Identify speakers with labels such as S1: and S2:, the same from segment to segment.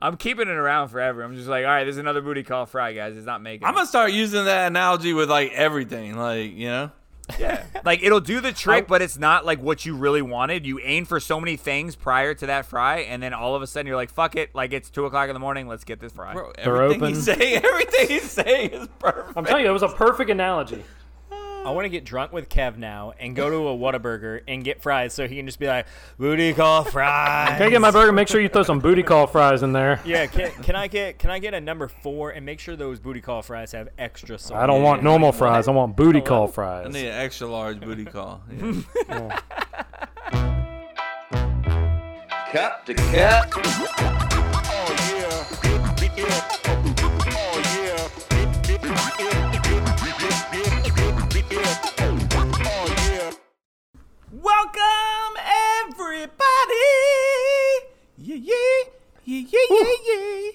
S1: I'm keeping it around forever. I'm just like, all right, there's another booty call fry, guys. It's not making.
S2: I'm
S1: it.
S2: gonna start using that analogy with like everything, like you know.
S1: yeah. like it'll do the trick, but it's not like what you really wanted. You aim for so many things prior to that fry, and then all of a sudden you're like, fuck it. Like it's two o'clock in the morning. Let's get this fry.
S2: Bro,
S3: They're
S2: everything
S3: open.
S2: he's saying, everything he's saying is perfect.
S4: I'm telling you, it was a perfect analogy.
S3: I want to get drunk with Kev now and go to a Whataburger and get fries so he can just be like, booty call fries.
S4: Can I get my burger? Make sure you throw some booty call fries in there.
S3: yeah, can, can I get can I get a number four and make sure those booty call fries have extra sauce?
S4: I don't want normal fries. I want booty call
S2: I
S4: fries.
S2: need an extra large booty call. Yeah.
S5: Cup to cup.
S2: Welcome everybody. Yeah, yeah, yeah, yeah, yeah,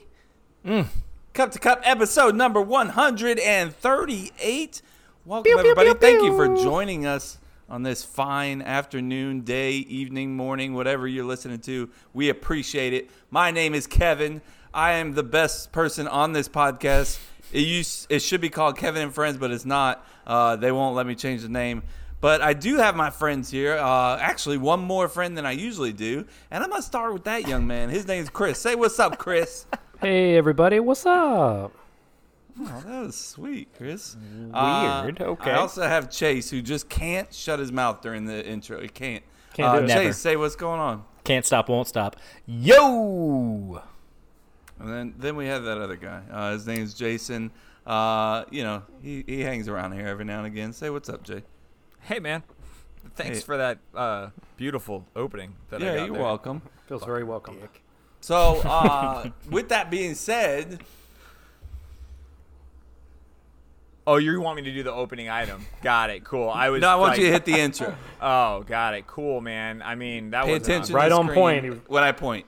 S2: yeah. Cup to cup episode number 138. Welcome everybody. Thank you for joining us on this fine afternoon, day, evening, morning, whatever you're listening to. We appreciate it. My name is Kevin. I am the best person on this podcast. It used, it should be called Kevin and Friends, but it's not. Uh, they won't let me change the name. But I do have my friends here. Uh, actually, one more friend than I usually do, and I'm gonna start with that young man. His name's Chris. Say what's up, Chris.
S4: Hey everybody, what's up?
S2: Oh, that was sweet, Chris. Weird.
S3: okay.
S2: I also have Chase, who just can't shut his mouth during the intro. He can't. Uh,
S4: Can't do it.
S2: Chase,
S3: Never.
S2: say what's going on,
S3: Can't stop, won't stop. Yo,
S2: and then then we have that other guy. Uh, his name is Jason. Uh, you know, he, he hangs around here every now and again. Say what's up, Jay.
S1: Hey, man. Thanks
S2: Hey.
S1: for that uh, beautiful opening. That I
S2: Yeah,
S1: got
S2: you're
S1: there.
S2: welcome.
S4: Feels very welcome.
S2: So, uh, with that being said,
S1: Oh, you want me to do the opening item? Got it. Cool. I was.
S2: no, I want
S1: like-
S2: you to hit the intro.
S1: Oh, got it. Cool, man. I mean, that
S2: Pay
S1: was
S2: attention.
S4: Right
S2: to the
S4: on
S2: screen
S4: point.
S2: When I point.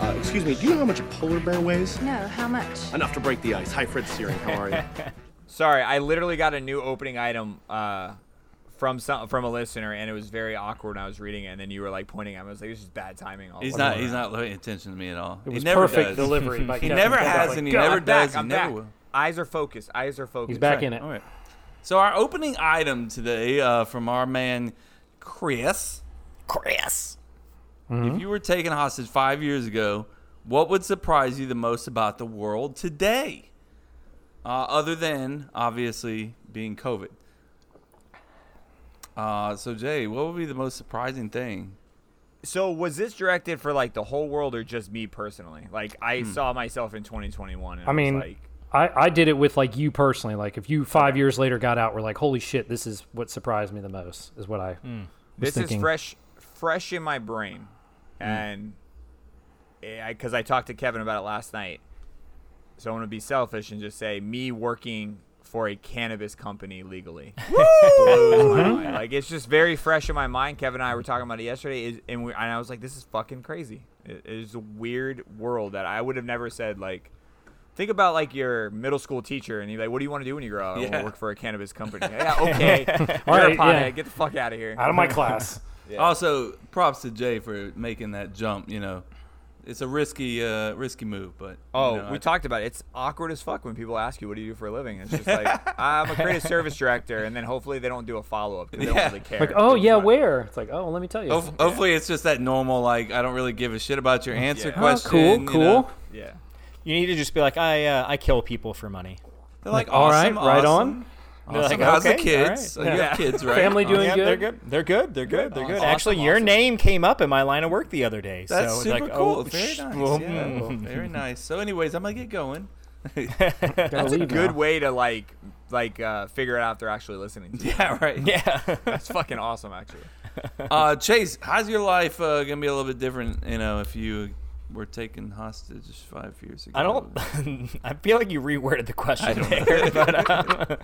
S6: Uh, excuse me, do you know how much a polar bear weighs?
S7: No, how much?
S6: Enough to break the ice. Hi, Fred Searing. How are you?
S1: Sorry, I literally got a new opening item uh, from some from a listener, and it was very awkward. when I was reading it, and then you were like pointing. at me. I was like, "This is bad timing." All
S2: He's
S1: over.
S2: not. He's not paying attention to me at all.
S4: It
S2: he
S4: was
S2: never
S4: perfect
S2: does.
S4: delivery by
S2: He
S4: Kevin
S2: never
S4: Kev.
S2: has,
S4: Like,
S2: and he
S4: God,
S2: never
S1: I'm back.
S2: does.
S1: I'm
S2: he never
S1: back.
S2: will.
S1: Eyes are focused. Eyes are focused.
S4: He's back in it.
S2: All right. So our opening item today uh, from our man Chris.
S3: Chris.
S4: Mm-hmm.
S2: If you were taken hostage five years ago, what would surprise you the most about the world today? Uh, other than obviously being COVID. Uh, so Jay, what would be the most surprising thing?
S1: So, was this directed for like the whole world or just me personally? Like, I
S2: Hmm.
S1: saw myself in 2021. And
S4: I mean,
S1: was like,
S4: I, I did it with like you personally. Like if you five years later got out, we're like, holy shit, this is what surprised me the most. Is what I.
S1: this
S4: thinking- Hmm.
S1: is fresh, fresh in my brain, and because I, talked to Kevin about it last night, so I'm gonna be selfish and just say me working for a cannabis company legally. Blows my
S4: Mm-hmm.
S1: mind. Like it's just very fresh in my mind. Kevin and I were talking about it yesterday, is, and we, and I was like, this is fucking crazy. It- it is a weird world that I would have never said like. Think about like your middle school teacher, and you're like, "What do you want to do when you grow up? I want
S2: Yeah.
S1: to work for a cannabis company." yeah, okay.
S4: All
S1: You're a
S4: right,
S1: pothead.
S4: yeah.
S1: Get the fuck out of here.
S4: Out of my class.
S2: Also, props to Jay for making that jump. You know, it's a risky, uh, risky move, but
S1: Oh,
S2: you know,
S1: we
S2: I-
S1: talked about it. It's awkward as fuck when people ask you, "What do you do for a living?" It's just like I'm a creative service director, and then hopefully they don't do a follow up because they
S2: Yeah.
S1: don't really care.
S4: like oh
S1: It's
S4: yeah,
S1: not-
S4: where? It's like oh, let me tell you.
S2: Hof- Hopefully, it's just that normal. Like, I don't really give a shit about your answer
S1: Yeah. Oh,
S4: Oh,
S2: question.
S4: cool,
S2: you
S4: cool.
S2: know?
S1: Yeah,
S3: You need to just be like, I uh, I kill people for money.
S2: They're like,
S4: All right,
S2: awesome,
S4: right
S2: awesome.
S3: They're
S2: Awesome.
S3: like,
S2: How's the
S3: okay, all
S2: kids? Like, You have kids, right?
S4: Family doing
S3: Yeah,
S4: good.
S3: they're good. They're good. They're good. They're good.
S2: Awesome,
S3: Actually, your
S2: awesome.
S3: name came up in my line of work the other day.
S2: That's
S3: so it's
S2: super
S3: like,
S2: cool.
S3: Oh,
S2: very
S3: sh-
S2: nice.
S3: well,
S2: yeah.
S3: mm.
S2: very nice. So, anyways, I'm gonna get going.
S4: Gotta leave
S1: good
S4: now.
S1: way to like like uh, figure it out if they're actually listening. To you.
S2: Yeah, right.
S3: yeah.
S1: That's fucking awesome, actually.
S2: Uh, Chase, how's your life uh, gonna be a little bit different? You know, if you were taken hostage five years ago.
S3: I don't. I feel like you reworded the question there. But, um,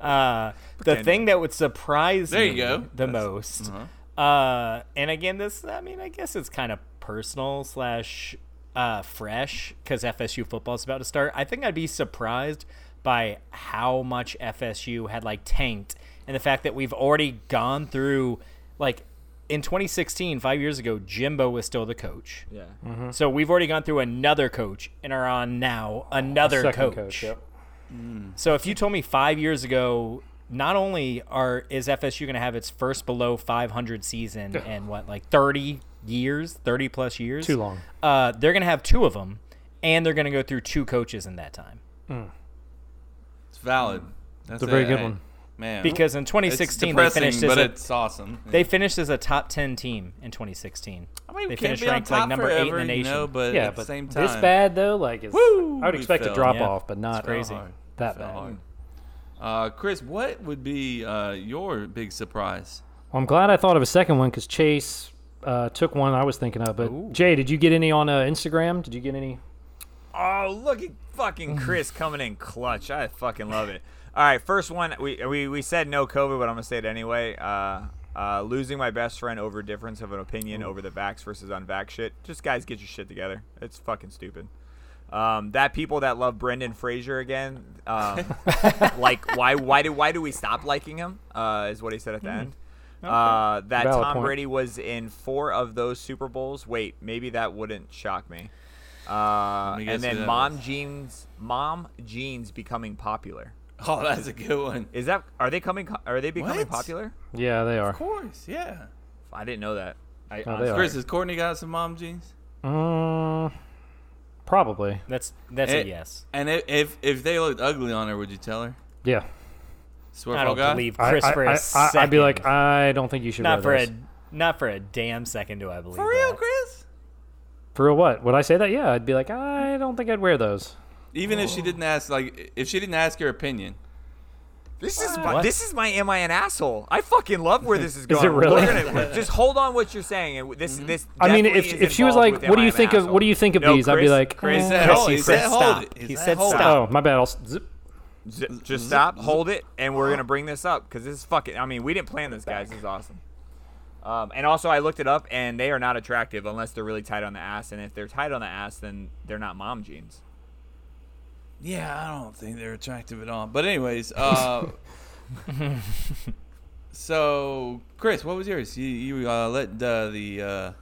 S3: uh, the
S1: Pretend.
S3: thing that would surprise
S2: There you
S3: me
S2: go.
S3: the
S2: That's- uh-huh.
S3: most. Uh, and again, this. I mean, I guess it's kind of personal slash uh, fresh because FSU football's about to start. I think I'd be surprised by how much FSU had like tanked, and the fact that we've already gone through like in 2016, five years ago, Jimbo was still the coach.
S1: Yeah.
S3: So we've already gone through another coach and are on now another
S4: Second
S3: coach.
S4: coach. Yep.
S3: So if you told me five years ago, not only are is FSU going to have its first below 500 season in what like 30 years, 30 plus years,
S4: Too long.
S3: Uh, they're going to have two of them, and they're going to go through two coaches in that time.
S2: It's valid. That's
S4: a very good
S2: hey,
S4: one.
S2: man.
S3: Because in
S2: it's
S3: 2016 they
S2: depressing,
S3: finished as
S2: but
S3: a,
S2: it's awesome.
S3: they finished as a top 10 team in 2016.
S2: I mean,
S3: they
S2: we can't
S3: finished
S2: be on
S3: ranked like
S2: top
S3: number eight in
S2: forever,
S3: the
S2: you
S3: nation.
S2: know, but
S4: Yeah,
S2: at the
S4: but
S2: same time,
S4: this bad though, like is
S2: Woo!
S4: I would
S2: We
S4: expect a
S2: fell.
S4: drop
S3: Yeah.
S4: off, but not
S3: crazy.
S2: hard.
S4: that
S2: Fell
S4: bad.
S2: hard. Uh, Chris, what would be uh, your big surprise?
S4: Well, I'm glad I thought of a second one because Chase uh, took one I was thinking of. But Jay, did you get any on uh, Instagram? Did you get any?
S1: Oh, look at fucking Chris coming in clutch. I fucking love it. All right, first one. We we, we said no COVID, but I'm gonna say it anyway. Uh, uh, losing my best friend over difference of an opinion over the vax versus unvax shit. Just guys, get your shit together. It's fucking stupid. Um, that people that love Brendan Fraser again, um, like why why do why do we stop liking him? Uh, is what he said at the end. Uh, that
S4: Valid
S1: Tom
S4: point.
S1: Brady was in four of those Super Bowls. Wait, maybe that wouldn't shock me. Uh,
S2: Let me guess
S1: and
S2: who
S1: then
S2: that
S1: mom jeans, mom jeans becoming popular.
S2: Oh, that's a good one.
S1: Is that are they coming? Are they becoming
S2: What?
S1: popular?
S4: Yeah, they are.
S2: Of course, yeah.
S1: I didn't know that. I
S4: Oh,
S1: honestly-
S4: they are.
S2: Chris, has Courtney got some mom jeans?
S4: Mm, probably.
S3: That's that's
S2: It-
S3: a yes.
S2: And if, if if they looked ugly on her, would you tell her?
S4: Yeah.
S2: Swear
S3: I
S2: for
S3: don't
S2: God.
S3: believe
S4: I-
S3: Chris
S4: I,
S3: for a
S4: I, I,
S3: second.
S4: I'd be like, I don't think you should.
S3: not for
S4: wear
S3: a
S4: those.
S3: not for a damn second do I believe
S2: for real,
S3: that.
S2: Chris.
S4: For real, what? Would I say that? Yeah, I'd be like, I don't think I'd wear those.
S2: Even
S3: Oh.
S2: if she didn't ask, like if she didn't ask your opinion,
S1: This is my,
S3: What?
S1: this is my am I an asshole? I fucking love where this is going.
S4: it really?
S1: We're gonna- just hold on what you're saying. And this
S2: Mm-hmm.
S1: this.
S4: I mean,
S1: definitely
S4: if
S1: is
S4: if she was
S1: involved
S4: like,
S1: with
S4: "What
S1: am I
S4: do you
S1: an
S4: think of? What do you
S1: asshole?"
S4: think of
S1: No,
S4: these?" I'd be
S1: Chris-
S4: like,
S1: Chris
S4: eh,
S2: said
S3: Chris,
S2: hold.
S3: he
S2: He
S3: said
S2: said hold.
S3: stop.
S2: it.
S3: He
S2: said
S3: said
S2: hold it.
S3: stop.
S4: Oh, my bad. I'll s- zip.
S1: Z- just stop, hold it, and we're gonna bring this up because this is fucking. I mean, we didn't plan this, guys. This is awesome. Um, and also, I looked it up, and they are not attractive unless they're really tight on the ass. And if they're tight on the ass, then they're not mom jeans.
S2: Yeah, I don't think they're attractive at all. But anyways, uh, so Chris, what was yours? You, you uh, let uh, the uh,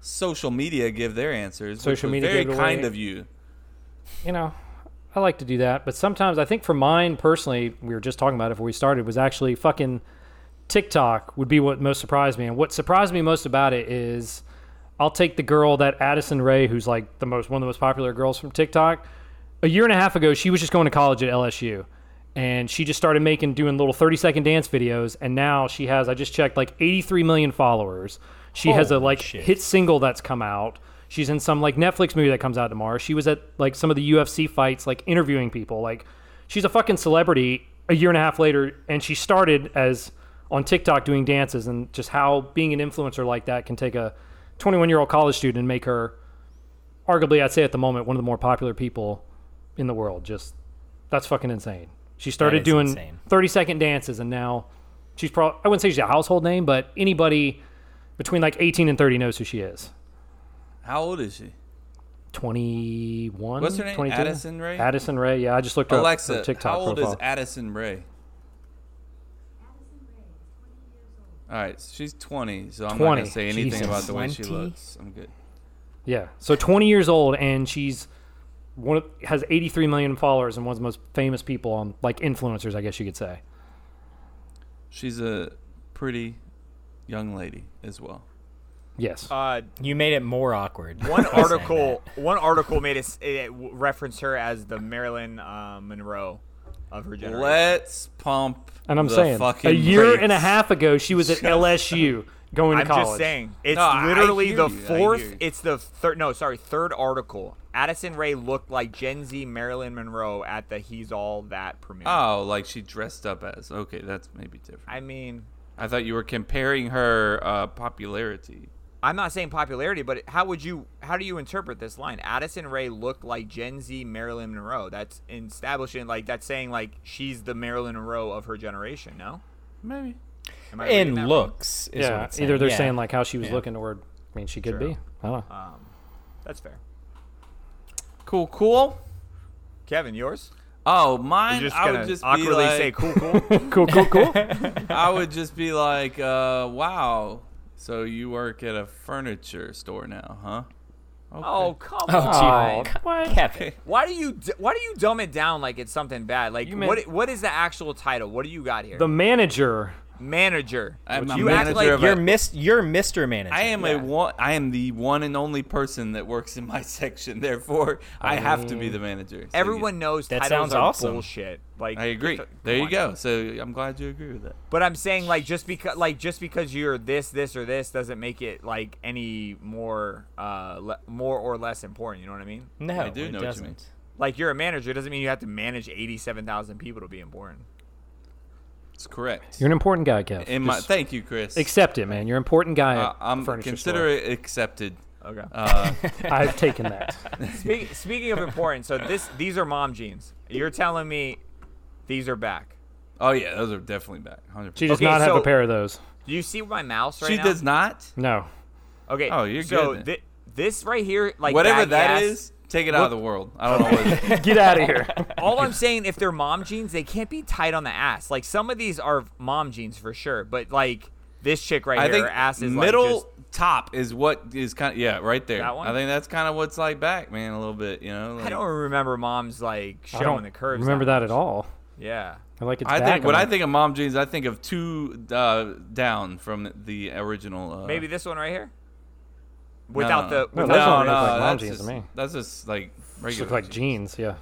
S2: social media give their answers. which
S4: Social
S2: was
S4: media
S2: very
S4: gave
S2: kind
S4: away-
S2: of you.
S4: you know, I like to do that. But sometimes I think for mine personally, we were just talking about it before we started, was actually fucking TikTok would be what most surprised me. And what surprised me most about it is I'll take the girl that Addison Ray, who's like the most one of the most popular girls from TikTok. A year and a half ago, she was just going to college at LSU. And she just started making doing little 30 second dance videos. And now she has, I just checked, like 83 million followers. She has a
S3: Holy
S4: like
S3: shit.
S4: hit single that's come out. She's in some like Netflix movie that comes out tomorrow. She was at like some of the UFC fights, like interviewing people. Like she's a fucking celebrity a year and a half later, and she started as on TikTok doing dances and just how being an influencer like that can take a 21 year old college student and make her arguably, I'd say at the moment, one of the more popular people in the world. Just that's fucking insane. She started
S3: is
S4: doing
S3: insane.
S4: 30 second dances and now she's probably, I wouldn't say she's a household name, but anybody between like 18 and 30 knows who she is.
S2: How old is she?
S4: 21.
S2: What's her name?
S4: 22?
S2: Addison Rae?
S4: Addison Ray. Yeah, I just looked her up.
S2: Alexa,
S4: her TikTok
S2: how old
S4: profile.
S2: is Addison Ray? All right, she's 20, so I'm not
S4: 20.
S2: going to say anything
S4: Jesus.
S2: about the way she
S3: 20?
S2: looks. I'm good.
S4: Yeah. So 20 years old, and she's one of, has 83 million followers and one of the most famous people on like influencers, I guess you could say.
S2: She's a pretty young lady as well.
S4: Yes.
S1: Uh,
S3: You made it more awkward.
S1: one
S3: by saying
S1: article, one article made us it, w- reference her as the Marilyn uh, Monroe of her generation.
S2: Let's pump.
S4: and I'm
S2: the
S4: saying
S2: fucking
S4: a year and a
S2: rates.
S4: half ago, she was at LSU going to
S1: I'm
S4: college.
S1: just saying, it's
S2: No, I- I
S1: literally
S2: hear
S1: the
S2: you, I hear
S1: fourth.
S2: you.
S1: It's the third. No, sorry, third article. Addison Ray looked like Gen Z Marilyn Monroe at the He's All That premiere.
S2: Oh, like she dressed up as. Okay, that's maybe different. I,
S1: I mean,
S2: thought you were comparing her uh, popularity.
S1: I'm not saying popularity, but how would you how do you interpret this line? Addison Ray looked like Gen Z Marilyn Monroe. That's establishing like that's saying like she's the Marilyn Monroe of her generation. No,
S2: Maybe.
S1: Am
S3: that.
S1: I reading that
S3: in looks. Is
S4: yeah.
S3: what
S4: Either
S3: it's saying.
S4: they're
S3: Yeah.
S4: saying like how she was looking, or I mean, she could be. I don't know.
S1: wrong? Um, that's fair.
S2: Cool, cool.
S1: Kevin, yours?
S2: Oh, mine.
S1: You're just
S2: I
S1: gonna
S2: would just
S1: awkwardly
S2: be like,
S1: say cool, cool.
S4: cool, cool, cool.
S2: I would just be like, uh, wow, So you work at a furniture store now, huh? Okay.
S1: Oh come
S3: Oh,
S1: on!
S3: Aw,
S4: gee. What?
S3: Kevin.
S1: Why do you d- why do you dumb it down like it's something bad? Like
S4: You meant-
S1: what what is the actual title? What do you got here?
S4: The manager.
S1: manager.
S2: I'm a
S1: you act
S2: manager
S1: like
S2: of a-
S1: you're
S3: You're mis- you're Mr. Manager.
S2: I am a one. I am the one and only person that works in my section. Therefore, I have to be
S4: Mm.
S2: the manager. So, yeah.
S1: Everyone knows
S3: That
S1: titles
S3: sounds
S1: are
S3: awesome.
S1: bullshit. Like
S2: I agree.
S1: come
S2: There you
S1: on.
S2: go. So I'm glad you agree with that.
S1: But I'm saying like just because like just because you're this this or this doesn't make it like any more uh le- more or less important. You know what I mean?
S3: no,
S2: I do
S3: it
S2: know what you
S3: doesn't.
S2: mean.
S1: Like you're a manager it doesn't mean you have to manage eighty seven thousand people to be important.
S2: It's correct.
S4: You're an important guy, Kev.
S2: in my, thank you, Chris.
S4: Accept it, man. You're an important guy.
S2: uh, I'm
S4: at furniture
S2: consider it accepted.
S1: Okay.
S2: Uh,
S4: store. I've taken that.
S1: Speak, speaking of important, so this these are mom jeans. You're telling me these are back.
S2: oh yeah, those are definitely back. 100%.
S4: She does
S1: Okay,
S4: not have a
S1: so-
S4: pair of those.
S1: Do you see my mouse right
S2: She
S1: now?
S2: does not.
S4: No.
S1: Okay.
S2: Oh, you're
S1: so
S2: good then.
S1: thi- this right here, like
S2: Whatever
S1: baggy
S2: that
S1: ass-
S2: is, take it out of the world. I don't know what. It is.
S4: Get out of here.
S1: All I'm saying, if they're mom jeans, they can't be tight on the ass. Like some of these are mom jeans for sure, but like this chick right
S2: I
S1: here,
S2: think
S1: her ass is
S2: middle
S1: Like just,
S2: top is what is kind of yeah right there.
S1: That one?
S2: I think that's kind of what's like back, man, a little bit. You know, like,
S1: I don't remember mom's like
S4: I
S1: showing
S4: don't
S1: the curves.
S4: remember that at all.
S1: Yeah.
S4: I like it's
S2: I
S4: back
S2: think when
S4: on.
S2: I think of mom jeans, I think of two uh, down from the original. Uh,
S1: Maybe this one right here.
S2: no,
S1: Without
S2: no,
S1: the
S2: no,
S1: without
S2: no,
S4: one look like mom
S2: that's
S4: jeans to
S2: just,
S4: me.
S2: That's just like
S4: Just
S2: regular.
S4: look like
S2: jeans.
S4: jeans. Yeah.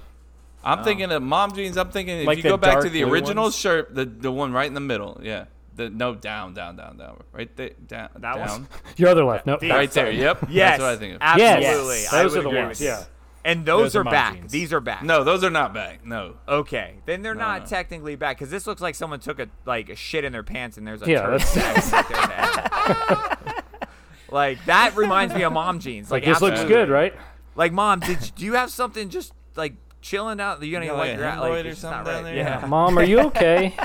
S2: I'm thinking of mom jeans. I'm thinking if
S3: Oh. Like
S2: you
S3: the
S2: go back to
S3: dark
S2: the
S3: blue
S2: original
S3: ones?
S2: shirt, the the one right in the middle. Yeah, the no down, down, down, down, right there, down,
S1: That one?
S2: down,
S4: Your other left. No.
S1: These-
S2: right there. Yep,
S1: yes,
S2: that's what I think of.
S1: Absolutely.
S4: Yes.
S1: I
S4: Those
S1: would
S4: are the
S1: agree with
S4: ones,
S1: you.
S4: yeah.
S1: And those,
S3: Those
S1: are,
S3: are mom
S1: back.
S3: jeans.
S1: These are back.
S2: No, those are not back. No,
S1: Okay, then they're not
S4: Uh.
S2: no.
S1: technically back because this looks like someone took a like a shit in their pants and there's a
S4: Yeah,
S1: turd right there in the ass. like that reminds me of mom jeans. Like,
S4: Like this looks
S1: absolutely.
S4: good, right?
S1: Like mom, did you, do you have something just like chilling out? You don't
S2: Yeah,
S1: even
S2: like
S1: like
S2: a
S1: your out- like
S2: hemorrhoid or
S1: it's just not
S2: something down
S1: right.
S2: there?
S1: Yeah,
S4: Mom, are you okay?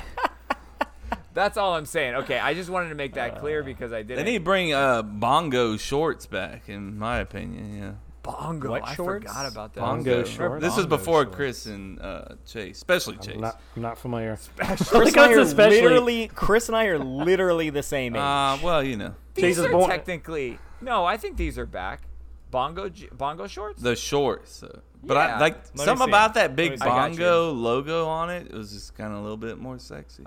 S1: that's all I'm saying. Okay, I just wanted to make that clear
S4: Uh,
S1: because I
S2: they
S1: didn't.
S2: need to bring uh bongo shorts back, in my opinion. Yeah.
S1: bongo.
S3: What
S1: I
S3: shorts?
S1: forgot about that.
S4: Bongo shorts.
S2: This is
S3: Bongo
S2: before
S3: shorts.
S2: Chris and uh, Chase, especially Chase. Uh,
S4: I'm not, I'm not familiar.
S3: Chris
S4: Look,
S3: and I
S4: that's
S3: are
S4: especially-
S3: literally Chris and I are literally the same age.
S2: Uh, well, you know,
S1: These
S4: Jesus
S1: are
S4: born-
S1: technically no. I think these are back. Bongo j- bongo shorts.
S2: the shorts. uh, But
S1: Yeah.
S2: I like
S3: me
S2: something
S3: see.
S2: about that
S3: Let me
S2: big
S3: see. I
S1: got you.
S2: bongo logo on it. It was just kind of a little bit more sexy.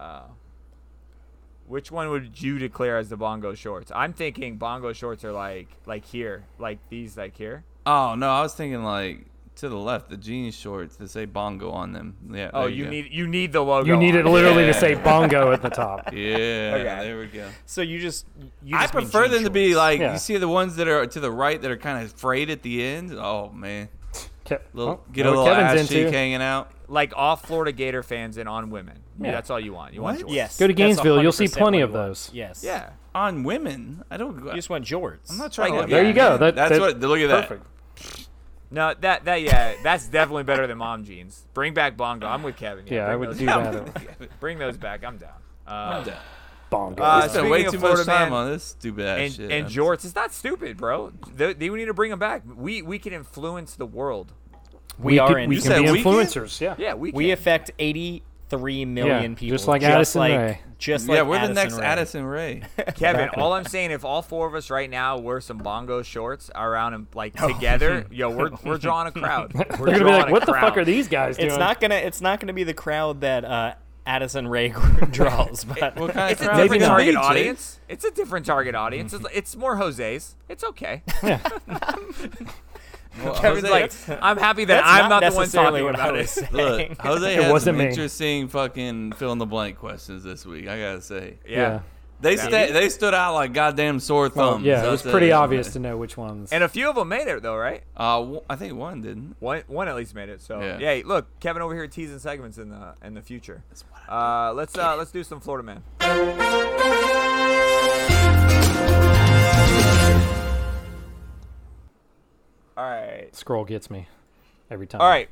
S1: Which one would you declare as the bongo shorts? I'm thinking bongo shorts are like like here, like these like here.
S2: oh no, I was thinking like to the left, the jean shorts that say bongo on them. Yeah.
S1: Oh,
S2: there
S1: you
S2: go.
S1: need you need the logo.
S4: You needed
S1: on it.
S4: literally
S2: Yeah.
S4: to say bongo at the top.
S2: Yeah,
S1: Oh,
S2: there we go.
S3: so you just, you
S2: I
S3: just mean
S2: prefer
S3: jean
S2: them to be
S3: shorts.
S2: like
S4: Yeah.
S2: you see the ones that are to the right that are kind of frayed at the end. Oh man,
S4: Ke-
S2: little,
S4: oh,
S2: get a
S4: know what
S2: little ass
S4: Kevin's
S2: cheek
S4: into.
S2: hanging out.
S1: like off Florida Gator fans and on women.
S4: Yeah.
S1: That's all you want. You want
S2: What?
S1: shorts.
S3: Yes.
S4: Go to
S3: that's
S4: Gainesville, you'll see
S3: 100%
S4: plenty
S3: what
S4: of
S3: you want.
S4: those.
S3: Yes.
S1: Yeah.
S2: on women. I don't.
S3: You just want jorts.
S2: I'm not trying
S1: Like,
S2: to. Look
S1: there
S2: at
S1: you
S2: it.
S4: go. That-
S2: that's
S4: that-
S2: what. Look at that.
S4: perfect.
S1: No, that that yeah, that's definitely better than mom jeans. Bring back bongo. I'm with Kevin.
S4: Yeah, I
S1: bring
S4: would
S1: those
S4: do
S1: back.
S4: that.
S1: Bring those back. I'm down. Uh,
S2: Yeah.
S4: Bongo.
S1: Uh,
S2: I spent way
S1: speaking of
S2: too much
S1: Florida
S2: time
S1: man
S2: on this stupid ass
S1: and
S2: shit.
S1: and
S2: I'm-
S1: jorts, it's not stupid, bro. They, they need to bring them back. We we can influence the world.
S3: we, are
S4: can,
S3: in.
S4: we
S2: You
S4: can be
S2: said we can?
S4: influencers. Yeah.
S1: Yeah, we can.
S3: we affect 83 million
S4: Yeah,
S3: people.
S4: just like Addison
S3: like,
S4: Rae.
S3: Just like
S2: yeah, we're the
S3: Addison
S2: next
S3: Rae.
S2: Addison Ray.
S1: Kevin,
S4: Exactly.
S1: all I'm saying, if all four of us right now wear some bongo shorts around and like together, yo, we're we're drawing a crowd. We're
S4: Oh. They're gonna be
S1: drawing
S4: like,
S1: a
S4: "What the fuck
S1: crowd."
S4: are these guys doing?"
S3: It's not gonna. It's not gonna be the crowd that uh, Addison Ray draws, but
S2: What kind
S1: It's
S2: of
S1: a
S2: crowd
S4: Maybe
S1: different
S4: not.
S1: target
S2: Jay?
S1: audience. It's a different target audience. It's, it's more Jose's. It's okay.
S2: Well,
S1: Kevin's
S2: Jose-
S1: like, I'm happy that I'm not, the one
S3: necessarily
S1: talking
S3: what
S1: about
S3: I
S1: it.
S3: was saying.
S2: look, Jose has
S4: wasn't
S2: some
S4: me.
S2: interesting fucking fill in the blank questions this week. I gotta say,
S1: Yeah.
S2: they sta- they stood out like goddamn sore
S4: Well,
S2: thumbs.
S4: yeah, it
S2: I'll
S4: was
S2: tell
S4: pretty
S2: you that
S4: obvious
S2: much.
S4: to know which ones.
S1: And a few of them made it though, right?
S2: Uh, w- I think one didn't.
S1: One one at least made it. So yeah,
S2: Yeah.
S1: look, Kevin over here teasing segments in the in the future. Uh, let's uh, let's do some Florida man. All right.
S4: Scroll gets me every time.
S1: All right.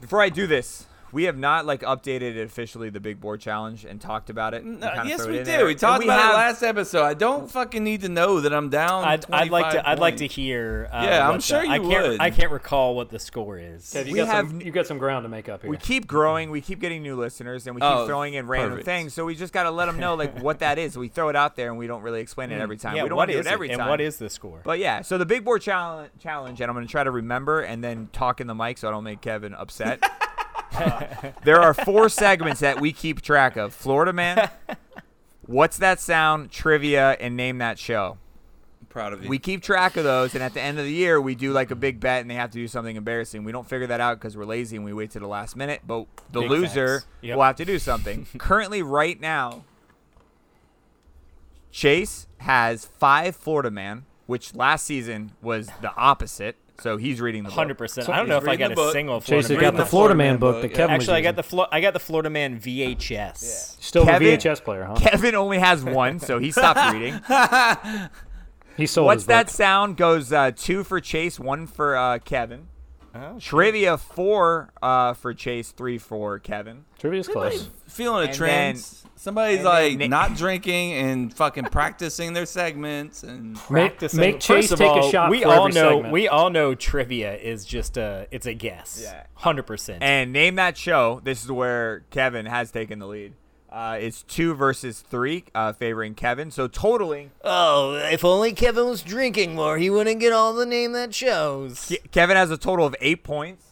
S1: Before I do this, We have not like updated officially the Big Board Challenge and talked about it. and
S2: No,
S1: kinda
S2: uh, yes,
S1: throw it
S2: we
S1: in
S2: did.
S1: there.
S2: We
S1: And
S2: talked about
S1: have-
S2: it last episode. I don't fucking need to know that I'm down.
S3: I'd, I'd like to.
S2: 25
S3: I'd like to
S2: points.
S3: hear. Uh,
S2: Yeah, I'm
S3: what the-
S2: sure
S3: I
S2: you
S3: can't,
S2: would.
S3: I can't recall what the score is.
S4: Kev, you
S1: We
S4: got some,
S1: have-
S4: you got some ground to make up here.
S1: We keep growing. We keep getting new listeners, and we keep
S2: Oh,
S1: throwing in random
S2: perfect.
S1: things. So we just got to let them know like what that is. We throw it out there, and we don't really explain it every time.
S3: Mm. Yeah,
S1: we don't
S3: what
S1: wanna do
S3: is
S1: it every time.
S3: And what is the score?
S1: But yeah, so the big board challenge, challenge, and I'm going to try to remember and then talk in the mic so I don't make Kevin upset. Uh, there are four segments that we keep track of: Florida Man, What's That Sound, Trivia, and Name That Show.
S2: I'm proud of you.
S1: We keep track of those, and at the end of the year, we do like a big bet, and they have to do something embarrassing. We don't figure that out because we're lazy and we wait to the last minute. But the
S3: Big
S1: loser
S3: facts. Yep.
S1: will have to do something. Currently, right now, Chase has five Florida Man, which last season was the opposite. So he's reading the book.
S3: Hundred percent. I don't know if I
S2: reading
S3: got
S2: the
S3: a
S2: book.
S3: single Florida
S4: Chase has
S3: Man.
S4: got the Florida Man book, that
S2: yeah.
S4: Kevin was
S3: Actually, I
S4: using.
S3: got the Flo- I got the Florida Man VHS.
S4: Still
S1: Kevin-
S4: the VHS player, huh?
S1: Kevin only has one, so he stopped reading.
S4: he sold
S1: What's
S4: his book.
S1: that sound? Goes uh, two for Chase, one for uh, Kevin.
S2: Oh,
S1: Trivia four uh, for Chase, three for Kevin.
S4: Trivia's close.
S2: feeling a
S1: And
S2: trend.
S1: then-
S2: Somebody's
S1: and then
S2: like
S1: Na-
S2: not drinking and fucking practicing their segments and
S4: Make,
S3: Practicing-
S4: make
S3: First
S4: Chase
S3: of
S4: take
S3: all,
S4: a shot.
S3: We
S4: for
S3: all
S4: every
S3: know.
S4: segment.
S3: We all know trivia is just a. It's a guess.
S1: Yeah.
S3: Hundred percent.
S1: And name that show. This is where Kevin has taken the lead. Uh, it's two versus three, uh, favoring Kevin. So totaling,
S3: Oh, if only Kevin was drinking more, he wouldn't get all the name that shows.
S1: Ke- Kevin has a total of eight points,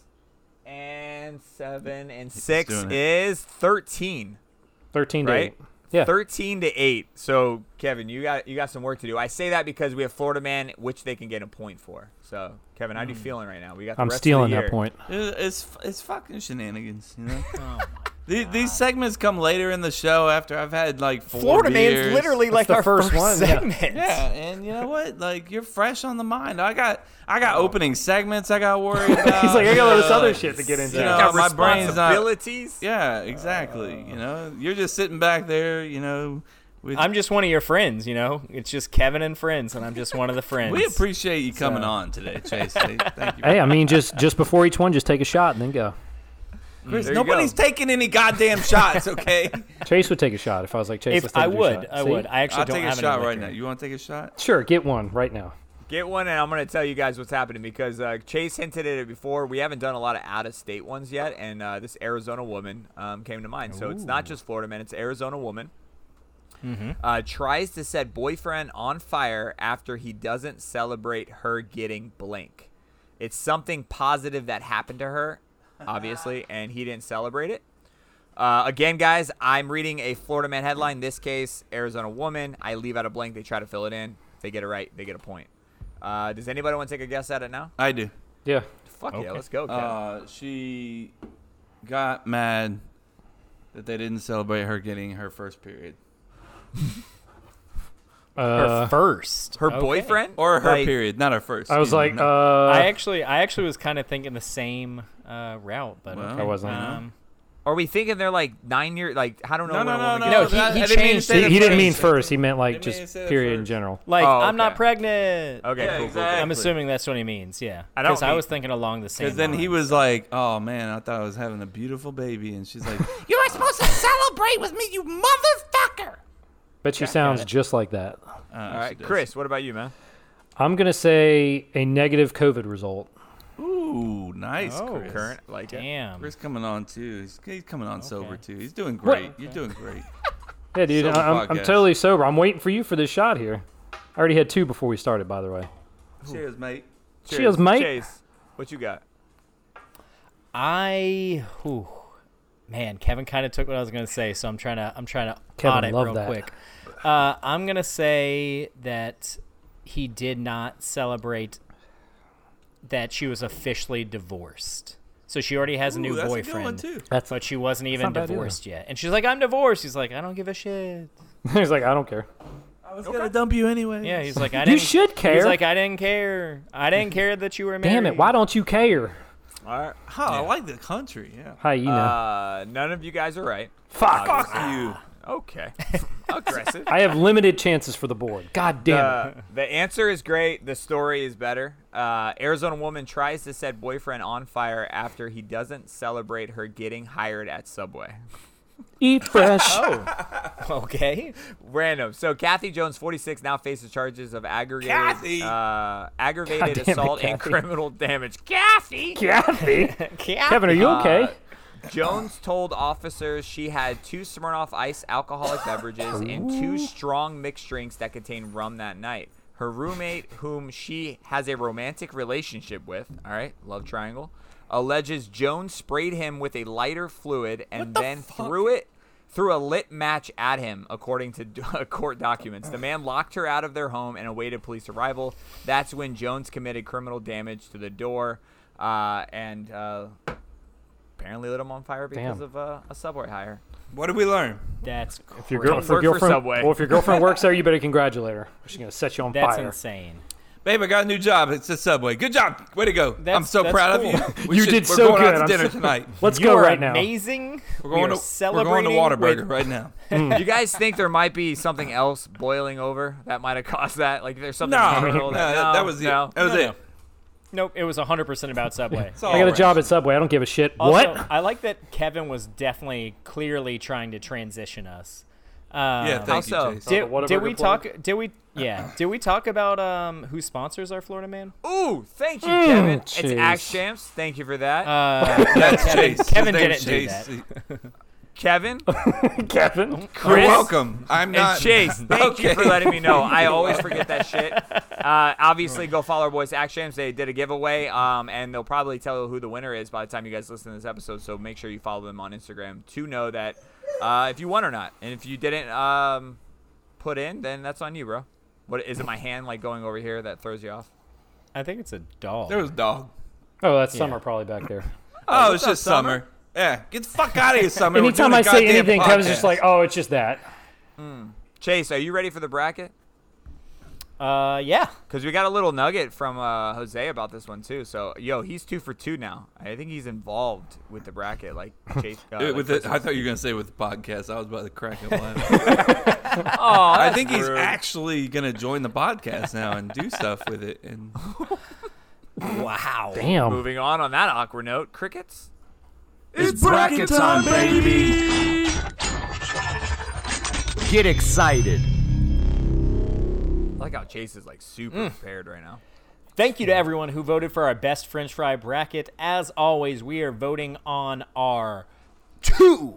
S1: and seven and six
S2: doing it.
S1: is thirteen,
S4: 13 to
S1: right?
S4: eight. Yeah.
S1: thirteen to eight. So Kevin, you got you got some work to do. I say that because we have Florida Man, which they can get a point for. So Kevin, how are you feeling right now? We got. The
S4: Mm. I'm
S1: rest of the
S4: stealing that
S1: year.
S4: point.
S2: it's it's fucking shenanigans, you know. The- These segments come later in the show after I've had like four
S3: Florida Man's
S2: beers.
S3: literally like
S4: the
S3: our
S4: first
S3: first,
S4: one, yeah.
S3: segment.
S2: Yeah, and you know what? Like you're fresh on the mind. I got I got opening segments I got worried about.
S4: He's like, I got all this
S2: you know,
S4: other shit to get into.
S2: You
S1: You
S2: know,
S1: got
S2: my brain's
S1: Uh,
S2: not.
S1: responsibilities.
S2: Yeah, exactly. you know, you're just sitting back there. You know, with
S3: I'm just one of your friends, you know. It's just Kevin and friends, and I'm just one of the friends.
S2: we appreciate you coming on today, Chase. Thank you.
S4: Hey, I mean, just just before each one, just take a shot and then go.
S2: Chris,
S1: There you go.
S2: nobody's taking any goddamn shots, okay?
S4: Chase would take a shot if I was like Chase.
S3: if
S4: let's take
S3: I
S4: a few
S3: would,
S4: shots.
S3: I
S4: See?
S3: would. I actually
S2: I'll
S3: don't
S2: take a
S3: have any
S2: shot right now.
S3: liquor.
S2: You want to take a shot?
S4: Sure, get one right now.
S1: Get one, and I'm going to tell you guys what's happening because uh, Chase hinted at it before. We haven't done a lot of out of state ones yet, and uh, this Arizona woman um, came to mind. So it's not just Florida man, it's Arizona woman. Uh, tries to set boyfriend on fire after he doesn't celebrate her getting blank. It's something positive that happened to her, obviously, and he didn't celebrate it. Uh, again, guys, I'm reading a Florida man headline. This case, Arizona woman. I leave out a blank. They try to fill it in. If they get it right, they get a point. Uh, does anybody want to take a guess at it now?
S2: I do.
S4: Yeah.
S1: Fuck
S3: Okay.
S1: yeah, let's go. Kevin.
S2: Uh, she got mad that they didn't celebrate her getting her first period
S3: Her
S4: Uh,
S3: first.
S1: her
S3: Okay.
S1: boyfriend
S2: or her
S1: Like,
S2: period, not her first.
S4: I was
S2: excuse me,
S4: like,
S2: no.
S4: uh,
S3: I actually, I actually was kind of thinking the same uh, route, but
S2: Well,
S3: okay.
S4: I wasn't.
S3: Um,
S1: Are we thinking they're like nine years? Like I don't know.
S2: No,
S1: when
S2: no,
S1: a
S2: no,
S1: woman
S2: no.
S1: gets-
S3: No, he-
S2: that-
S3: he
S2: I didn't mean to
S3: changed
S2: say
S4: he,
S2: the
S4: he didn't
S2: first.
S4: mean first. He meant
S2: Didn't
S4: like
S2: mean to
S4: just
S2: say the
S4: period in
S2: first.
S4: general.
S3: like
S1: Oh,
S3: I'm not
S1: okay.
S3: pregnant.
S1: Okay,
S2: Yeah,
S1: cool, cool, cool.
S2: exactly.
S3: I'm assuming that's what he means. Yeah,
S1: I don't
S3: because I,
S1: mean-
S3: was thinking along the same.
S2: Because then he
S3: lines.
S2: was like, "Oh man, I thought I was having a beautiful baby," and she's like, "Uh, "You were supposed to celebrate with me, you motherfucker."
S4: Bet she sounds just like that.
S2: Uh,
S1: All right, Chris, what about you, man?
S4: I'm gonna say a negative COVID result.
S2: Ooh, nice,
S3: Oh,
S2: Chris.
S1: Current, like it.
S3: Damn.
S2: Chris coming on too. He's, he's coming on sober
S3: Okay.
S2: too. He's doing great. You're doing great.
S4: Yeah, dude,
S2: Sober
S4: I- I'm, I'm
S2: podcast.
S4: totally sober. I'm waiting for you for this shot here. I already had two before we started, by the way.
S2: Cheers, mate.
S4: Cheers, mate.
S1: Chase, what you got?
S3: I, whew, man, Kevin kind of took what I was gonna say, so I'm trying to, I'm trying to
S4: Kevin,
S3: on it
S4: love
S3: real
S4: that.
S3: quick. Uh, I'm gonna say that he did not celebrate that she was officially divorced. So she already has a new
S2: Ooh, that's a good one,
S3: boyfriend,
S2: too.
S4: That's-
S3: but she wasn't even
S4: not bad either.
S3: divorced yet. And she's like, "I'm divorced." He's like, "I don't give a shit."
S4: He's like, I don't care.
S2: I was gonna dump you anyway.
S3: Yeah, he's like, "I
S4: You
S3: didn't."
S4: should care.
S3: He's like, "I didn't care. I didn't care that you were married."
S4: Damn it! Why don't you care?
S1: All right.
S2: Oh, I like the country. Yeah.
S4: Hi, you know.
S1: Uh, none of you guys are right.
S4: Fuck.
S2: you.
S1: Okay. Aggressive.
S4: I have limited chances for the board. God damn it.
S1: Uh, the answer is great. The story is better. Uh, Arizona woman tries to set boyfriend on fire after he doesn't celebrate her getting hired at Subway.
S4: Eat fresh.
S3: Okay.
S1: Random. So Kathy Jones, 46, now faces charges of aggravated,
S2: Kathy!
S1: uh, aggravated
S4: it,
S1: assault and
S4: Kathy.
S1: criminal damage. Kathy.
S4: Kathy. Kevin, are you okay?
S1: Jones told officers she had two Smirnoff Ice alcoholic beverages and two strong mixed drinks that contained rum that night. Her roommate, whom she has a romantic relationship with, all right, love triangle, alleges Jones sprayed him with a lighter fluid and then threw it threw a lit match at him, according to d- court documents. The man locked her out of their home and awaited police arrival. That's when Jones committed criminal damage to the door uh, and uh, apparently lit him on fire because
S4: Damn.
S1: of uh, a subway hire.
S2: What did we learn?
S3: That's
S4: If your, girl, if
S3: crazy.
S4: your
S1: work for
S4: girlfriend,
S1: Subway.
S4: well, if your girlfriend works there, you better congratulate her. She's gonna set you on
S3: That's
S4: fire.
S3: insane.
S2: Babe, I got a new job. It's the Subway. Good job. Way to go. I'm
S3: That's-
S2: so
S3: that's
S2: proud
S3: cool.
S2: of you. We
S4: You
S2: should-
S4: did
S2: we're
S4: so
S2: going
S4: good.
S2: out
S4: I'm
S2: to dinner
S4: so-
S2: tonight.
S4: Let's
S3: You
S4: go
S3: are
S4: right now.
S3: Amazing.
S2: We're going, to, we're
S3: we are
S2: going to
S3: celebrating
S2: Whataburger
S3: with-
S2: right now.
S1: you guys think there might be something else boiling over that might have caused that? Like there's something
S2: No,
S1: chemical
S2: no,
S1: that,
S2: that, that was it.
S1: no.
S2: That was
S3: No,
S2: it.
S3: no. Nope, it was 100% about Subway.
S2: It's all
S4: I got a
S2: right.
S4: job at Subway. I don't give a shit.
S3: Also,
S4: what?
S3: I like that Kevin was definitely clearly trying to transition us. Um,
S2: Yeah, thank
S1: Also-
S2: you, Chase.
S3: did,
S4: Whataburger
S3: did we
S4: plug?
S3: talk? Did we? Yeah. Did we talk about um, who sponsors our Florida Man?
S1: Ooh, thank you, Kevin. It's
S4: Mm, jeez.
S1: Axe Champs. Thank you for that,
S3: Uh,
S2: That's Chase. His
S3: Kevin
S2: name's
S3: didn't do
S2: Chase.
S1: Kevin.
S4: Kevin.
S2: You're
S1: Chris.
S2: welcome. I'm not.
S1: And Chase, thank you for
S2: Okay.
S1: letting me know. I always forget that shit. Uh, obviously, go follow our boys Actions. They did a giveaway, um, and they'll probably tell who the winner is by the time you guys listen to this episode. So make sure you follow them on Instagram to know that uh, if you won or not. And if you didn't um, put in, then that's on you, bro. What is it? My hand like going over here that throws you off?
S3: I think it's a doll.
S2: There was dog.
S4: Oh, that's summer probably back there.
S2: Oh, it's just summer. Yeah, get the fuck out of here, summer. We're
S4: Anytime
S2: doing a
S4: I say
S2: goddamn
S4: anything, Kevin's
S2: podcast.
S4: just like, "Oh, it's just that."
S1: Chase, are you ready for the bracket?
S3: Uh, yeah.
S1: Because we got a little nugget from uh, Jose about this one too. So yo, he's two for two now. I think he's involved with the bracket, like Chase. Uh,
S2: Dude,
S1: like
S2: with
S1: Chris
S2: the, I thought you were gonna say with the podcast. I was about to crack up laughing. I think he's
S1: rude.
S2: actually gonna join the podcast now and do stuff with it. And
S3: Wow.
S4: Damn.
S1: Moving on on that awkward note, crickets.
S2: it's bracket time, baby.
S5: Get excited.
S1: I like how Chase is like super
S2: Mm.
S1: prepared right now.
S3: Thank you to everyone who voted for our best French fry bracket. As always, we are voting on our two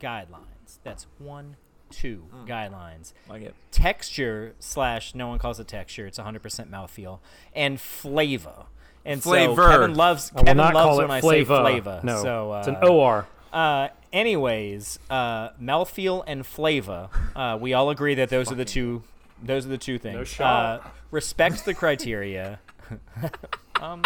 S3: guidelines. That's one, two
S4: Hmm.
S3: guidelines.
S1: Like it.
S3: Texture slash no one calls it texture. It's 100% mouthfeel and flavor. And
S2: Flavor.
S3: so Kevin loves
S4: I will
S3: Kevin
S4: not
S3: loves
S4: call
S3: when
S4: it
S3: I
S4: flavor.
S3: say flavor.
S4: No,
S3: so, uh,
S4: it's an or.
S3: Uh, anyways, uh, mouthfeel and flavor. Uh, we all agree that those are the two. Those are the two things.
S4: shot.
S3: Uh, respect the criteria.
S1: No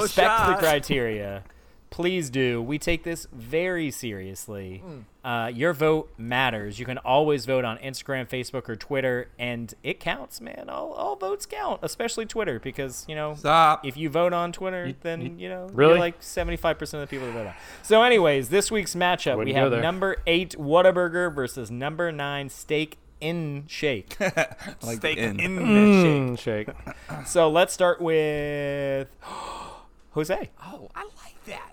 S3: respect the criteria. Please do. We take this very seriously.
S2: Hmm.
S3: Uh, your vote matters. You can always vote on Instagram, Facebook, or Twitter, and it counts, man. All, all votes count, especially Twitter, because you know
S2: Stop.
S3: if you vote on Twitter, then you know
S4: really?
S3: you're like seventy five percent of the people that vote on. So, anyways, this week's matchup we
S4: Wouldn't go
S3: have
S4: there.
S3: number eight Whataburger versus number nine Steak in Shake.
S2: Like
S1: Steak in,
S2: in.
S1: the shake.
S4: Mm, shake.
S3: so let's start with Jose.
S1: Oh, I like that.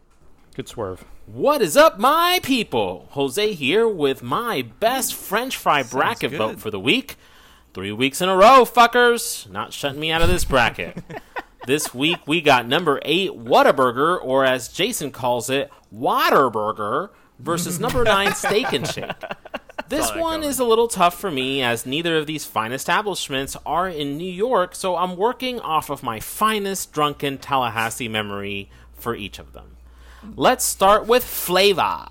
S4: Good swerve.
S5: What is up, my people? Jose here with my best French fry bracket
S2: good.
S5: vote for the week. Three weeks in a row, fuckers. Not shutting me out of this bracket. this week we got number eight, Whataburger, or as Jason calls it, Waterburger, versus number nine, Steak and Shake. This one is a little tough for me as neither of these fine establishments are in New York, so I'm working off of my finest drunken Tallahassee memory for each of them. Let's start with flavor.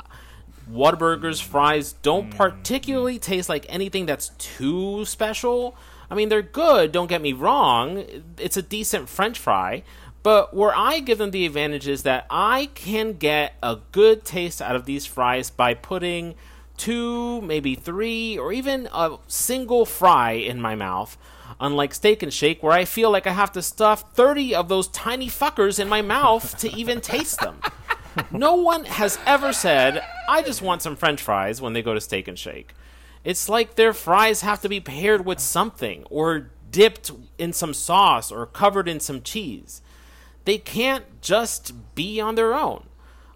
S5: Whataburger's fries don't particularly taste like anything that's too special. I mean, they're good, don't get me wrong. It's a decent french fry. But where I give them the advantage is that I can get a good taste out of these fries by putting two, maybe three, or even a single fry in my mouth. Unlike Steak and Shake, where I feel like I have to stuff 30 of those tiny fuckers in my mouth to even taste them. no one has ever said, I just want some french fries when they go to Steak and Shake. It's like their fries have to be paired with something or dipped in some sauce or covered in some cheese. They can't just be on their own.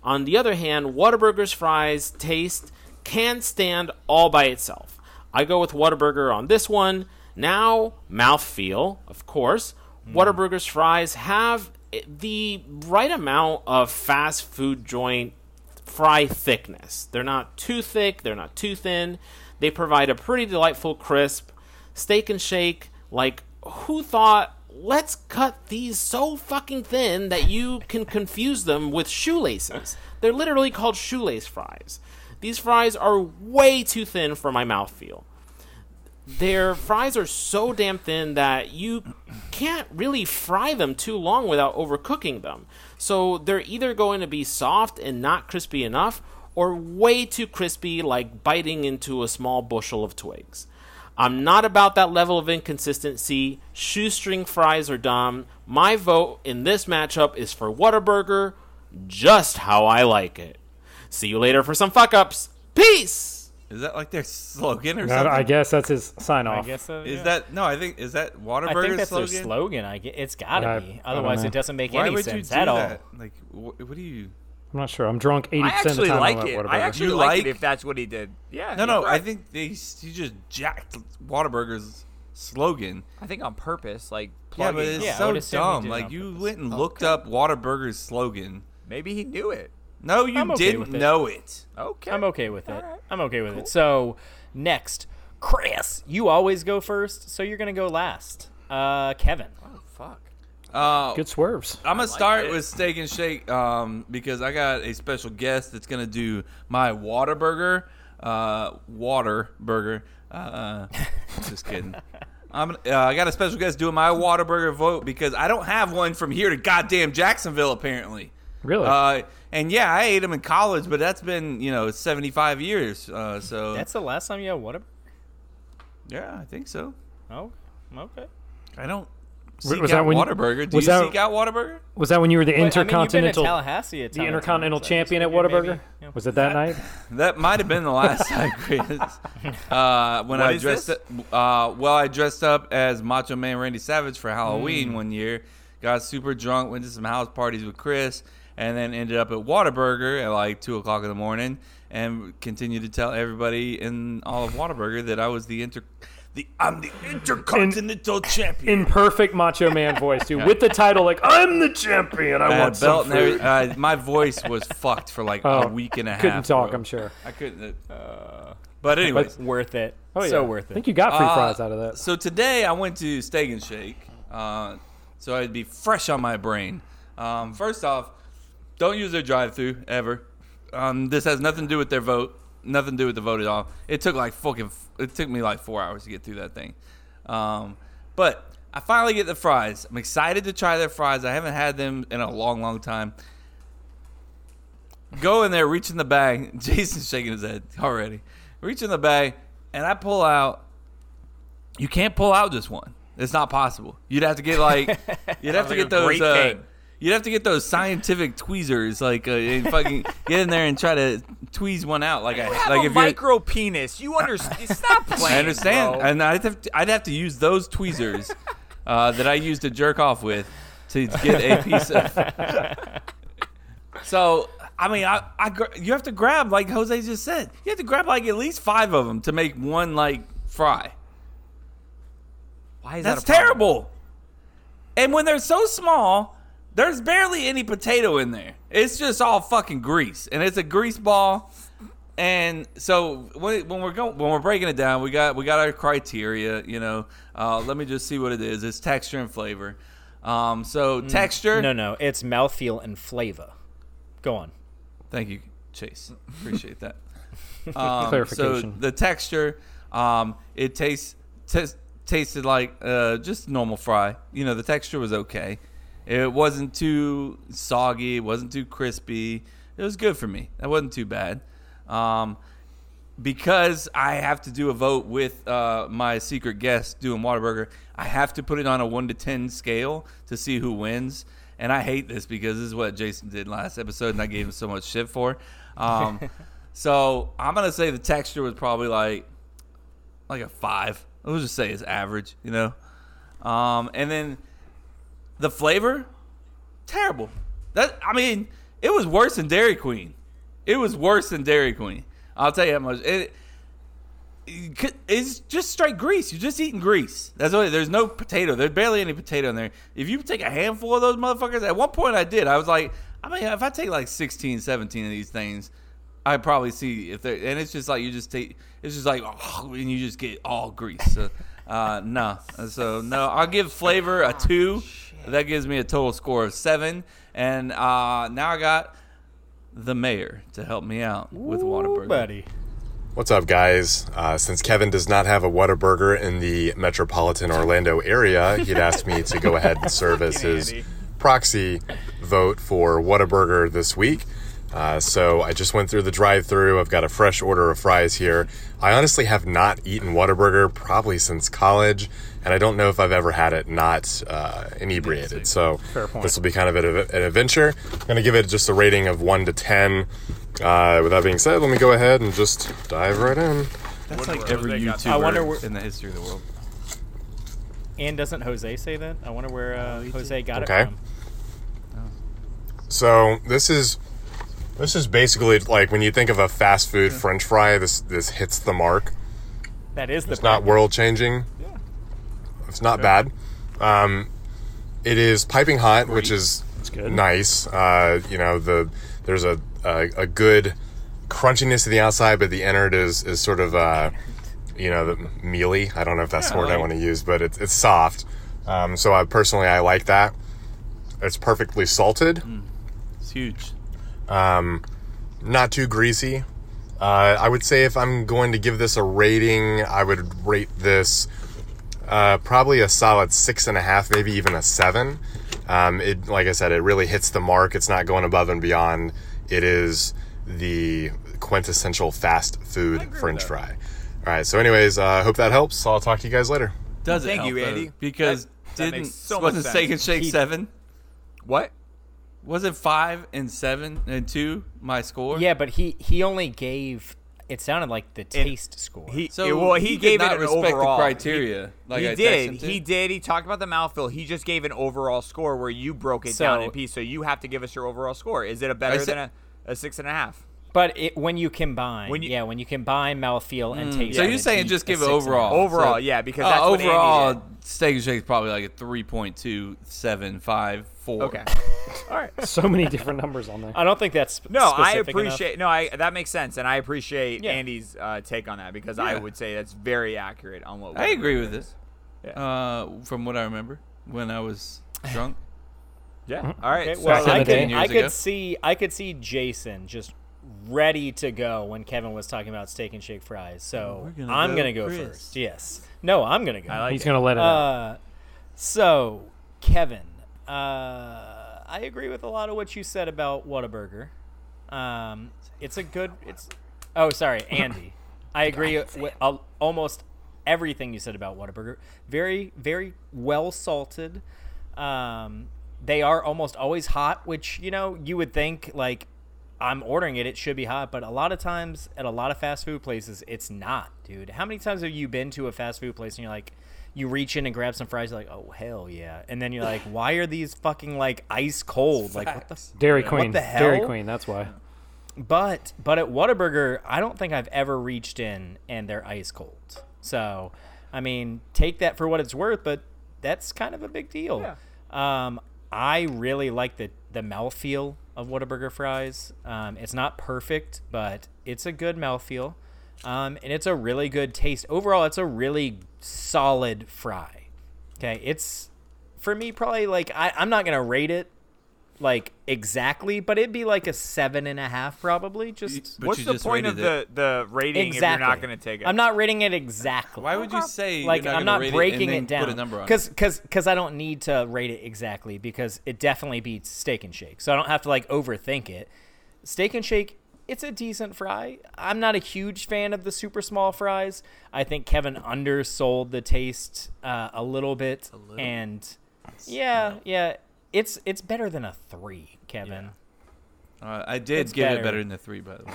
S5: On the other hand, Whataburger's fries taste can stand all by itself. I go with Whataburger on this one. Now, mouthfeel, of course. Whataburger's fries have the right amount of fast food joint fry thickness. They're not too thick, they're not too thin. They provide a pretty delightful crisp. Steak and shake, like, who thought, let's cut these so fucking thin that you can confuse them with shoelaces? They're literally called shoelace fries. These fries are way too thin for my mouthfeel their fries are so damn thin that you can't really fry them too long without overcooking them. So they're either going to be soft and not crispy enough, or way too crispy, like biting into a small bushel of twigs. I'm not about that level of inconsistency. Shoestring fries are dumb. My vote in this matchup is for Whataburger, just how I like it. See you later for some fuck ups. Peace!
S2: Is that like their slogan or
S4: I
S2: something?
S4: I guess that's his sign
S3: I
S4: off.
S3: guess so.
S2: Is
S3: yeah.
S2: that no? I think is that
S3: I think
S2: Waterburger's
S3: that's
S2: slogan.
S3: their slogan. I get, it's got to
S4: I- I
S3: be.
S4: don't
S3: Otherwise,
S4: know.
S3: it doesn't make
S2: Why
S3: any
S2: would you
S3: sense
S2: do
S3: at all.
S2: that? Like, wh- what do you?
S4: I'm not sure. I'm drunk 80%
S1: I
S4: of the
S1: actually
S4: time.
S1: like
S4: I'm at
S1: it.
S4: Whataburger.
S1: I actually
S2: You
S1: like,
S2: like-
S1: it if that's what he did. Yeah.
S2: No,
S1: he's
S2: no. I
S1: right.
S2: think they he just jacked Waterburger's slogan.
S1: I think on purpose, like
S2: Yeah,
S1: plugging.
S2: but it's
S3: Yeah, I
S2: so
S3: would assume he
S2: dumb.
S3: did it
S2: Like
S3: on
S2: you
S3: purpose.
S2: went and looked up Waterburger's slogan.
S1: Maybe he knew it.
S2: No, you
S3: I'm okay
S2: didn't
S3: with it.
S2: know it.
S1: Okay.
S3: I'm okay with it. I'm okay with it. So next, Chris, you always go first, so you're gonna go last. Uh, Kevin.
S1: Oh, fuck.
S2: Uh,
S4: Good swerves.
S2: I'm gonna start
S1: it.
S2: with Steak and Shake um, because I got a special guest that's gonna do my water burger, uh, water burger. Uh, just kidding. I'm, uh, I got a special guest doing my water burger vote because I don't have one from here to goddamn Jacksonville apparently.
S4: Really?
S2: Uh, and yeah, I ate them in college, but that's been you know 75 years. Uh, so
S3: That's the last time you had Whataburger.
S2: yeah, I think so.
S3: Oh, okay.
S2: I don't.
S4: W-
S2: Seek
S4: was that
S2: out
S4: when-
S2: Whataburger. Do
S4: was
S2: you
S4: that-
S2: seek out Whataburger?
S4: Was that when you were the
S3: But, I mean, you've been to
S4: intercontinental,
S3: Tallahassee a
S4: the
S3: ton of
S4: intercontinental
S3: times. I just
S4: champion at
S3: figured maybe-
S4: Whataburger?
S3: yeah.
S4: Was it that night?
S2: That might have been the last time, Chris. Uh,
S1: What
S2: when I
S1: is
S2: dressed
S1: this?
S2: up, uh, well, I dressed up as Macho Man Randy Savage for Halloween
S4: Mm.
S2: one year. Got super drunk, went to some house parties with Chris, and then ended up at Whataburger at like two o'clock in the morning, and continued to tell everybody in all of Whataburger that I was the inter, the I'm the intercontinental champion.
S4: In perfect Macho Man voice, too, with the title like "I'm the champion." I,
S2: I had
S4: want
S2: a
S4: some
S2: belt and
S4: food."
S2: every- uh, my voice was fucked for like
S4: Oh,
S2: a week and a half.
S4: Couldn't talk,
S2: bro.
S4: I'm sure.
S2: I couldn't. Uh, but anyways,
S3: Worth it.
S4: Oh, yeah.
S3: So worth
S4: I
S3: it.
S4: think you got free
S2: Uh,
S4: fries out of that.
S2: So today I went to Steak and Shake, uh, so I'd be fresh on my brain. Um, first off, don't use their drive-through ever. Um, this has nothing to do with their vote. Nothing to do with the vote at all. It took like fucking. f- It took me like four hours to get through that thing. Um, but I finally get the fries. I'm excited to try their fries. I haven't had them in a long, long time. Go in there, reach in the bag. Jason's shaking his head already. Reach in the bag, and I pull out you can't pull out just one. It's not possible. You'd have to get like you'd have
S1: Sounds like
S2: to get
S1: a
S2: those
S1: great
S2: uh,
S1: thing.
S2: you'd have to get those scientific tweezers like uh, and fucking get in there and try to tweeze one out like I
S1: You have
S2: like
S1: a
S2: if you're
S1: micro penis. You understand? Stop playing.
S2: I understand.
S1: bro.
S2: And I'd have to, I'd have to use those tweezers uh, that I used to jerk off with to get a piece of. So I mean, I, I gr- you have to grab like Jose just said. You have to grab like at least five of them to make one like fry.
S1: Why is
S2: That's
S1: that a problem?
S2: terrible. And when they're so small, there's barely any potato in there. It's just all fucking grease, and it's a grease ball. And so when, when we're going, when we're breaking it down, we got we got our criteria. You know, uh, let me just see what it is. It's texture and flavor. Um, so texture.
S3: No, no, it's mouthfeel and flavor. Go on.
S2: Thank you, Chase. Appreciate that.
S4: Clarification.
S2: um, So the texture, um, it tastes tas tasted like uh, just normal fry. You know, the texture was okay. It wasn't too soggy. It wasn't too crispy. It was good for me. That wasn't too bad. Um, because I have to do a vote with uh, my secret guest doing Whataburger, I have to put it on a one to ten scale to see who wins. and I hate this because this is what Jason did last episode, and I gave him so much shit for. Um, so I'm gonna say the texture was probably like like a five. Let's just say it's average, you know. Um, and then the flavor, terrible. That I mean, it was worse than Dairy Queen. It was worse than Dairy Queen. I'll tell you that much. It, you could- it's just straight grease. You're just eating grease. That's what. There's no potato. There's barely any potato in there. If you take a handful of those motherfuckers, at one point I did. I was like, I mean, if I take like 16, 17 of these things, I probably see if they and it's just like you just take. It's just like, oh, and you just get all grease. So, uh, no. So no, I'll give flavor a two. that gives me a total score of seven. And uh, now I got the mayor to help me out with Waterburger.
S3: buddy.
S7: What's up, guys? Uh, since Kevin does not have a Whataburger in the metropolitan Orlando area, he'd asked me to go ahead and serve as his proxy vote for Whataburger this week. Uh, so I just went through the drive through. I've got a fresh order of fries here. I honestly have not eaten Whataburger probably since college, and I don't know if I've ever had it not uh, inebriated. So this will be kind of an, an adventure. I'm going to give it just a rating of 1 to 10. Uh, with that being said, let me go ahead and just dive right in.
S2: That's
S1: What
S2: like
S1: burger
S2: every
S1: they got
S2: YouTuber
S1: there?
S3: I wonder where-
S2: in the history of the world.
S3: And doesn't Jose say that? I wonder where uh, Jose got
S7: Okay.
S3: it from.
S7: So this is this is basically like when you think of a fast food French fry, this this hits the mark.
S3: That is the
S7: It's not world changing. It's not bad. Um, it is piping hot, which is nice. Uh, you know the there's a, a a good crunchiness to the outside, but the innard is is sort of uh, you know the mealy. I don't know if that's the word I
S2: like-
S7: want to use, but it's it's soft. Um, so I personally I like that. It's perfectly salted
S2: It's huge.
S7: not too greasy. Uh, I would say if I'm going to give this a rating, I would rate this uh, probably a solid six and a half, maybe even a seven. Um, it, like I said, it really hits the mark. It's not going above and beyond. It is the quintessential fast food French fry. All right. So, anyways, I uh, hope that helps. I'll talk to you guys later.
S2: Does it
S1: Thank
S2: help,
S1: you,
S2: though?
S1: Andy.
S2: Because
S1: That- that
S2: didn't
S1: makes so much
S2: wasn't
S1: sense.
S2: Steak and Shake seven?
S1: What?
S2: Was it five and seven and two? My score.
S3: Yeah, but he he only gave. It sounded like the taste score.
S1: He
S2: So
S1: yeah, well, he,
S2: did
S1: gave
S2: not
S1: it an
S2: respect
S1: overall.
S2: the criteria. like
S1: he
S2: I texted
S1: did.
S2: him to.
S1: He did. He talked about the mouthfeel. He just gave an overall score where you broke it
S3: So-
S1: down in piece. So you have to give us your overall score. Is it a better than
S2: said-
S1: a, a six and a half?
S3: but it, when you combine,
S1: When you-
S3: yeah, when you combine mouthfeel and taste.
S2: So
S3: it
S2: you're saying
S3: beat
S2: just
S3: a
S2: give it
S3: six and a
S2: overall?
S3: half.
S1: Overall,
S2: So-
S1: yeah, because
S2: Uh,
S1: that's what Andy
S2: overall
S1: did.
S2: Steak and Shake's probably like a three point two seven five four.
S1: Okay. All right.
S4: So many different numbers on there.
S3: I don't think that's
S1: No, I
S3: specific enough.
S1: appreciate. No, I that makes sense, and I appreciate
S3: Yeah.
S1: Andy's uh, take on that because I
S2: Yeah.
S1: would say that's very accurate on what
S2: I
S1: we-
S2: agree with this.
S1: Yeah.
S2: Uh, from what I remember when I was drunk.
S1: Yeah. All right.
S3: Okay,
S1: so-
S3: well,
S4: in
S3: I
S4: the
S3: could,
S4: day.
S3: I
S2: Years ago.
S3: could see I could see Jason just ready to go when Kevin was talking about steak and shake fries. So
S2: gonna
S3: I'm
S2: go
S3: gonna go
S2: Chris.
S3: first. Yes. No, I'm gonna go.
S4: He's gonna let it out.
S3: Uh, so, Kevin, uh, I agree with a lot of what you said about Whataburger. Um, it's a good. It's oh, sorry, Andy. I agree with al- almost everything you said about Whataburger. Very, very well salted. Um, they are almost always hot, which you know you would think like I'm ordering it, it should be hot, but a lot of times at a lot of fast food places, it's not, dude. How many times have you been to a fast food place and you're like, you reach in and grab some fries, you're like, oh, hell yeah. And then you're like, why are these fucking like ice cold? Like, what the f-?
S4: Dairy Queen.
S3: the
S4: Dairy
S3: hell?
S4: Queen. That's why.
S3: But, but at Whataburger, I don't think I've ever reached in and they're ice cold. So, I mean, take that for what it's worth, but that's kind of a big deal. Um, I really like the the mouthfeel of Whataburger fries. Um, it's not perfect, but it's a good mouthfeel, um, and it's a really good taste. Overall, it's a really solid fry. Okay, it's for me probably like I, I'm not gonna rate it like exactly, but it'd be like a seven and a half probably. Just
S2: But
S1: What's
S2: you
S1: the
S2: just
S1: point of
S2: rated it.
S1: the, the rating if
S3: exactly.
S1: you're not going to take it?
S3: I'm not rating it exactly
S2: Why would you say
S3: like
S2: you're not
S3: I'm
S2: gonna
S3: not
S2: rate
S3: breaking
S2: it,
S3: it,
S2: and then
S3: down
S2: Put a number on it.
S3: because because because I don't need to rate it exactly because it definitely beats Steak and Shake, so I don't have to like overthink it. Steak and Shake, it's a decent fry. I'm not a huge fan of the super small fries. I think Kevin undersold the taste uh, a little bit, and yeah, yeah, It's it's better than a three, Kevin.
S2: Uh, I did
S3: It's
S2: give
S3: better.
S2: it better than the three, by the way.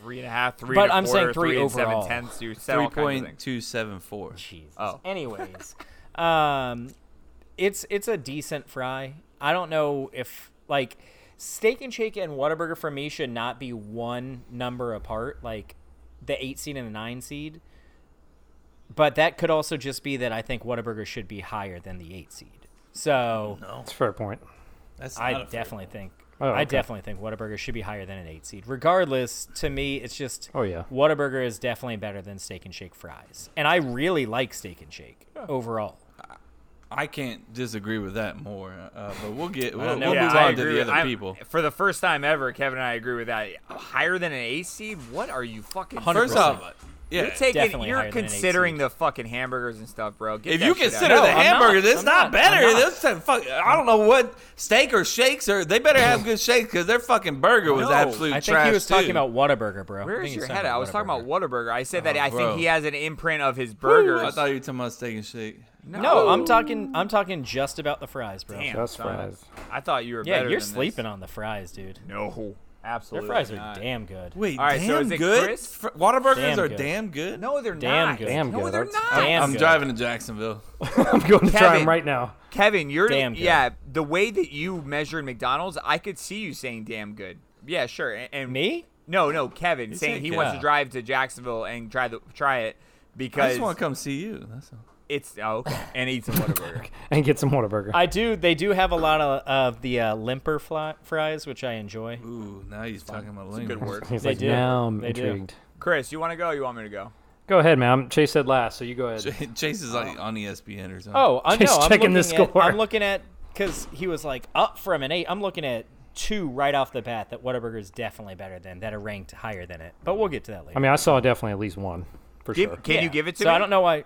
S1: Three and a half, three.
S3: But
S1: and a
S3: I'm saying
S1: quarter,
S3: three
S1: and seven
S3: overall.
S1: tenths. You said
S2: Three
S1: all kinds of
S2: point
S1: things.
S2: two seven four.
S3: Jesus.
S1: Oh.
S3: Anyways, um, it's it's a decent fry. I don't know if like Steak and Shake and Whataburger for me should not be one number apart, like the eight seed and the nine seed. But that could also just be that I think Whataburger should be higher than the eight seed. So
S4: That's a fair point.
S2: That's not
S3: I
S2: a-
S3: definitely think
S4: Oh,
S3: I
S4: okay.
S3: definitely think Whataburger should be higher than an eight seed. Regardless, to me, it's just
S4: Oh, yeah.
S3: Whataburger is definitely better than Steak and Shake fries, and I really like Steak and Shake overall.
S2: I can't disagree with that more. Uh, but we'll get we'll,
S3: don't know.
S2: we'll
S3: Yeah,
S2: move
S1: I
S2: on to
S1: agree
S2: the
S1: with-
S2: other
S1: I'm-
S2: people.
S1: For the first time ever, Kevin and I agree with that. Higher than an A seed? What are you fucking?
S3: 100%.
S2: First off, yeah,
S1: You're taking.
S3: Definitely
S1: You're
S3: higher than an eight
S1: considering
S3: seed.
S1: the fucking hamburgers and stuff, bro. Get
S2: if
S1: that
S2: you
S1: shit out.
S2: consider
S3: No,
S2: the
S3: I'm not.
S2: hamburgers, it's
S3: I'm
S2: not,
S3: not. I'm
S2: better.
S3: not.
S2: This is fuck, I don't know what steak or shakes are. They better have good shakes because their fucking burger was
S1: No,
S2: absolute
S3: I think
S2: trash
S3: he was talking
S2: too.
S3: about Whataburger, bro. I
S1: Where
S3: think
S1: is
S3: he
S1: your
S3: talking Uh-huh.
S1: head? at? I was talking about Whataburger. I said that I
S2: bro.
S1: think he has an imprint of his
S2: I
S1: burgers.
S2: thought you were talking about steak and shake.
S1: no,
S3: No, I'm talking. I'm talking just about the fries, bro.
S1: Oh. Damn,
S4: Just
S1: son.
S4: fries.
S1: I thought you were.
S3: Yeah,
S1: better
S3: you're
S1: than this.
S3: sleeping on the fries, dude.
S1: No,
S3: Their
S1: absolutely.
S3: fries are
S1: not.
S3: damn good.
S2: Wait,
S1: All right, so
S2: damn
S1: is it
S2: good.
S1: crisp?
S2: Fr- Whataburgers
S3: Damn
S2: are
S3: good.
S2: damn good.
S1: No, they're
S3: Damn
S1: not.
S3: good.
S4: Damn
S1: no,
S4: good.
S1: they're
S4: That's-
S1: not.
S3: Damn
S2: I'm
S3: good.
S2: driving to Jacksonville.
S4: I'm going to try
S1: Kevin.
S4: them right now.
S1: Kevin, you're
S3: Damn good.
S1: yeah. The way that you measured McDonald's, I could see you saying "damn good." Yeah, sure. And, and
S3: Me?
S1: No, no, Kevin saying
S2: said
S1: he
S2: Kevin.
S1: wants to drive to Jacksonville and try the try it
S2: I
S1: because
S2: just want to come see you. That's all.
S1: it's oh, okay. and eat some Whataburger.
S4: And get some Whataburger.
S3: I do. They do have a lot of of the uh, limper fly, fries, which I enjoy.
S2: Ooh, now he's talking about
S1: It's a good
S2: lingers.
S1: word.
S4: He's
S3: They
S4: like,
S3: do.
S4: now I'm
S3: They do.
S4: intrigued.
S1: Chris, you want to go? Or you want me to go?
S4: Go ahead, man. I'm- Chase said last, so you go ahead.
S2: Chase is like on E ESPN or something.
S3: Oh, I know.
S4: Just
S3: I'm
S4: checking the
S3: looking at-
S4: score.
S3: I'm looking at because he was like up from an eight. I'm looking at two right off the bat that Whataburger is definitely better than that are ranked higher than it. But we'll get to that later.
S4: I mean, I saw definitely at least one for
S1: Give-
S4: sure.
S1: Can you
S3: Yeah.
S1: give it to
S3: so
S1: me?
S3: I don't know why.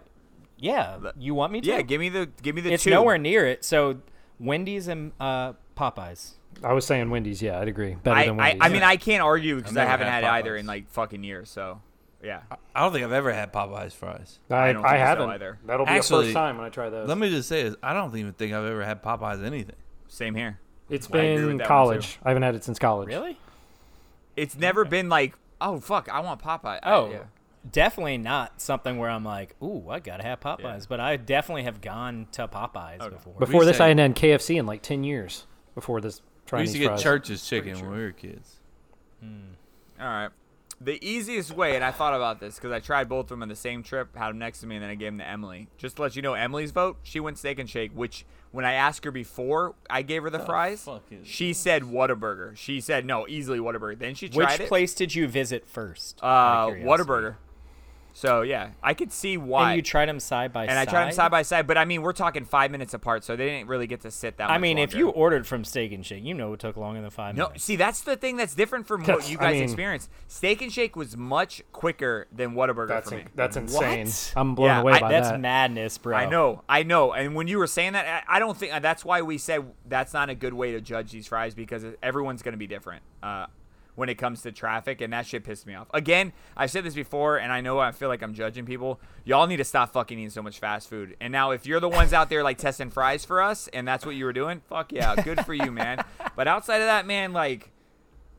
S3: Yeah, you want me to?
S1: Yeah, give me the give me the
S3: it's
S1: two.
S3: nowhere near it. So Wendy's and uh, Popeyes.
S4: I was saying Wendy's. Yeah, I'd agree. Better
S1: I,
S4: than
S1: I,
S4: Wendy's.
S1: I mean, I can't argue because I
S2: never
S1: haven't had,
S2: had
S1: either
S2: Popeyes.
S1: in like fucking years. So yeah,
S2: I don't think I've ever had Popeyes fries.
S4: I,
S1: I don't think so
S4: haven't.
S1: either.
S4: That'll be the
S2: Actually,
S4: first time when I try those.
S2: Let me just say this: I don't even think I've ever had Popeyes anything.
S1: same here.
S4: it's
S1: I agree with
S4: been
S1: that one,
S4: college. I haven't had it since college.
S3: Really?
S1: It's never been like oh fuck, I want Popeye. I-
S3: Oh,
S1: yeah.
S3: definitely not something where I'm like, ooh, I gotta have Popeyes. But I definitely have gone to Popeyes before.
S4: Before
S2: We
S4: this,
S2: say-
S4: I hadn't had KFC in like ten years. Before this,
S2: We
S4: Chinese
S2: used to get
S4: fries.
S2: church's chicken when we were kids.
S1: All right. The easiest way, and I thought about this because I tried both of them on the same trip, had them next to me, and then I gave them to Emily. Just to let you know, Emily's vote, she went steak and shake, which when I asked her before I gave her the,
S3: Oh,
S1: fries,
S2: fuck is
S1: she said Whataburger. She said, no, easily Whataburger. Then she
S3: Which
S1: tried it.
S3: place did you visit first?
S1: Uh,
S3: Out of curiosity.
S1: Whataburger. So, yeah, I could see why.
S3: And you tried them side by
S1: And
S3: side.
S1: I tried them side by side, but I mean, we're talking five minutes apart, so they didn't really get to sit that
S3: I
S1: much
S3: mean, if
S1: longer.
S3: you ordered from Steak and Shake, you know it took longer than five
S1: No,
S3: minutes.
S1: see, that's the thing that's different from
S4: That's-
S1: what you
S4: I
S1: guys
S4: mean-
S1: experienced. Steak and Shake was much quicker than Whataburger
S4: That's
S1: for me.
S4: in, that's insane.
S1: What?
S4: I'm blown
S1: Yeah,
S4: away
S1: I-
S4: by
S3: That's
S4: that.
S3: madness, bro.
S1: I know, I know. And when you were saying that, I, I don't think uh, that's why we said that's not a good way to judge these fries because everyone's going to be different uh, when it comes to traffic, and that shit pissed me off. Again, I've said this before, and I know I feel like I'm judging people. Y'all need to stop fucking eating so much fast food. And now, if you're the ones out there like testing fries for us, and that's what you were doing, fuck yeah, good for you, man. But outside of that, man, like.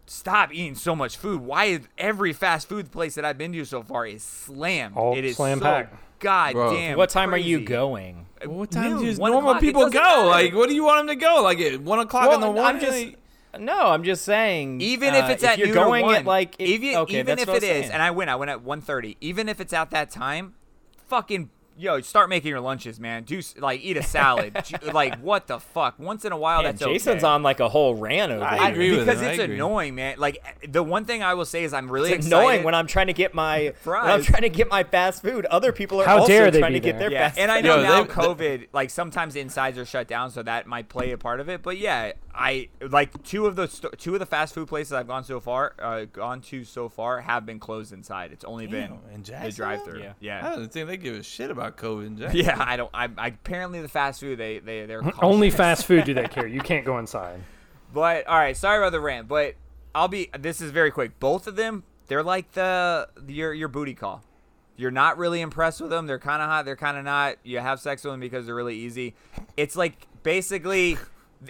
S1: Stop eating so much food. Why is every fast food place that I've been to so far is slammed?
S4: All
S1: it is
S4: slam
S1: so
S4: packed.
S1: goddamn.
S3: What time are you
S1: crazy.
S3: going?
S2: What time
S1: Noon,
S2: do these
S1: one
S2: normal
S1: o'clock, it
S2: people
S1: doesn't
S2: go?
S1: matter.
S2: Like, what do you want them to go? Like at one o'clock in the
S3: Well, I'm
S2: morning?
S3: just no. I'm just saying.
S1: Even
S3: uh,
S1: if it's at
S3: you're
S1: noon
S3: going
S1: or one,
S3: at like it-
S1: even,
S3: okay,
S1: even
S3: that's
S1: if
S3: what
S1: it
S3: I'm
S1: is,
S3: saying.
S1: and I win, I win at 1.30, Even if it's at that time, fucking yo, start making your lunches, man. Do s- like eat a salad, Ju- like what the fuck? Once in a while,
S3: Man,
S1: that's
S3: Jason's
S1: okay.
S3: on like a whole rant over
S2: I
S3: here.
S2: agree with
S1: because
S2: him, I
S1: it's
S2: agree.
S1: annoying, man. Like the one thing I will say is I'm really
S3: It's
S1: excited.
S3: annoying when I'm trying to get my when I'm
S1: Fries.
S3: trying to get my fast food. Other people are
S4: How
S3: also
S4: dare they
S3: trying
S4: be
S3: to get
S4: there.
S3: their
S1: yeah,
S3: fast.
S1: and I
S3: food.
S1: know
S2: Yo,
S1: now
S2: they-
S1: COVID, like sometimes insides are shut down, so that might play a part of it. But yeah, I like two of the sto- two of the fast food places I've gone so far, uh, gone to so far, have been closed inside. It's only
S2: Damn,
S1: been
S2: in
S1: the
S2: Jacksonville?
S1: drive-through.
S3: Yeah.
S2: I
S1: yeah.
S2: don't think they give a shit about COVID in Jacksonville.
S1: Yeah, I don't. I, I apparently the fast food they they they're
S4: Only
S1: cautious.
S4: fast food do they care. You can't go inside.
S1: But all right, sorry about the rant, but I'll be. This is very quick. Both of them, they're like the your your booty call. You're not really impressed with them. They're kind of hot. They're kind of not. You have sex with them because they're really easy. It's like basically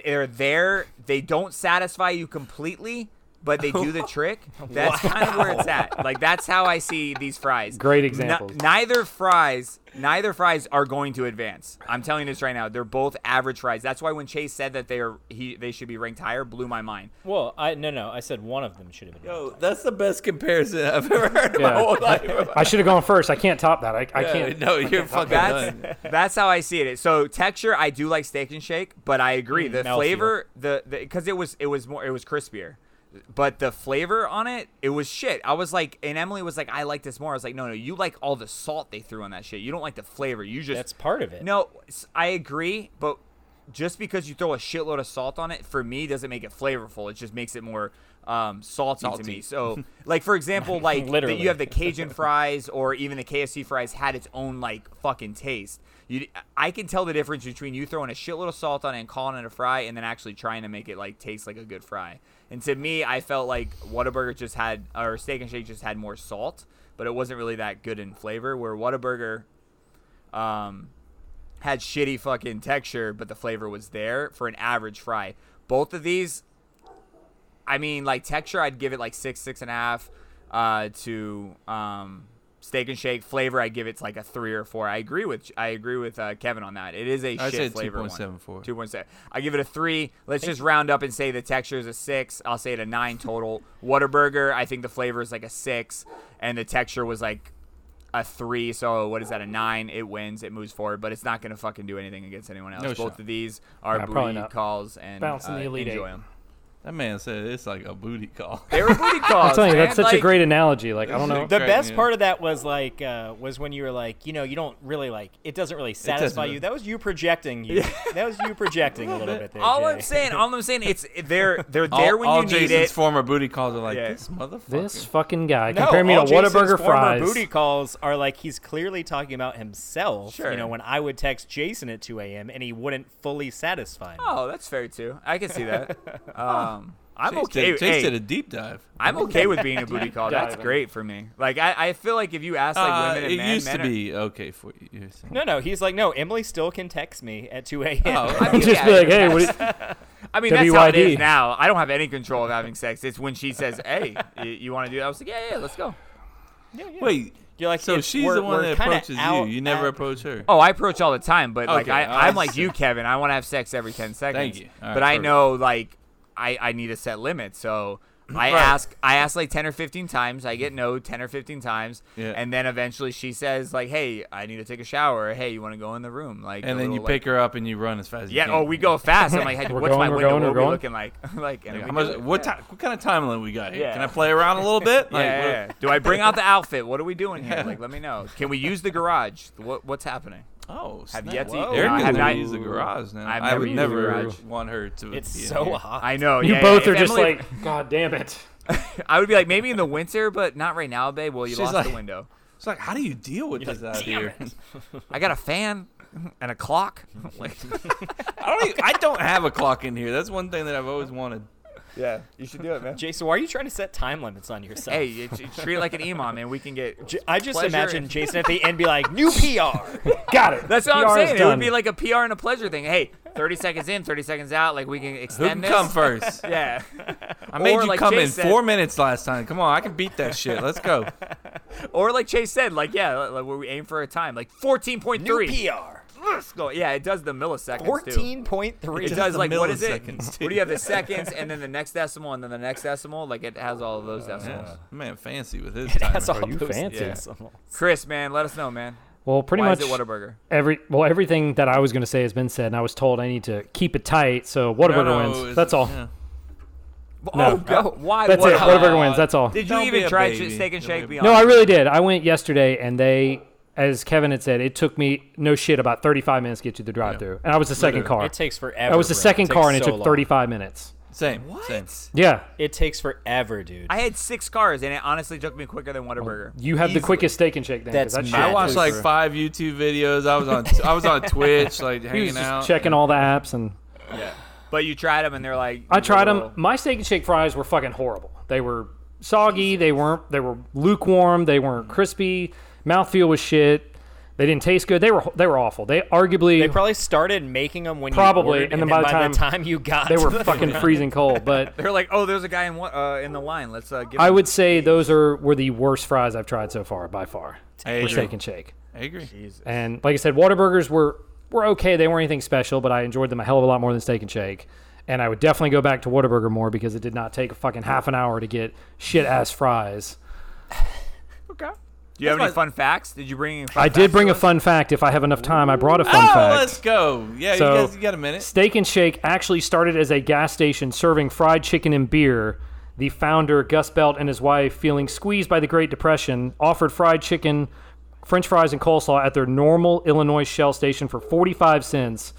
S1: they're there. They don't satisfy you completely, but they do the trick. That's kind of where it's at. Like that's how I see these fries.
S4: Great
S1: Ni-
S4: examples.
S1: neither fries, neither fries are going to advance. I'm telling you this right now. They're both average fries. That's why when Chase said that they are he they should be ranked higher, blew my mind.
S3: Well, I no no, I said one of them should have been.
S2: Yo, that's the best comparison I've ever heard in my
S4: Yeah.
S2: whole life.
S4: I should have gone first. I can't top that. I, I can't.
S2: No, you're fucking
S1: That's
S2: done.
S1: that's how I see it. So texture, I do like steak and shake, but I agree the
S3: mouthfeel.
S1: flavor, the because it was it was more it was crispier, but the flavor on it, it was shit. I was like, and Emily was like, I like this more. I was like, no, no, you like all the salt they threw on that shit. You don't like the flavor. You just
S3: That's part of it.
S1: No, s- I agree, but just because you throw a shitload of salt on it, for me, doesn't make it flavorful. It just makes it more um, salty, to me. So, like for example, like that
S3: Literally.
S1: you have the Cajun fries or even the KFC fries had its own like fucking taste. You, I can tell the difference between you throwing a shitload of salt on it and calling it a fry, and then actually trying to make it like taste like a good fry. And to me, I felt like Whataburger just had or Steak and Shake just had more salt, but it wasn't really that good in flavor. Where Whataburger, um, had shitty fucking texture, but the flavor was there for an average fry. Both of these, I mean, like texture, I'd give it like six, six and a half. Uh, to um, steak and shake flavor, I give it like a three or four. I agree with I agree with uh, Kevin on that. It is a
S2: I'd
S1: shit
S2: say a
S1: flavor one.
S2: 2.74.
S1: 2.7. I give it a three. Let's just round up and say the texture is a six. I'll say it a nine total. Whataburger, I think the flavor is like a six, and the texture was like a three. So what is that? A nine? It wins. It moves forward, but it's not going to fucking do anything against anyone else.
S2: No
S1: Both
S2: shot.
S1: of these are
S4: Yeah, probably
S1: booty
S4: not.
S1: calls and
S4: Bounce in
S1: uh,
S4: the Elite
S1: enjoy
S4: Eight.
S1: them.
S2: That man said it's like a booty call.
S1: They were booty calls.
S4: I'm telling you, that's
S1: man.
S4: such a
S1: Like,
S4: great analogy. Like I don't know.
S3: The
S2: Great,
S3: best
S2: yeah.
S3: part of that was like uh, was when you were like, you know, you don't really like it doesn't really satisfy
S2: really-
S3: you. That was you projecting you. that was you projecting a little bit there.
S1: All
S3: Jay.
S1: I'm saying, all I'm saying, it's they're they're
S2: All,
S1: there when
S2: all
S1: you
S2: Jason's
S1: need it.
S2: former booty calls are like
S1: Yeah.
S2: this motherfucker.
S4: This fucking guy
S3: No,
S4: compare me to
S3: all Jason's
S4: Whataburger
S3: former
S4: fries.
S3: Booty calls are like he's clearly talking about himself.
S1: Sure.
S3: You know, when I would text Jason at 2 a.m. and he wouldn't fully satisfy me.
S1: oh, that's fair too. I can see that. Um, I'm
S2: Chase
S1: okay.
S2: did- Chase
S1: hey,
S2: did a deep dive.
S1: I'm okay with being a booty call. That's
S4: Diving.
S1: great for me. Like I, I feel like if you ask like
S2: Uh,
S1: women and
S2: it
S1: men,
S2: used
S1: men
S2: to
S1: are-
S2: be okay for you. You're saying-
S3: No, no, he's like, no, Emily still can text me at 2 a.m.
S2: Oh,
S1: I mean,
S4: Just
S1: yeah,
S4: be like, hey, what do you,
S1: I mean, that's how it
S4: WYD.
S1: is now. I don't have any control of having sex. It's when she says, "Hey, you, you want to do that?" I was like, "Yeah, yeah, let's go."
S2: Wait,
S3: You're like,
S2: so
S3: it's-
S2: she's
S3: we're-
S2: the one
S3: we're
S2: that
S3: kinda
S2: approaches you.
S3: out
S2: You never
S3: at-
S2: approach her.
S1: Oh, I approach all the time, but like
S2: Okay,
S1: I,
S2: I
S1: I'm like
S2: see.
S1: you, Kevin. I want to have sex every ten seconds.
S2: you. All right,
S1: but I
S2: perfect.
S1: know like I, I need a set limit, so I ask I ask like ten or fifteen times. I get no ten or fifteen times,
S2: Yeah.
S1: and then eventually she says like, "Hey, I need to take a shower." Or, hey, you want to go in the room? Like,
S2: and
S1: a
S2: then you
S1: little, like-
S2: pick her up and you run as fast as you
S1: Yeah.
S2: can.
S1: Oh, we go fast. I'm like, hey,
S4: We're
S1: what's my
S4: going, we're
S1: window? what
S4: going, we're
S1: are we
S4: going.
S1: looking like? like, and we
S2: Like, how
S1: do
S2: much-
S1: it.
S2: what, ti- what kind of time limit we got here?
S1: Yeah.
S2: Can I play around a little bit? Like,
S1: yeah,
S2: what-
S1: yeah, yeah. Do I bring out the outfit? What are we doing here? Like, let me know. Can we use the garage? What What's happening?
S2: Oh,
S1: Have
S2: snap.
S1: yet to-
S2: Whoa.
S1: no, I
S2: Erica
S1: have not-
S2: leaves the garage now.
S1: I've
S2: I
S1: never
S2: would
S1: used the
S2: never
S1: garage.
S2: want her to.
S3: It's
S2: be in
S3: so
S2: here.
S3: hot.
S1: I know.
S4: you
S1: yeah,
S4: both
S1: yeah.
S4: are
S1: If
S4: just
S1: Emily-
S4: like, God damn it.
S1: I would be like, maybe in the winter, but not right now, babe. Well, you
S2: She's
S1: lost the
S2: like-
S1: window.
S2: It's like, how do you deal with this out here?
S1: I got a fan and a clock. like,
S2: I don't. Even, I don't have a clock in here. That's one thing that I've always wanted.
S1: yeah, you should do it, man.
S3: Jason, why are you trying to set time limits on yourself?
S1: Hey, you, you treat it like an imam, and we can get.
S3: J- I just
S1: pleasure
S3: imagine
S1: and-
S3: Jason at the end be like, new PR.
S4: Got it.
S1: That's what
S4: PR
S1: I'm
S4: is
S1: saying. It
S4: done.
S1: would be like a PR and a pleasure thing. Hey, 30 seconds in, 30 seconds out. Like we can
S2: Who
S1: extend
S2: can
S1: this.
S2: come first?
S1: Yeah.
S2: I made
S1: Or
S2: you
S1: like
S2: come
S1: Jay
S2: in
S1: said-
S2: four minutes last time. Come on, I can beat that shit. Let's go.
S1: Or like Chase said, like yeah, like where we aim for a time, like 14.3.
S3: new PR.
S1: Let's go. Yeah, it does the milliseconds too.
S3: 14.3.
S1: It does
S2: the
S1: like what is it?
S2: milliseconds,
S1: What do you have? The seconds, and then the next decimal, and then the next decimal. Like it has all of those decimals.
S2: Yeah. Man, fancy with his time.
S3: That's all
S4: you
S3: those
S4: fancy.
S3: decimals.
S1: Chris, man, let us know, man.
S4: Well, pretty
S1: Why
S4: much
S1: is it Whataburger?
S4: every well everything that I was going to say has been said, and I was told I need to keep it tight. So Whataburger wins. That's all. No.
S1: Oh, go. Why?
S4: That's
S1: what-
S4: it. Whataburger wins. That's all.
S1: Did you
S2: Don't be
S1: even
S2: a
S1: try
S2: baby.
S1: Steak and
S2: Don't be a
S1: Shake? Be
S2: baby.
S4: No, I
S1: honest.
S4: really did. I went yesterday, and they, as Kevin had said, it took me no shit about 35 minutes to get to the drive-through, and I was the second car.
S3: It takes forever.
S4: I was the
S3: bro.
S4: second
S3: takes
S4: car, and it
S3: so
S4: took
S3: long.
S4: 35 minutes.
S2: Same. Same.
S4: Yeah,
S3: It takes forever, dude.
S1: I had six cars, and it honestly took me quicker than Whataburger.
S4: you have the quickest steak and shake. Then 'cause
S3: That's
S4: that shit
S3: mad.
S2: I watched
S4: was-
S2: like five YouTube videos. I was on. I was on Twitch, like
S4: He was
S2: hanging
S4: just
S2: out.
S4: checking all the apps, and
S1: But you tried them, and they're like,
S4: I tried them.
S1: little-
S4: My steak and shake fries were fucking horrible. They were soggy. They weren't. They were lukewarm. They weren't crispy. Mouthfeel was shit. They didn't taste good. They were they were awful. They arguably
S3: They probably started making them when
S4: Probably,
S3: you ordered,
S4: and then by the time-
S3: you got,
S4: they
S3: to
S4: were
S3: the-
S4: fucking freezing cold. But
S1: They're like, oh, there's a guy in wa- uh, in the line. Let's uh, give.
S4: I
S1: him-
S4: would say those are were the worst fries I've tried so far by far.
S2: I
S4: Were
S2: agree.
S4: Shake and Shake.
S2: I agree.
S4: And like I said, Whataburgers were were okay. They weren't anything special, but I enjoyed them a hell of a lot more than Steak and Shake. And I would definitely go back to Whataburger more because it did not take a fucking half an hour to get shit ass fries.
S1: Okay. Do you have any
S2: That's my-
S1: fun facts? Did you bring? Any fun
S4: I did
S1: facts
S4: bring
S1: to
S4: a
S1: us?
S4: fun fact. If I have enough time, I brought a fun
S2: oh,
S4: fact.
S2: let's go. Yeah,
S4: So-
S2: you guys you got a minute.
S4: Steak and Shake actually started as a gas station serving fried chicken and beer. The founder, Gus Belt, and his wife, feeling squeezed by the Great Depression, offered fried chicken, french fries, and coleslaw at their normal Illinois Shell station for 45 cents.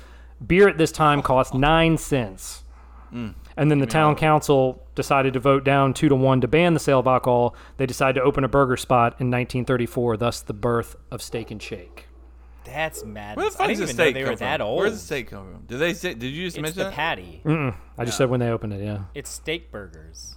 S4: Beer at this time cost 9 cents. And then the town council decided to vote down 2 to 1 to ban the sale of alcohol. They decided to open a burger spot in 1934, thus the birth of Steak and Shake.
S3: That's madness.
S2: Where the fuck
S3: I
S2: does
S3: didn't
S2: the
S3: even know
S2: steak
S3: they
S2: come
S3: were
S2: from?
S3: that old.
S2: Where does the steak come from? Did they say? Did you just
S3: it's
S2: mention
S3: the
S2: that?
S3: patty.
S4: Mm. I just said when they opened it, yeah.
S3: It's steak burgers.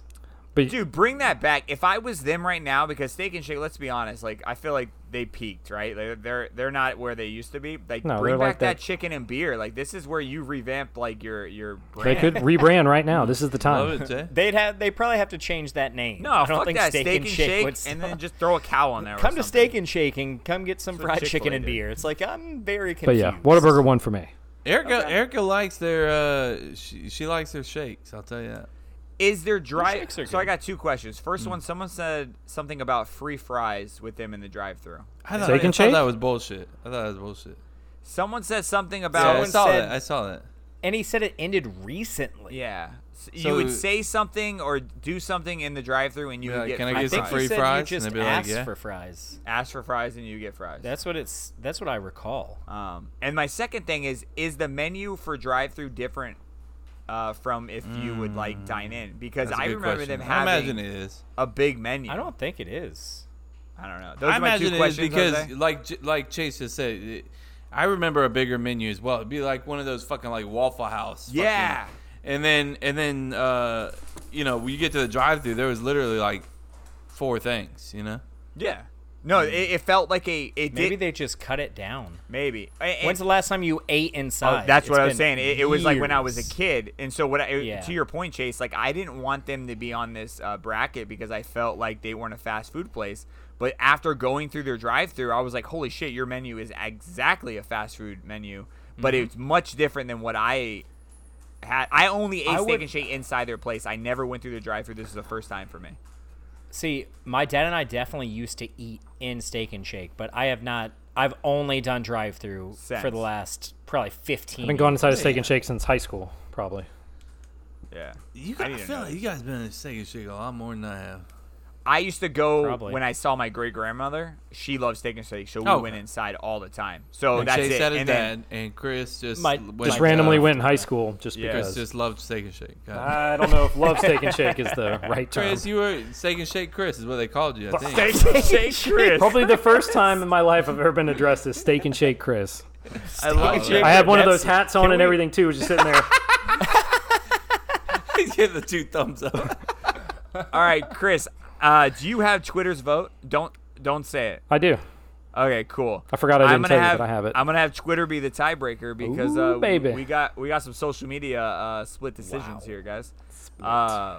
S4: But
S1: Dude, bring that back. If I was them right now, because Steak and Shake, let's be honest, like I feel like they peaked, right? They're they're, they're not where they used to be. Like
S4: No,
S1: bring
S4: they're
S1: back
S4: like
S1: that
S4: that-
S1: chicken and beer. Like this is where you revamp like your your
S4: They
S1: brand.
S4: could rebrand right now. This is the time.
S2: Love it, Jay.
S3: They'd have. They probably have to change that name.
S1: no,
S3: I don't
S1: fuck
S3: think
S1: that
S3: steak, and shake, would
S1: and
S3: sell.
S1: then just throw a cow on there. or
S3: come to
S1: something.
S3: steak and shake and come get some
S1: what
S3: fried
S1: Chick-fil-A
S3: chicken and
S1: did.
S3: beer. It's like I'm very confused.
S4: But yeah, Whataburger won for me.
S2: Erica, Erica likes their. Uh, she, she likes their shakes. I'll tell you that.
S1: Is there drive?
S3: shakes are
S1: So I
S3: good.
S1: got two questions.
S2: Hmm.
S1: First one, someone said something about free fries with them in the drive-through.
S2: I thought,
S4: Steak
S2: I
S4: and
S2: thought
S4: shake?
S2: that was bullshit. I thought that was bullshit.
S1: Someone said something
S2: Yeah, I
S1: about
S3: Someone
S2: saw
S3: said-
S2: that. I saw that.
S3: And he said it ended recently.
S1: yeah. S- you
S2: So-
S1: would say something or do something in the drive-through, and you
S2: Yeah,
S1: would get
S2: can I
S1: free
S2: get
S3: I
S2: some
S3: think
S1: fries.
S2: free
S3: you said
S2: fries,
S3: you
S2: and
S3: just
S2: they'd be like,
S3: asked
S2: yeah.
S3: for fries.
S1: ask for fries and you get fries.
S3: That's what it's. That's what I recall.
S1: Um, and my second thing is, is the menu for drive-through different uh, from if you would like dine in? Because
S2: Mm, That's a
S1: I
S2: good
S1: remember
S2: question.
S1: them
S2: I
S1: having
S2: imagine it is.
S1: a big menu.
S3: I don't think it is.
S1: I don't know. Those
S2: I
S1: are my
S2: imagine
S1: two
S2: it is
S1: questions.
S2: because,
S1: Jose.
S2: like, J- like Chase just said, it, I remember a bigger menu as well. It'd be like one of those fucking like Waffle House. fucking-
S1: Yeah.
S2: and then and then uh, you know when you get to the drive-through, there was literally like four things. You know,
S1: yeah. No, it, it felt like a. It
S3: Maybe
S1: did,
S3: they just cut it down.
S1: maybe. A- and-
S3: When's the last time you ate
S1: Oh,
S3: inside?
S1: that's what
S3: It's
S1: I was
S3: been
S1: saying. It, it was like when I was a
S3: years.
S1: kid, and so what? I,
S3: Yeah.
S1: To your point, Chase, like I didn't want them to be on this uh, bracket because I felt like they weren't a fast food place. But after going through their drive-through, I was like, "Holy shit, your menu is exactly a fast food menu, but
S3: Mm-hmm.
S1: it's much different than what I had. I only ate
S3: I
S1: steak
S3: would-
S1: and shake inside their place. I never went through the drive-through. This is the first time for me.
S3: See, my dad and I definitely used to eat in Steak and Shake, but I have not. I've only done drive-through for
S1: Since.
S3: the last probably fifteen.
S4: I've been going inside a Steak and Shake since high school, probably.
S1: Yeah.
S2: you
S1: I
S2: guys, I,
S1: didn't
S2: feel
S1: know
S2: like
S1: that.
S2: you guys been in Steak and Shake a lot more than I have.
S1: I used to go
S3: Probably.
S1: when I saw my great grandmother. She loves steak and steak, so we
S2: Oh,
S1: went
S2: okay.
S1: inside all the time. So
S2: And
S1: that's
S2: Chase
S1: it.
S2: had a
S1: and then-
S2: dad, and Chris just
S3: My-
S2: went
S3: Just
S2: to-
S4: Randomly went in high school just
S1: Yeah.
S2: Chris
S4: because.
S2: uh, just loved Steak and Shake. God.
S1: Uh,
S4: I don't know if love Steak and Shake is the right term.
S2: Chris, you were Steak and Shake Chris is what they called you. I think.
S1: Steak and shake, Chris.
S4: Probably the first time in my life I've ever been addressed as Steak and Shake Chris.
S1: I love
S4: I had one of those hats on and
S3: we-
S4: everything too, just sitting there.
S2: He's getting the two thumbs up.
S1: All right, Chris. Uh, do you have Twitter's vote? Don't don't say it.
S4: I do.
S1: Okay, cool.
S4: I forgot I
S1: I'm
S4: didn't
S1: gonna
S4: tell you,
S1: have,
S4: but I have it.
S1: I'm gonna have Twitter be the tiebreaker because uh,
S4: Ooh, baby.
S1: we got we got some social media uh, split decisions
S3: Wow.
S1: here, guys. Uh,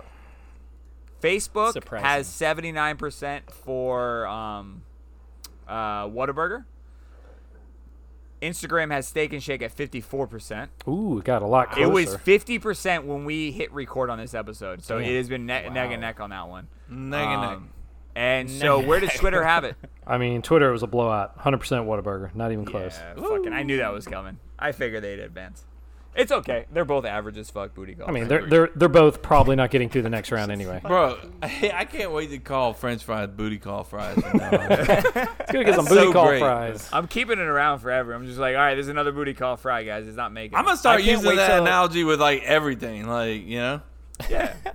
S1: Facebook
S3: Surprising.
S1: has 79 percent for um, uh, Whataburger. Instagram has Steak and Shake at 54 percent.
S4: Ooh, it got a lot closer.
S1: It was 50 percent when we hit record on this episode, so
S4: Damn.
S1: it has been ne- neck and neck on that one.
S2: Neg and neg.
S1: Um, and so, where does Twitter have it?
S4: I mean, Twitter was a blowout. 100% Whataburger. Not even close.
S1: Yeah, fucking, I knew that was coming. I figured they'd advance. It's okay. They're both average as fuck booty calls.
S4: I mean, they're, they're, they're both probably not getting through the next round anyway.
S2: Bro, I, I can't wait to call French fries booty call fries. from now on.
S4: It's going to get some
S2: That's
S4: booty
S2: so
S4: call
S2: great.
S4: fries.
S1: I'm keeping it around forever. I'm just like, all right, there's another booty call fry, guys. It's not making.
S2: I'm gonna
S1: it.
S2: start
S1: I can't
S2: using
S1: wait
S2: that
S1: till-
S2: analogy with like everything, like you know.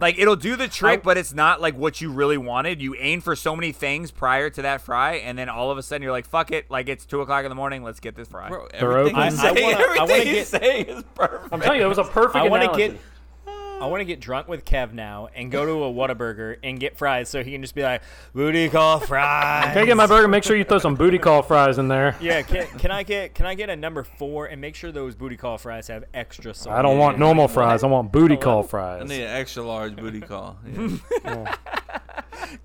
S1: Like it'll do the trick, but it's not like what you really wanted. You aim for so many things prior to that fry, and then all of a sudden you're like, fuck it. Like it's two o'clock in the morning. Let's get this fry.
S2: Bro,
S4: They're
S2: everything
S4: open.
S2: you
S4: I- I
S2: say,
S3: wanna- I wanna
S2: everything you
S3: get-
S2: say is perfect.
S4: I'm telling you, it was a perfect
S3: I want to
S4: analogy.
S3: get. I want to get drunk with Kev now and go to a Whataburger and get fries so he can just be like, booty call fries.
S4: Can I get my burger? Make sure you throw some booty call fries in there.
S3: yeah, can, can I get can I get a number four and make sure those booty call fries have extra salt?
S4: I don't want normal fries. I want booty call
S2: I
S4: fries.
S2: need an extra large booty call. Yeah.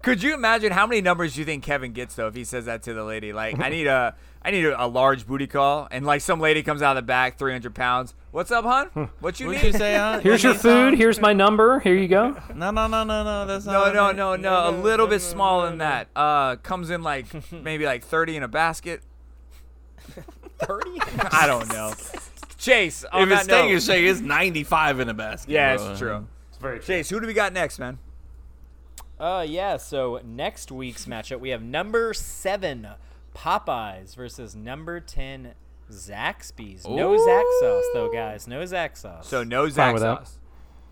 S1: Could you imagine how many numbers you think Kevin gets though if he says that to the lady? Like, I need a, I need a, a large booty call, and like some lady comes out of the back, three hundred pounds. What's up,
S4: Hmm.
S1: hon? What you
S2: What'd
S1: need?
S2: you say? Huh?
S4: Here's your food. Here's my number. Here you go.
S2: No, no, no, no, no. That's
S1: no,
S2: not.
S1: no, no, no. A little bit smaller than that. Uh, comes in like maybe like thirty in a basket.
S3: thirty.
S1: I don't know. Chase, on
S2: If it's
S1: that note-
S2: steak and shake, it's 95 in a basket.
S1: yeah,
S2: bro.
S1: it's true. It's very Chase, who do we got next, man?
S3: Uh, yeah. So next week's matchup, we have number seven Popeyes versus number ten Zaxby's. No Zax sauce though, guys. No Zax sauce.
S1: So no
S4: Fine
S1: Zach
S4: with that.
S1: sauce.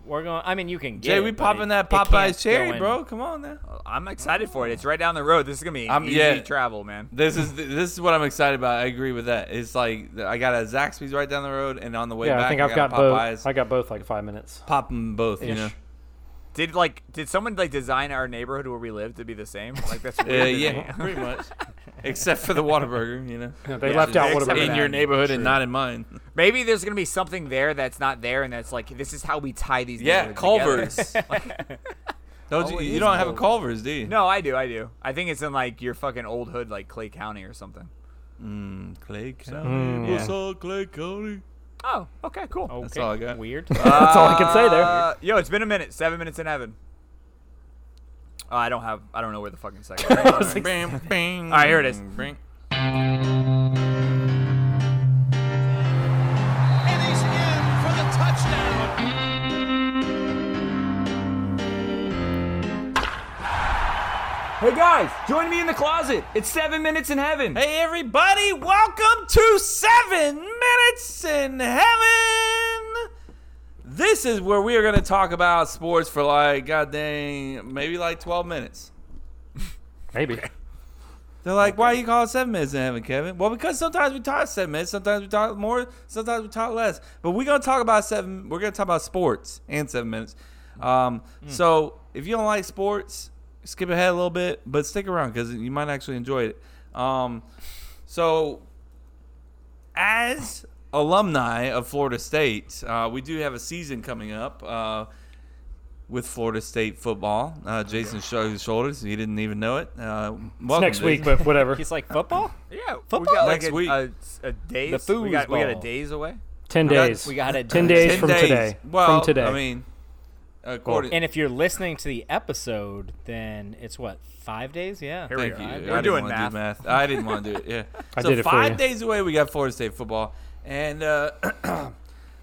S3: we're going. I mean, you can get.
S2: Jay,
S3: it,
S2: we
S3: but
S2: popping
S3: it-
S2: that
S3: it can't
S2: Popeye's
S3: go in.
S2: cherry, bro. Come on now.
S1: I'm excited for it. It's right down the road. This is gonna be
S2: I'm-
S1: easy
S2: yeah.
S1: travel, man.
S2: This is this is what I'm excited about. I agree with that. It's like I got a Zaxby's right down the road, and on the way
S4: Yeah,
S2: back,
S4: I think
S2: I
S4: I've got
S2: got, a Popeyes.
S4: both. I got both like five minutes.
S2: Pop them both, you
S4: Ish.
S2: know.
S1: Did like did someone like design our neighborhood where we live to be the same? Like that's
S2: Uh,
S1: weird. to me.
S2: yeah, pretty much. Except for the Whataburger, you know.
S4: They left out
S1: except
S4: what
S1: for
S4: about
S2: in
S1: that.
S2: your neighborhood and not in mine.
S1: Maybe there's gonna be something there that's not there, and that's like this is how we tie these.
S2: Yeah,
S1: neighborhoods together.
S2: Culver's. don't
S1: Oh,
S2: you?
S1: it
S2: You
S1: is
S2: don't have a
S1: Culver's.
S2: Culver's, do you?
S1: No, I do, I do. I think it's in like your fucking old hood, like Clay County or something.
S2: Clay
S1: mm,
S2: County. What's up, Clay County?
S1: Oh, okay, cool.
S2: That's
S3: Okay,
S2: all I got.
S3: Weird.
S4: That's all I can say there.
S1: Uh, yo, it's been a minute. Seven minutes in heaven. Oh, I don't have. I don't know where the fucking second. All
S2: Bam, bang.
S1: right, here it is.
S2: Bang.
S8: Hey guys, join me in the closet. It's seven minutes in heaven.
S2: Hey everybody, welcome to 7 Minutes in Heaven. This is where we are going to talk about sports for like god dang, maybe like 12 minutes.
S4: Maybe.
S2: They're like, "Why you call it 7 minutes in heaven, Kevin?" Well, because sometimes we talk 7 minutes, sometimes we talk more, sometimes we talk less. But we're going to talk about 7 we're going to talk about sports and 7 minutes. Um,
S4: Hmm.
S2: so if you don't like sports, skip ahead a little bit, but stick around cuz you might actually enjoy it. Um, so as alumni of Florida State, uh, we do have a season coming up uh, with Florida State football. Uh, Jason shrugged his shoulders; he didn't even know it. Uh,
S4: It's
S2: welcome,
S4: next week,
S2: Jason.
S4: but whatever.
S3: He's like football.
S1: Yeah, we
S3: Football?
S1: got like
S2: Next
S1: a,
S2: week.
S1: A, a days. we got we got a
S3: foosball.
S1: days away.
S4: Ten
S2: got-
S4: days.
S3: We got it.
S4: ten
S3: done.
S4: days
S2: Ten
S4: from
S2: days.
S4: today.
S2: Well,
S4: from today.
S2: I mean, according
S3: And if you're listening to the episode, then it's what five days? Yeah.
S1: Here we
S2: Thank
S1: go.
S2: you. I
S1: We're
S2: didn't
S1: doing
S2: wanna
S1: math.
S2: Do math. I didn't want to do it. Yeah.
S4: I
S2: so
S4: did it for
S2: five
S4: you.
S2: days away, we got Florida State football, and uh,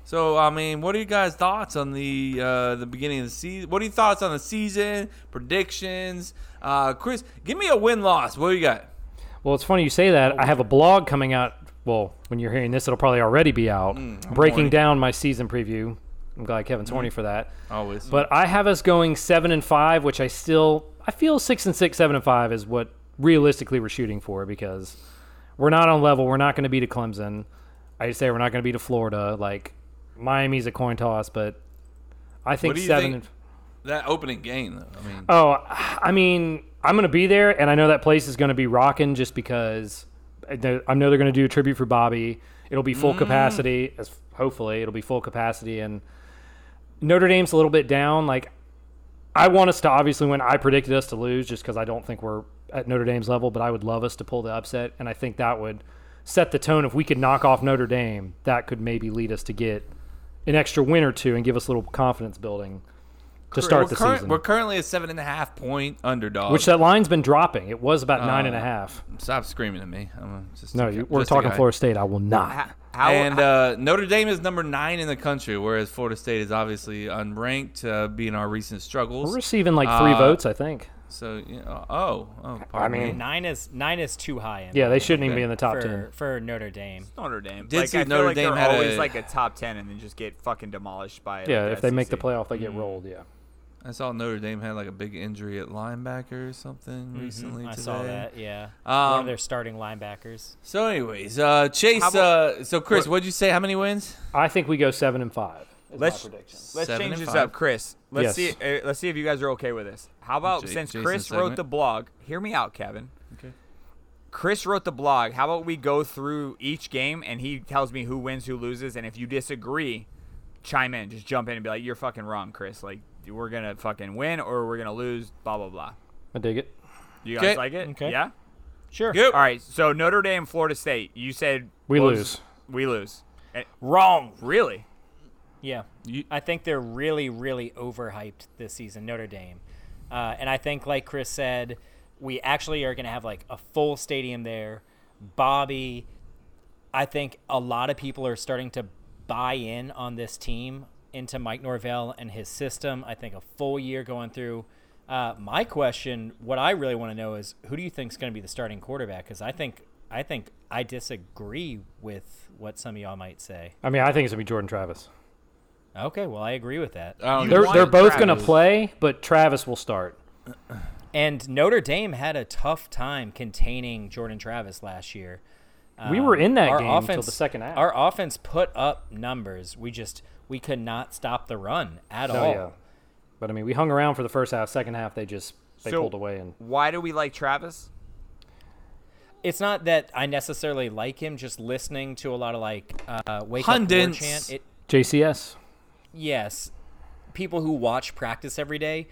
S2: so I mean, what are you guys' thoughts on the uh, the beginning of the season? What are your thoughts on the season predictions? Uh, Chris, give me a win loss. What do you got?
S4: Well, it's funny you say that. I have a blog coming out. Well, when you're hearing this, it'll probably already be out. breaking
S2: horny.
S4: down my season preview. I'm glad Kevin's horny for that.
S2: Always,
S4: But I have us going seven and five, which I still I feel six and six, seven and five is what realistically we're shooting for because we're not on level. We're not going to beat a Clemson. I say we're not going to beat a Florida. Like Miami's a coin toss, but I think
S2: do you
S4: seven.
S2: think-
S4: and
S2: that opening game though. I mean,
S4: Oh, I mean, I'm going to be there, and I know that place is going to be rocking just because I know I know they're going to do a tribute for Bobby. It'll be
S2: Mm.
S4: full capacity, as hopefully it'll be full capacity, and Notre Dame's a little bit down. Like, I want us to obviously win. I predicted us to lose just because I don't think we're at Notre Dame's level, but I would love us to pull the upset, and I think that would set the tone. If we could knock off Notre Dame, that could maybe lead us to get an extra win or two and give us a little confidence building to start
S2: we're,
S4: the
S2: current-
S4: season
S2: we're currently a seven and a half point underdog.
S4: which that line's been dropping. It was about nine and a half.
S2: Stop screaming at me. I'm just
S4: No,
S2: a-
S4: you, we're
S2: just a
S4: talking
S2: guy.
S4: Florida State. I will
S1: How,
S4: not.
S1: how,
S2: and uh, Notre Dame is number nine in the country, whereas Florida State is obviously unranked, uh, being our recent struggles.
S4: We're receiving like three
S2: uh,
S4: votes, I think.
S2: So, you know, oh, oh, pardon
S4: mean-
S2: me.
S3: Nine is nine is too high. In
S4: Yeah, they shouldn't even be in the top
S3: for,
S4: ten.
S3: for Notre Dame.
S1: Notre Dame.
S2: Did
S1: like,
S2: see
S1: I feel
S2: Notre
S1: like
S2: Dame
S1: they're
S2: had
S1: always
S2: a-
S1: like a top ten and then just get fucking demolished by.
S4: Yeah,
S1: like, E
S4: if
S3: E
S4: they make the
S1: SEC.
S4: playoff, they get rolled. Yeah.
S2: I saw Notre Dame had like a big injury at linebacker or something
S4: Mm-hmm.
S2: recently.
S3: I
S2: today.
S3: saw that. Yeah, one
S2: Um,
S3: of their starting linebackers.
S2: So, anyways, uh, Chase.
S1: How about-
S2: uh, so, Chris, what, would you say? How many wins?
S4: I think we go seven and five.
S9: Is
S1: Let's-
S9: my prediction.
S1: Let's
S2: Seven
S1: change
S2: and
S1: this
S2: five.
S1: up, Chris. Let's
S4: Yes.
S1: see. Uh, let's see if you guys are okay with this. How about
S2: Ja-
S1: since
S2: Jason's
S1: Chris wrote
S2: segment?
S1: the blog? Hear me out, Kevin.
S2: Okay.
S1: Chris wrote the blog. How about we go through each game and he tells me who wins, who loses, and if you disagree, chime in. Just jump in and be like, "You're fucking wrong, Chris. Like we're gonna fucking win or we're gonna lose." Blah blah blah.
S4: I dig it.
S1: You
S2: Okay.
S1: guys like it?
S3: Okay.
S1: Yeah.
S3: Sure.
S2: Yep.
S1: All right. So Notre Dame, Florida State. You said
S4: We
S1: what was-
S4: lose.
S1: We lose. Eh,
S3: Wrong.
S1: Really?
S3: Yeah.
S2: You-
S3: I think they're really, really overhyped this season, Notre Dame. Uh, and I think, like Chris said, we actually are going to have like a full stadium there. Bobby, I think a lot of people are starting to buy in on this team into Mike Norvell and his system. I think a full year going through. Uh, my question, what I really want to know is, who do you think is going to be the starting quarterback? Because I think, I think I disagree with what some of y'all might say.
S4: I mean, I think it's gonna be Jordan Travis.
S3: Okay, well, I agree with that.
S2: I don't
S1: There-
S4: They're
S1: want
S4: they're both gonna
S1: Travis.
S4: play, but Travis will start.
S3: And Notre Dame had a tough time containing Jordan Travis last year.
S4: We were in that game till the second half.
S3: Uh, Our offense put up numbers. We just we could not stop the run at
S4: So
S3: all.
S4: Oh, yeah. But I mean, we hung around for the first half. Second half, they just they pulled away and
S1: why do we like Travis?
S3: It's not that I necessarily like him. Just listening to a lot of like uh, wake up war
S2: Pundits.
S3: chant. It,
S4: JCS.
S3: yes, people who watch practice every day,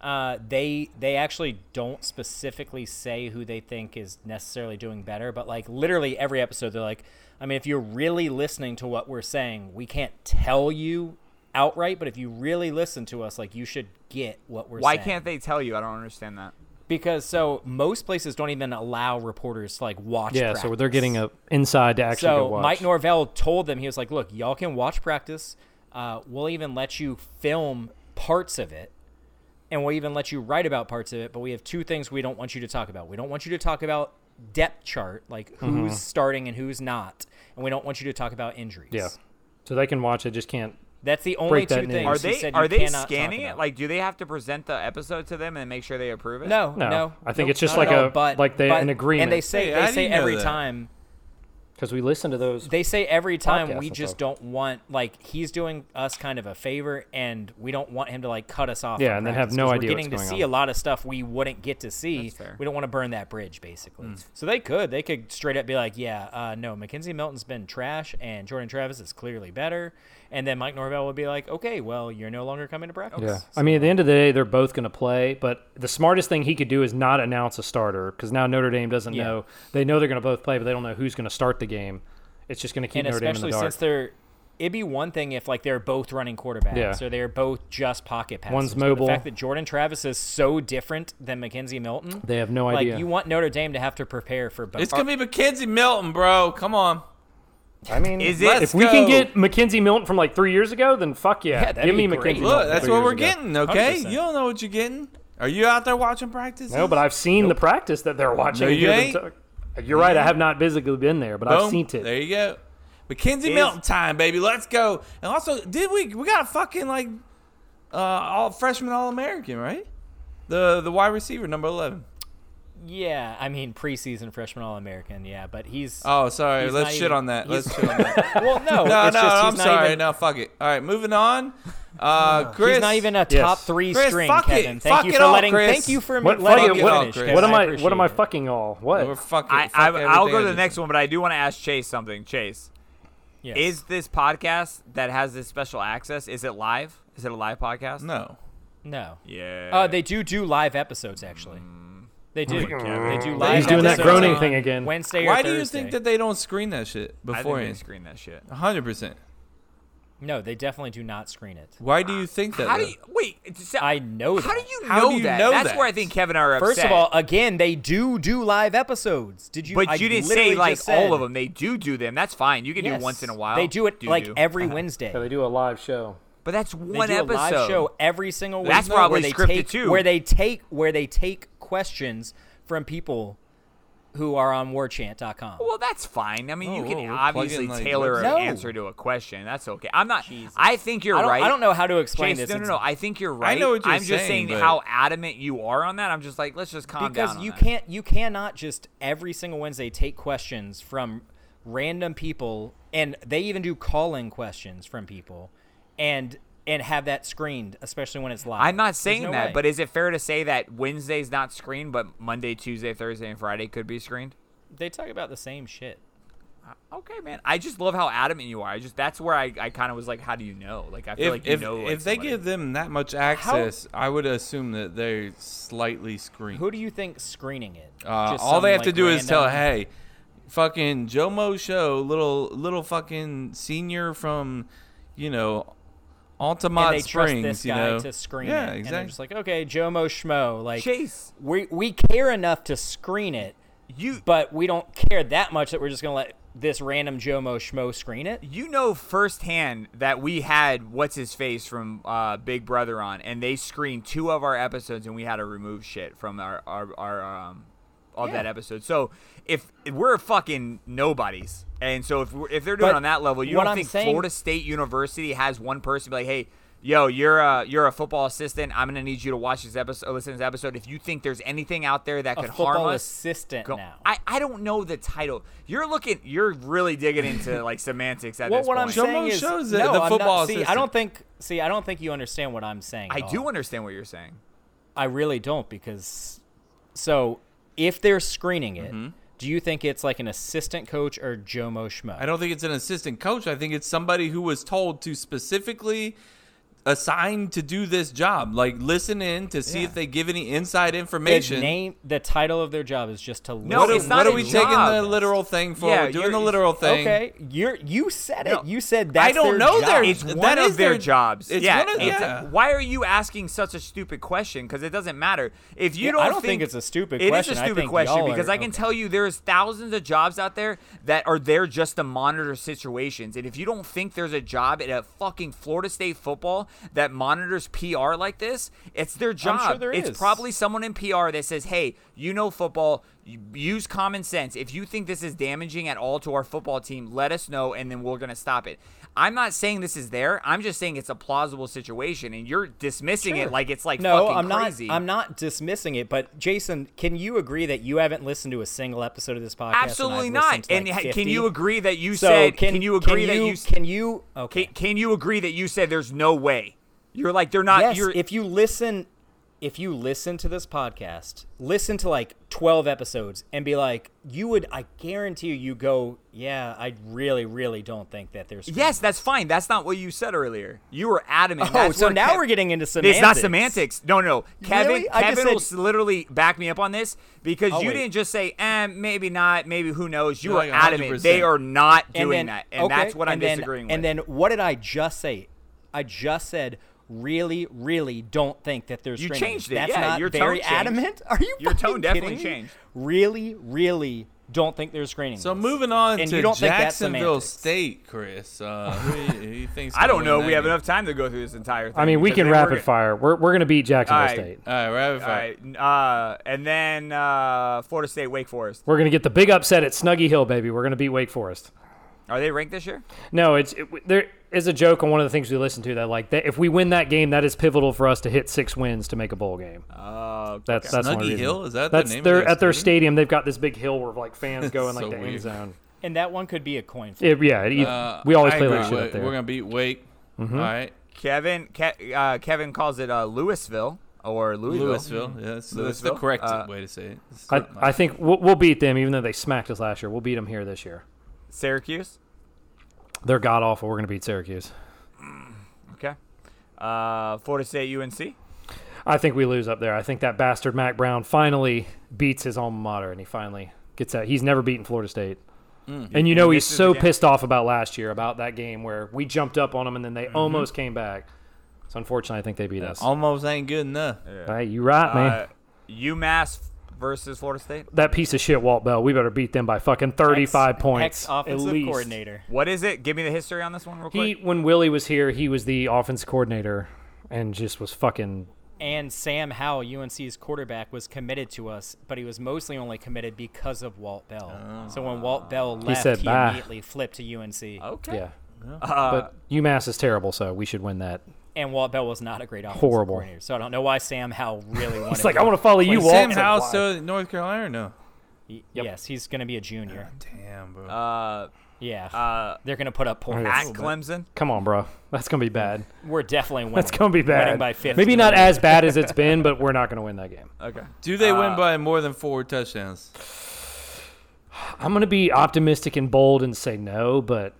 S3: uh, they they actually don't specifically say who they think is necessarily doing better, but like literally every episode, they're like, I mean, if you're really listening to what we're saying, we can't tell you outright, but if you really listen to us, like you should get what we're
S1: Why
S3: saying.
S1: can't they tell you? I don't understand that.
S3: Because so most places don't even allow reporters to like watch.
S4: Yeah, so they're
S3: practice
S4: getting a inside to actually go
S3: so
S4: watch.
S3: Mike Norvell told them he was like, "Look, y'all can watch practice. Uh, we'll even let you film parts of it, and we'll even let you write about parts of it. But we have two things we don't want you to talk about. We don't want you to talk about depth chart, like who's
S4: Mm-hmm.
S3: starting and who's not, and we don't want you to talk about injuries.
S4: yeah, so they can watch. They just can't.
S3: that's the only
S4: Break that
S3: two
S4: news.
S3: things.
S1: Are
S3: he
S1: they
S3: said
S1: are
S3: you
S1: they
S3: cannot talk
S1: scanning it?
S3: about.
S1: Like, do they have to present the episode to them and make sure they approve it?
S3: No,
S4: No,
S3: no,
S4: I think
S3: Nope,
S4: it's just
S3: not at
S4: like
S3: all.
S4: a-
S3: but,
S4: like they-
S3: but-
S4: an agreement.
S3: and they say
S2: Hey, how
S3: they
S2: do
S3: say
S2: you know
S3: every
S2: that?
S3: time
S4: Because we listen to those.
S3: They say every time
S4: Podcast
S3: we
S4: and
S3: just
S4: stuff.
S3: don't want like he's doing us kind of a favor and we don't want him to like cut us off.
S4: Yeah,
S3: from
S4: and then have
S3: practice,
S4: no
S3: 'cause
S4: idea
S3: We're getting
S4: what's
S3: to
S4: going
S3: see
S4: on.
S3: a lot of stuff we wouldn't get to see.
S1: That's fair. Mm.
S3: We don't want to burn that bridge, basically. So they could they could straight up be like, yeah, uh, no, Mackenzie Milton's been trash and Jordan Travis is clearly better, and then Mike Norvell would be like, okay, well you're no longer coming to practice.
S4: yeah, I mean, at the end of the day, they're both going to play. But the smartest thing he could do is not announce a starter because now Notre Dame doesn't
S3: Yeah.
S4: know. They know they're going to both play, but they don't know who's going to start the game. It's just going to keep
S3: and
S4: Notre Dame in the
S3: especially
S4: dark.
S3: since they're. It'd be one thing if like they're both running quarterbacks,
S4: Yeah.
S3: or they're both just pocket passers.
S4: One's
S3: but the
S4: mobile.
S3: fact that Jordan Travis is so different than Mackenzie Milton,
S4: They have no
S3: like
S4: idea.
S3: you want Notre Dame to have to prepare for both.
S2: It's gonna be Mackenzie Milton, bro. Come on.
S4: I mean,
S1: Is it?
S4: if we can
S2: go.
S4: get Mackenzie Milton from like three years ago, then fuck yeah,
S3: Yeah, that'd
S4: give
S3: be
S4: me
S3: great.
S4: Mackenzie.
S2: Look,
S4: Milton
S2: that's
S4: three
S2: what
S4: years
S2: we're
S4: ago.
S2: getting. Okay,
S3: 100%.
S2: you don't know what you're getting. Are you out there watching practice?
S4: No, but I've seen the practice that they're watching.
S2: No,
S4: and
S2: you
S4: hear them
S2: ain't.
S4: talk. You're right. I have not physically been there, but I've
S2: Boom.
S4: seen it.
S2: There you go. Mackenzie Milton time, baby. Let's go. And also, did we we got a fucking like uh all freshman all American, right? The the wide receiver number eleven.
S3: Uh, yeah, I mean preseason freshman All American, yeah, but he's
S2: Oh, sorry.
S3: He's
S2: Let's
S3: not
S2: shit
S3: even-
S2: on that.
S3: he's-
S2: Let's shit on that.
S3: well, no,
S2: No, no,
S3: it's just,
S2: I'm
S3: he's not
S2: sorry.
S3: Even,
S2: no, fuck it. All right, moving on. Uh, Chris,
S3: He's not even a
S4: Yes.
S3: top three
S2: Chris,
S3: string,
S2: fuck it.
S3: Kevin. Thank
S2: Fuck
S3: you
S2: it
S3: for
S2: all,
S3: letting.
S2: Chris.
S3: Thank you for
S4: What,
S3: letting
S4: fuck
S3: me
S4: it, what-
S3: finish,
S2: what
S3: Kevin.
S4: What am I?
S3: appreciate
S4: What am I
S3: it.
S4: fucking all? What?
S2: We're fucking.
S1: I,
S2: fuck
S1: I, I'll go to
S2: everything I
S1: the
S2: just
S1: next
S2: said.
S1: one, but I do want to ask Chase something. Chase,
S3: Yes.
S1: is this podcast that has this special access? Is it live? Is it a live podcast?
S2: No.
S3: no.
S1: Yeah.
S3: Uh, they do do live episodes actually. They do. They do live.
S4: He's doing that
S3: episodes
S4: groaning
S3: on
S4: thing again.
S3: Wednesday.
S2: Why
S3: or
S2: do you
S3: Thursday.
S2: think that they don't screen that shit
S1: I think they
S2: beforehand?
S1: screen that shit.
S2: hundred percent.
S3: No, they definitely do not screen it.
S2: Why do you think that?
S1: How do
S2: though?
S1: you wait? it's- so-
S3: I know
S1: How do
S3: that.
S1: you know
S2: How do you
S1: that?
S2: know
S1: That's
S2: that?
S1: where I think Kevin and I are upset.
S3: First of all, again, they do do live episodes. Did you?
S1: but
S3: I
S1: you didn't
S3: literally
S1: say like
S3: just
S1: all
S3: said-
S1: of them. They do do them. That's fine. You can
S3: Yes.
S1: do once in a while.
S3: They do it like
S1: Do-do.
S3: every Wednesday.
S4: Yeah, they do a live show.
S1: But that's
S3: They
S1: one
S3: do
S1: episode.
S3: a live show every single week.
S1: That's probably
S3: where they
S1: scripted
S3: take,
S1: too.
S3: Where they take where they take questions from people who are on warchant.com.
S1: Well, that's fine. I mean, you
S2: Oh,
S1: can
S2: oh, we're
S1: obviously
S2: plugging, like,
S1: tailor an
S3: websites. No.
S1: answer to a question. That's okay. I'm not. I think you're
S3: I don't,
S1: right.
S3: I don't know how to explain
S1: Chase,
S3: this.
S1: no, no,
S3: It's
S1: no. I think you're right.
S2: know what you're
S1: I'm just saying
S2: saying, but-
S1: how adamant you are on that. I'm just like, let's just calm
S3: because
S1: down. on
S3: you
S1: that.
S3: can't you cannot just every single Wednesday take questions from random people and they even do call in questions from people and and have that screened, especially when it's live.
S1: I'm not
S3: There's
S1: saying
S3: no
S1: that,
S3: way.
S1: but is it fair to say that Wednesday's not screened, but Monday, Tuesday, Thursday, and Friday could be screened?
S3: they talk about the same shit.
S1: Okay, man. I just love how adamant you are. I just that's where I, I kind of was like, how do you know? Like I feel
S2: If
S1: like you
S2: if,
S1: know. like,
S2: if they
S1: somebody.
S2: give them that much access, I would assume that they're slightly screened.
S3: Who do you think screening it?
S2: Uh,
S3: Just
S2: all
S3: some,
S2: they have to
S3: like,
S2: do is tell,
S3: random-
S2: hey, fucking Jomo Show, little little fucking senior from, you know, Altamont
S3: and they
S2: Springs,
S3: trust this
S2: you
S3: guy
S2: know,
S3: to screen
S2: yeah,
S3: it.
S2: exactly.
S3: And they're just like, okay, Jomo Schmo, like
S1: Chase.
S3: we we care enough to screen it,
S1: you,
S3: but we don't care that much that we're just gonna let this random Jomo Schmo screen it.
S1: you know firsthand that we had what's his face from uh, Big Brother on, and they screened two of our episodes, and we had to remove shit from our our, our um of that episode. So if we're fucking nobodies, and so if we're, if they're doing it
S3: But
S1: on that level, you
S3: what
S1: don't
S3: I'm
S1: think
S3: saying-
S1: Florida State University has one person be like, hey. Yo, you're a you're a football assistant. I'm gonna need you to watch this episode, listen to this episode. If you think there's anything out there that
S3: A
S1: could harm
S3: football
S1: us,
S3: assistant
S1: Go-
S3: now.
S1: I, I don't know the title. You're looking. You're really digging into like semantics at
S3: well,
S1: this
S3: what
S1: point.
S3: I'm
S2: Jomo
S3: saying is,
S2: Show's the-
S3: no,
S2: the
S3: I'm
S2: football
S3: not, see, I
S2: assistant.
S3: don't think. See, I don't think you understand what I'm saying. at
S1: I do
S3: all.
S1: understand what you're saying.
S3: I really don't because so if they're screening it,
S2: Mm-hmm.
S3: do you think it's like an assistant coach or Jomo Schmo?
S2: I don't think it's an assistant coach. I think it's somebody who was told to specifically assigned to do this job. Like listen in to see if they give any inside
S3: the
S2: information.
S3: name, the title of their job is just to
S1: No,
S2: what
S3: listen.
S2: are,
S1: it's not
S2: what
S1: a
S2: are we taking
S1: job.
S2: the literal thing for?
S1: Yeah,
S2: We're doing
S1: you're-
S2: the literal thing.
S3: Okay, you're you said it.
S1: No.
S3: you said that's
S2: I don't
S3: their
S2: know
S3: job.
S2: their
S1: It's
S2: That
S1: one
S2: is
S1: of their,
S2: their-
S1: jobs.
S2: it's
S1: yeah,
S2: one of-
S1: it's-
S2: yeah.
S1: Why are you asking such a stupid question? Because it doesn't matter if you
S3: Yeah,
S1: don't.
S3: I don't think it's a stupid question.
S1: It is
S3: I
S1: a stupid
S3: think
S1: question
S3: y'all are-
S1: because I can
S3: okay.
S1: tell you there's thousands of jobs out there that are there just to monitor situations. And if you don't think there's a job at a fucking Florida State football that monitors PR like this, it's their job.
S3: sure there
S1: it's
S3: is.
S1: probably someone in PR that says, "Hey, you know football." you- Use common sense. If you think this is damaging at all to our football team, let us know, and then we're gonna stop it. I'm not saying this is there. I'm just saying it's a plausible situation, and you're dismissing it
S3: Sure.
S1: like it's like
S3: no,
S1: fucking
S3: I'm not.
S1: crazy.
S3: I'm not dismissing it, but Jason, can you agree that you haven't listened to a single episode of this podcast?
S1: Absolutely
S3: and I've
S1: not.
S3: listened to,
S1: and
S3: like,
S1: ha-
S3: 50?
S1: can you agree that you
S3: So
S1: said?
S3: can,
S1: Can, you agree that you s-
S3: can you okay?
S1: can, can you agree that you said there's no way? You're like they're not.
S3: yes,
S1: you're,
S3: if you listen, if you listen to this podcast, listen to like twelve episodes, and be like, you would, I guarantee you, you go, yeah, I really, really don't think that there's.
S1: yes, that's fine. That's not what you said earlier. You were adamant.
S3: Oh,
S1: That's
S3: so
S1: where
S3: now
S1: Kev-
S3: we're getting into semantics.
S1: It's not semantics. No, no. Kevin,
S3: Really? I just
S1: Kevin will
S3: said-
S1: s- literally back me up on this because
S3: Oh,
S1: you
S3: wait.
S1: didn't just say, eh, maybe not, maybe who knows. You
S2: No,
S1: were
S2: like
S1: adamant.
S2: 100%.
S1: They are not doing
S3: And then,
S1: that, and
S3: okay,
S1: that's what I'm
S3: and then-
S1: disagreeing with.
S3: And then what did I just say? I just said. Really, really don't think that there's.
S1: You
S3: strings.
S1: changed it,
S3: That's
S1: yeah,
S3: not
S1: your tone
S3: very
S1: changed.
S3: adamant. Are you?
S1: Your tone
S3: fucking
S1: definitely
S3: kidding me?
S1: changed.
S3: Really, really don't think there's screening.
S2: So moving on
S3: And
S2: to
S3: you don't think that's
S2: Jacksonville
S3: semantics.
S2: State, Chris. Uh, who, do you think's
S1: I don't
S2: gonna
S1: know.
S2: win
S1: We
S2: that
S1: have
S2: game?
S1: enough time to go through this entire thing.
S4: I mean, we
S1: because
S4: can
S1: they were
S4: rapid
S1: gonna-
S4: fire. We're, we're going to beat Jacksonville
S1: All right.
S4: State.
S2: All right, rapid
S1: All
S2: fire.
S1: right. Uh, and then uh, Florida State, Wake Forest.
S4: We're going to get the big upset at Snuggy Hill, baby. We're going to beat Wake Forest.
S1: Are they ranked this year?
S4: No, it's it, there is a joke on one of the things we listen to that like that if we win that game, that is pivotal for us to hit six wins to make a bowl game.
S1: Uh,
S4: That's that's one
S2: Snuggy
S4: reason.
S2: Hill? Is that the
S4: that's
S2: name of
S4: their,
S2: their
S4: at their stadium? They've got this big hill where like fans go in like
S2: so
S4: the end
S2: weird.
S4: zone.
S3: and that one could be a coin flip.
S4: It- yeah, it- we always
S2: Uh, I
S4: play
S2: agree.
S4: that shit
S2: We're-
S4: up there. Mm-hmm.
S2: We're gonna beat Wake. All right,
S1: Kevin Ke- uh, Kevin calls it uh, Louisville or Louisville.
S2: Louisville. Yeah, that's, that's the
S1: Louisville.
S2: correct
S1: Uh,
S2: way to say it. It's
S4: I,
S2: not-
S4: I think we'll, we'll beat them, even though they smacked us last year. We'll beat them here this year.
S1: Syracuse.
S4: They're god awful. We're going to beat Syracuse.
S1: Okay. Uh, Florida State, UNC.
S4: I think we lose up there. I think that bastard Mac Brown finally beats his alma mater, and he finally gets that. He's never beaten Florida State, and you know he's
S1: misses
S4: so
S1: the game.
S4: pissed off about last year about that game where we jumped up on them and then they almost came back. So unfortunately, I think they beat us.
S2: almost ain't good enough.
S4: Hey, you right, man.
S1: Uh, UMass versus Florida State.
S4: that piece of shit, Walt Bell. We better beat them by fucking thirty-five points
S3: Ex
S4: at
S3: offensive
S4: least.
S3: coordinator.
S1: What is it? Give me the history on this one real
S4: He,
S1: quick.
S4: when Willie was here, he was the offense coordinator, and just was fucking
S3: And Sam Howell, UNC's quarterback, was committed to us, but he was mostly only committed because of Walt Bell.
S2: Oh.
S3: So when Walt Bell left, he,
S4: said, "Bye."
S3: immediately flipped to UNC.
S1: okay.
S4: yeah. but UMass is terrible, so we should win that.
S3: And Walt Bell was not a great offensive
S4: Horrible.
S3: coordinator. So I don't know why Sam Howell really wanted
S4: It's like I want to follow you,
S2: Wait,
S4: Walt.
S2: Sam
S4: It's like,
S2: Howell's
S4: why?
S2: still in North Carolina or no?
S4: Uh,
S3: Yes, he's going to be a junior.
S2: Damn, bro.
S1: Uh,
S3: Yeah.
S1: Uh,
S3: They're going to put up points.
S1: at Clemson.
S4: Come on, bro. That's gonna be bad.
S3: We're definitely winning.
S4: That's gonna be bad.
S3: Winning by 50.
S4: Maybe not as bad as it's been, but we're not gonna win that game.
S1: Okay.
S2: Do they
S1: uh,
S2: win by more than four touchdowns?
S4: I'm gonna be optimistic and bold and say no, but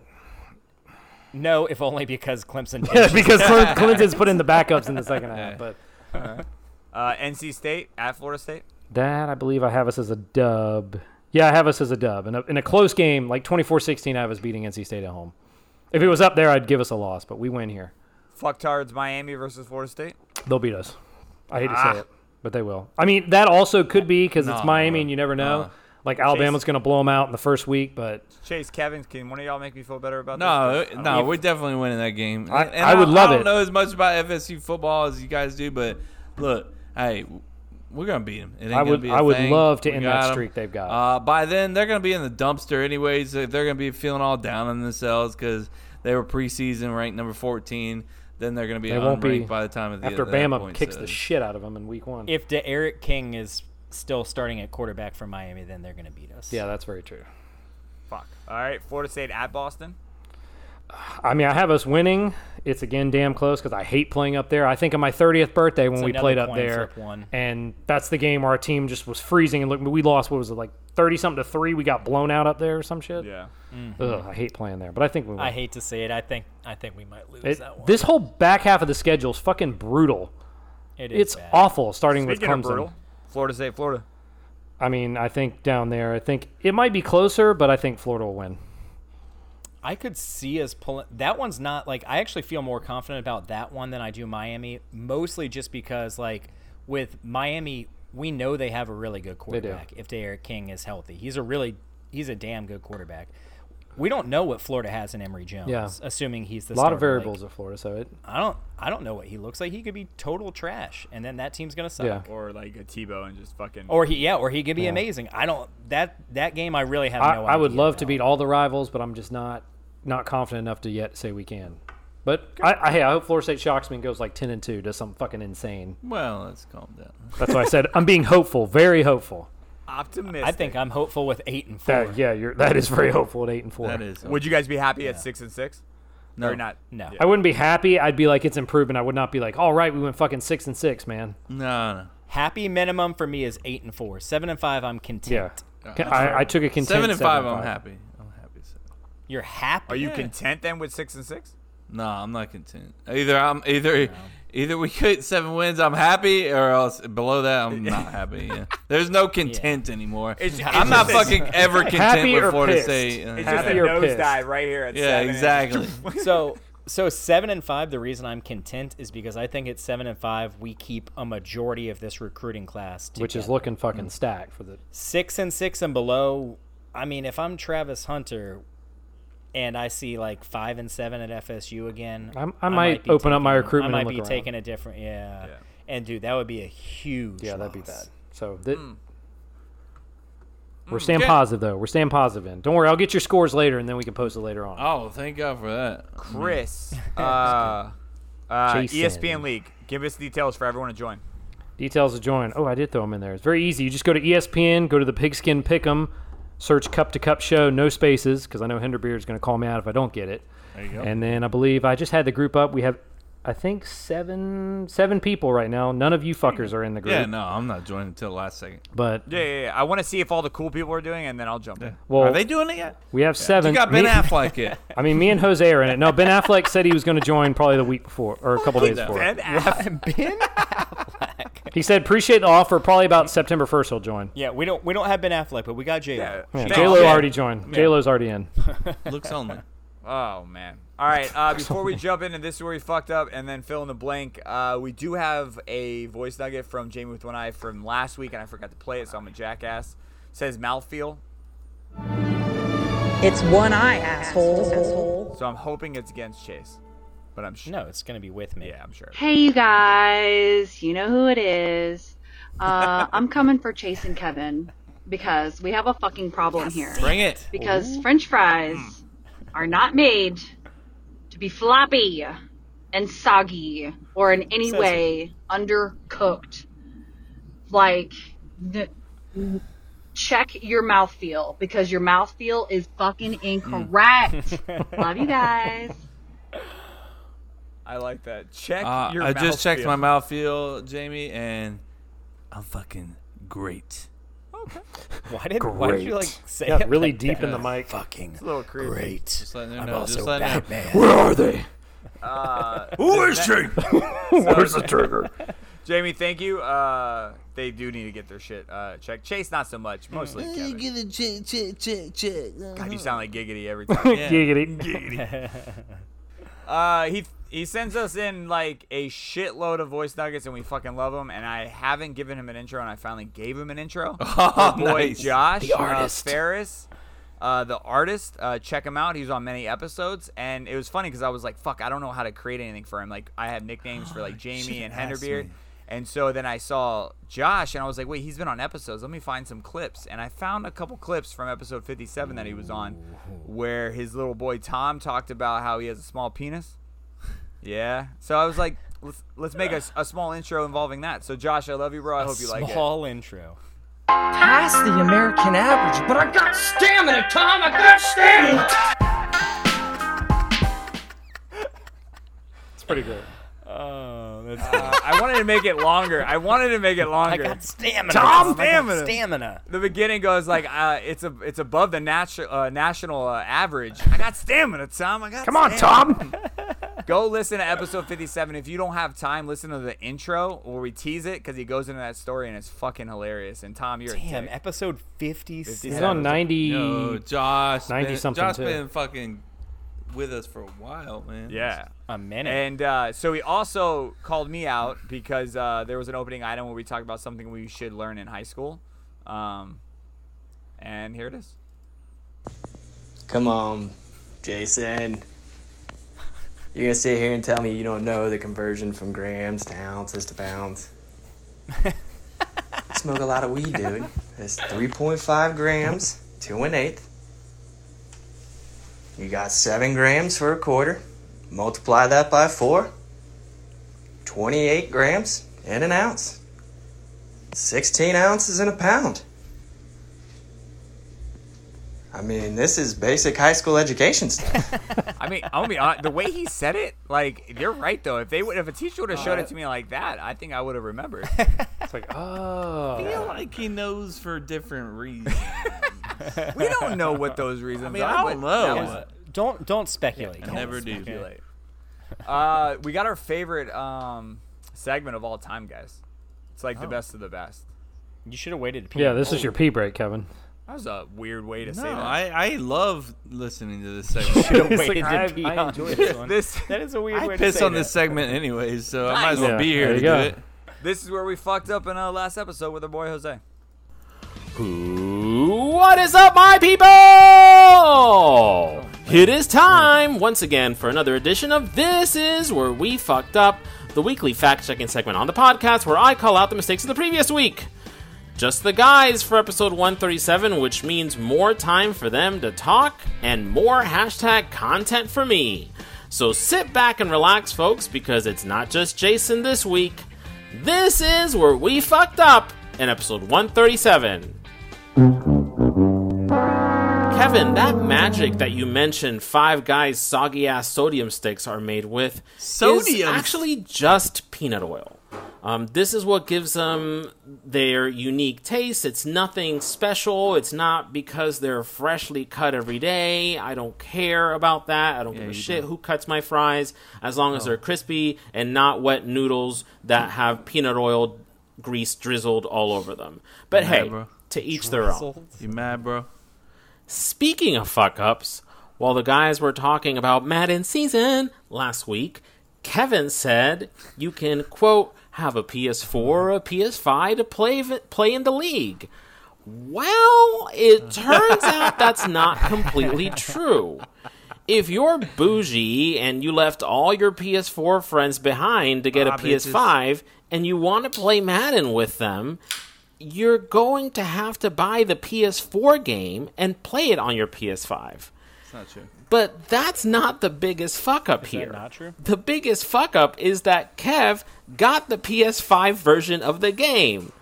S3: No, if only because Clemson.
S4: because Cle- Clemson's put in the backups in the second half. But
S1: Uh, NC State at Florida State.
S4: that I believe I have us as a dub. Yeah, I have us as a dub. In a, in a close game, like 24-16, I have us beating NC State at home. If it was up there, I'd give us a loss, but we win here.
S1: Fucktards Miami versus Florida State.
S4: They'll beat us. I hate to say it, but they will. I mean, that also could be because it's
S2: Nah,
S4: Miami and you never know. like Alabama's going to blow them out in the first week, but
S1: Chase, Kevin, can one of y'all make me feel better about
S2: No, uh,
S1: this? Oh,
S2: no, we're definitely winning that game.
S4: I-
S2: And
S4: I would love
S2: I don't
S4: it.
S2: know as much about FSU football as you guys do, but look, hey, we're gonna beat them. It ain't
S4: I
S2: gonna
S4: would-
S2: be a
S4: I would
S2: thing.
S4: love to
S2: We
S4: end that
S2: got 'em.
S4: streak they've got.
S2: Uh, by then, they're gonna be in the dumpster anyways. They're gonna be feeling all down on themselves because they were preseason ranked number fourteen. Then they're gonna be
S4: They won't be-
S2: unranked by the time of the
S4: after
S2: that
S4: Bama
S2: point,
S4: kicks
S2: so-
S4: the shit out of them in week one.
S3: if Derek King is still starting at quarterback for Miami, then they're going to beat us.
S4: yeah, that's very true.
S1: Fuck. All right, Florida State at Boston.
S4: I mean, I have us winning. It's again damn close because I hate playing up there. I think on my 30th birthday when
S3: It's
S4: we
S3: another
S4: played up
S3: coin
S4: there,
S3: flip one.
S4: and that's the game where our team just was freezing and look, we lost. What was it like 30 something to three? We got blown out up there or some shit.
S1: Yeah.
S4: Ugh, I hate playing there, but I think we won.
S3: I hate to say it. I think I think we might lose
S4: It-
S3: that one.
S4: this whole back half of the schedule is fucking brutal.
S3: It is
S4: It's
S3: bad.
S4: awful, starting
S1: Speaking
S4: with
S1: of
S4: Clemson.
S1: brutal, Florida State, Florida.
S4: I mean, I think down there, I think it might be closer, but I think Florida will win.
S3: I could see us pulling. That one's not like I actually feel more confident about that one than I do Miami, mostly just because like with Miami, we know they have a really good
S4: do.
S3: quarterback. If Derek King is healthy, he's a really he's a damn good quarterback. We don't know what Florida has in Emory Jones,
S4: Yeah.
S3: assuming he's the
S4: A lot of
S3: starter. Like,
S4: variables at Florida, so it.
S3: I don't I don't know what he looks like. He could be total trash, and then that team's gonna suck.
S4: Yeah.
S1: Or like a Tebow and just fucking.
S3: Or he yeah, or he could be amazing. I don't that that game I really have
S4: I,
S3: no idea.
S4: I would love
S3: about.
S4: to beat all the rivals, but I'm just not not confident enough to yet say we can. But I, I, hey, I hope Florida State shocks me and goes like ten and two, does something fucking insane.
S2: Well, let's calm down.
S4: That's why I said I'm being hopeful, very hopeful.
S1: optimistic.
S3: I think I'm hopeful with eight and four.
S4: That, yeah, you're, that is very hopeful at eight and four.
S2: That is.
S1: Would you guys be happy at six and six?
S2: No.
S1: Or not?
S3: No.
S4: I wouldn't be happy. I'd be like, it's improvement. I would not be like, all right, we went fucking six and six, man.
S2: No, no.
S3: Happy minimum for me is eight and four. Seven and five, I'm content.
S4: Yeah, I, I took a content
S2: Seven and five. I'm happy. I'm happy. So.
S3: You're happy.
S1: Are you content then with six and six?
S2: No, I'm not content. Either I'm either either we get seven wins, I'm happy, or else below that I'm not happy. Yeah. There's no content anymore.
S1: It's- it's
S2: I'm not
S1: just a-
S2: fucking ever content
S4: Happy
S2: with
S4: or
S2: Florida
S4: pissed?
S2: State. Uh,
S1: It's just a
S4: Happy or pissed?
S1: nosedive right here at
S2: yeah,
S1: seven.
S2: exactly.
S3: so so seven and five, the reason I'm content is because I think at seven and five we keep a majority of this recruiting class together.
S4: which is looking
S2: Mm.
S4: fucking stacked for the
S3: six and six and below. I mean, if I'm Travis Hunter and I see like five and seven at FSU again,
S4: I'm- I might
S3: be
S4: open up my
S3: taking-
S4: recruitment
S3: I
S4: and
S3: might be
S4: look around.
S3: taking a different, yeah. And dude, that would be a huge.
S4: Yeah, that'd be
S3: loss.
S4: bad. So that
S2: Hmm.
S4: we're staying positive though. We're staying positive in. Don't worry, I'll get your scores later, and then we can post it later on.
S2: Oh, thank God for that.
S1: Chris, uh, uh,
S4: Jason.
S1: ESPN League. Give us details for everyone to join.
S4: Details to join. Oh, I did throw them in there. It's very easy. You just go to E ESPN, go to the Pigskin Pick'em, search Cup to Cup Show, no spaces, because I know Hinderbeard is going to call me out if I don't get it. There you go. And then I believe I just had the group up. We have, I think seven seven people right now. None of you fuckers are in the group.
S2: Yeah, no, I'm not joining until the last second.
S4: But
S1: Yeah, yeah, yeah. I want to see if all the cool people are doing, and then I'll jump in.
S4: well,
S2: Are they doing it yet?
S4: we have seven.
S2: You got Ben
S4: Me-
S2: Affleck yet?
S4: I mean, me and Jose are in it. No, Ben Affleck said he was going to join probably the week before or a couple days before.
S1: Ben Affleck.
S4: He said, "Appreciate the offer. Probably about September first, he'll join."
S3: Yeah, we don't we don't have Ben Affleck, but we got Jay.
S1: Yeah.
S4: Yeah,
S1: Ben
S4: J Lo
S1: Affleck.
S4: already joined. J Lo's already in.
S2: Looks only.
S1: Oh man. All right. Uh, before we jump into this, is where we fucked up, and then fill in the blank. Uh, we do have a voice nugget from Jamie with one eye from last week, and I forgot to play it, so I'm a jackass. says mouthfeel,
S9: It's one eye, asshole.
S1: so I'm hoping it's against Chase, but I'm sure.
S3: No, it's gonna be with me.
S1: Yeah, I'm sure.
S10: Hey, you guys, you know who it is. Uh, I'm coming for Chase and Kevin because we have a fucking problem here.
S2: Bring it.
S10: Because French fries are not made to be floppy and soggy or in any
S3: Says
S10: way undercooked. Like, the, check your mouthfeel because your mouthfeel is fucking incorrect. Love you guys.
S1: I like that. Check
S2: Uh,
S1: your.
S2: I just checked
S1: mouthfeel.
S2: my mouth feel, Jamie, and I'm fucking great.
S3: Why did why did you like
S11: Great.
S3: say
S11: Got
S3: it
S11: really
S3: like
S11: deep
S3: that?
S11: in the mic. Fucking
S1: a little creepy.
S11: great.
S2: Just letting her
S11: I'm
S2: know,
S11: also
S2: just letting her know.
S11: Batman. Where are they?
S1: Uh,
S11: Who is she? Where's the trigger?
S1: Jamie, thank you. Uh, they do need to get their shit uh, checked. Chase, not so much. Mostly Kevin. God, you sound like Giggity every time.
S2: Yeah.
S4: Giggity.
S1: uh, he he sends us in like a shitload of voice nuggets, and we fucking love him. And I haven't given him an intro, and I finally gave him an intro.
S2: Oh,
S1: Our boy
S2: nice.
S1: Josh
S11: The artist.
S1: Uh, Ferris. Uh, the artist, uh, check him out. He's on many episodes, and it was funny because I was like, "Fuck, I don't know how to create anything for him." Like, I have nicknames for like Jamie and
S2: asked
S1: Henderbeard,
S2: me.
S1: and so then I saw Josh, and I was like, "Wait, he's been on episodes. Let me find some clips." And I found a couple clips from episode 57 that he was on, where his little boy Tom talked about how he has a small penis. Yeah, so I was like, "Let's let's make a, s- a small intro involving that." So Josh, I love you, bro. I hope you like it.
S3: Small intro.
S8: Past the American average, but I got stamina, Tom. I got stamina.
S11: It's pretty great.
S3: Oh, that's
S1: Uh, I wanted to make it longer. I wanted to make it
S3: I
S1: longer.
S3: got stamina.
S1: Tom,
S3: I got
S1: stamina.
S3: stamina.
S1: the beginning goes like uh, it's a it's above the natu- uh, national uh, average. I got stamina, Tom. I got.
S11: Come on, Tom.
S1: Go listen to episode fifty-seven. If you don't have time, listen to the intro where we tease it because he goes into that story and it's fucking hilarious. And Tom, you're
S3: Damn,
S1: a dick.
S3: episode 57.
S4: He's on 90.
S2: Yo, Josh.
S4: 90
S2: been,
S4: something,
S2: Josh
S4: too.
S2: been fucking with us for a while, man.
S1: yeah.
S3: A minute.
S1: And uh, so he also called me out because uh, there was an opening item where we talked about something we should learn in high school. Um, and here it is.
S12: Come on, Jason. You're gonna sit here and tell me you don't know the conversion from grams to ounces to pounds. I Smoke a lot of weed, dude. That's 3.5 grams to an eighth. You got 7 grams for a quarter. Multiply that by 4. 28 grams in an ounce. 16 ounces in a pound. I mean, this is basic high school education stuff.
S1: I mean, I'll be honest. The way he said it, like you're right though. If they would, if a teacher would have showed it to me like that, I think I would have remembered.
S4: It's like, oh.
S2: I feel like he knows for different reasons.
S1: we don't know what those reasons
S2: I mean,
S1: are.
S2: I don't
S1: but
S2: know.
S1: that was-
S3: don't don't speculate.
S2: I never do.
S1: too late. Uh, we got our favorite um segment of all time, guys. It's
S2: Oh.
S1: like the best of the best.
S3: You should have waited. to pee. Oh.
S4: Yeah, this is your pee break, Kevin.
S1: That was a weird way to
S2: No,
S1: say that.
S2: I, I love listening to this segment.
S3: Should've waited
S4: I-
S3: to pee
S4: I
S3: on
S4: enjoy
S3: this one.
S1: this
S3: That is a weird way
S2: I
S3: to
S2: piss
S3: say
S2: on
S3: that.
S2: this segment anyways, so I might as well
S4: Yeah,
S2: be here
S4: there
S2: to
S4: you go.
S2: do it.
S1: this is where we fucked up in our last episode with our boy Jose.
S5: What is up, my people? It is time once again for another edition of This Is Where We Fucked Up, the weekly fact checking segment on the podcast where I call out the mistakes of the previous week. Just the guys for episode 137, which means more time for them to talk and more hashtag content for me. So sit back and relax, folks, because it's not just Jason this week. This is where we fucked up in episode 137. Kevin, that magic that you mentioned, Five Guys soggy ass sodium sticks are made with, is
S2: Sodium?
S5: actually just peanut oil. Um, this is what gives them their unique taste. It's nothing special. It's not because they're freshly cut every day. I don't care about that. I don't give a shit who cuts my fries as long as they're crispy and not wet noodles that have peanut oil grease drizzled all over them. But hey,
S2: bro.
S5: to each their own.
S2: You mad, bro?
S5: Speaking of fuck ups, while the guys were talking about Madden season last week, Kevin said you can, quote, have a PS4 or a PS5 to play, v- play in the league. Well, it turns out that's not completely true. If you're bougie and you left all your PS4 friends behind to get
S2: Ah,
S5: a PS5 and you want to play Madden with them, you're going to have to buy the PS4 game and play it on your PS5.
S2: It's not true.
S5: But that's not the biggest fuck up here.
S3: not true?
S5: The biggest fuck up is that Kev got the PS5 version of the game.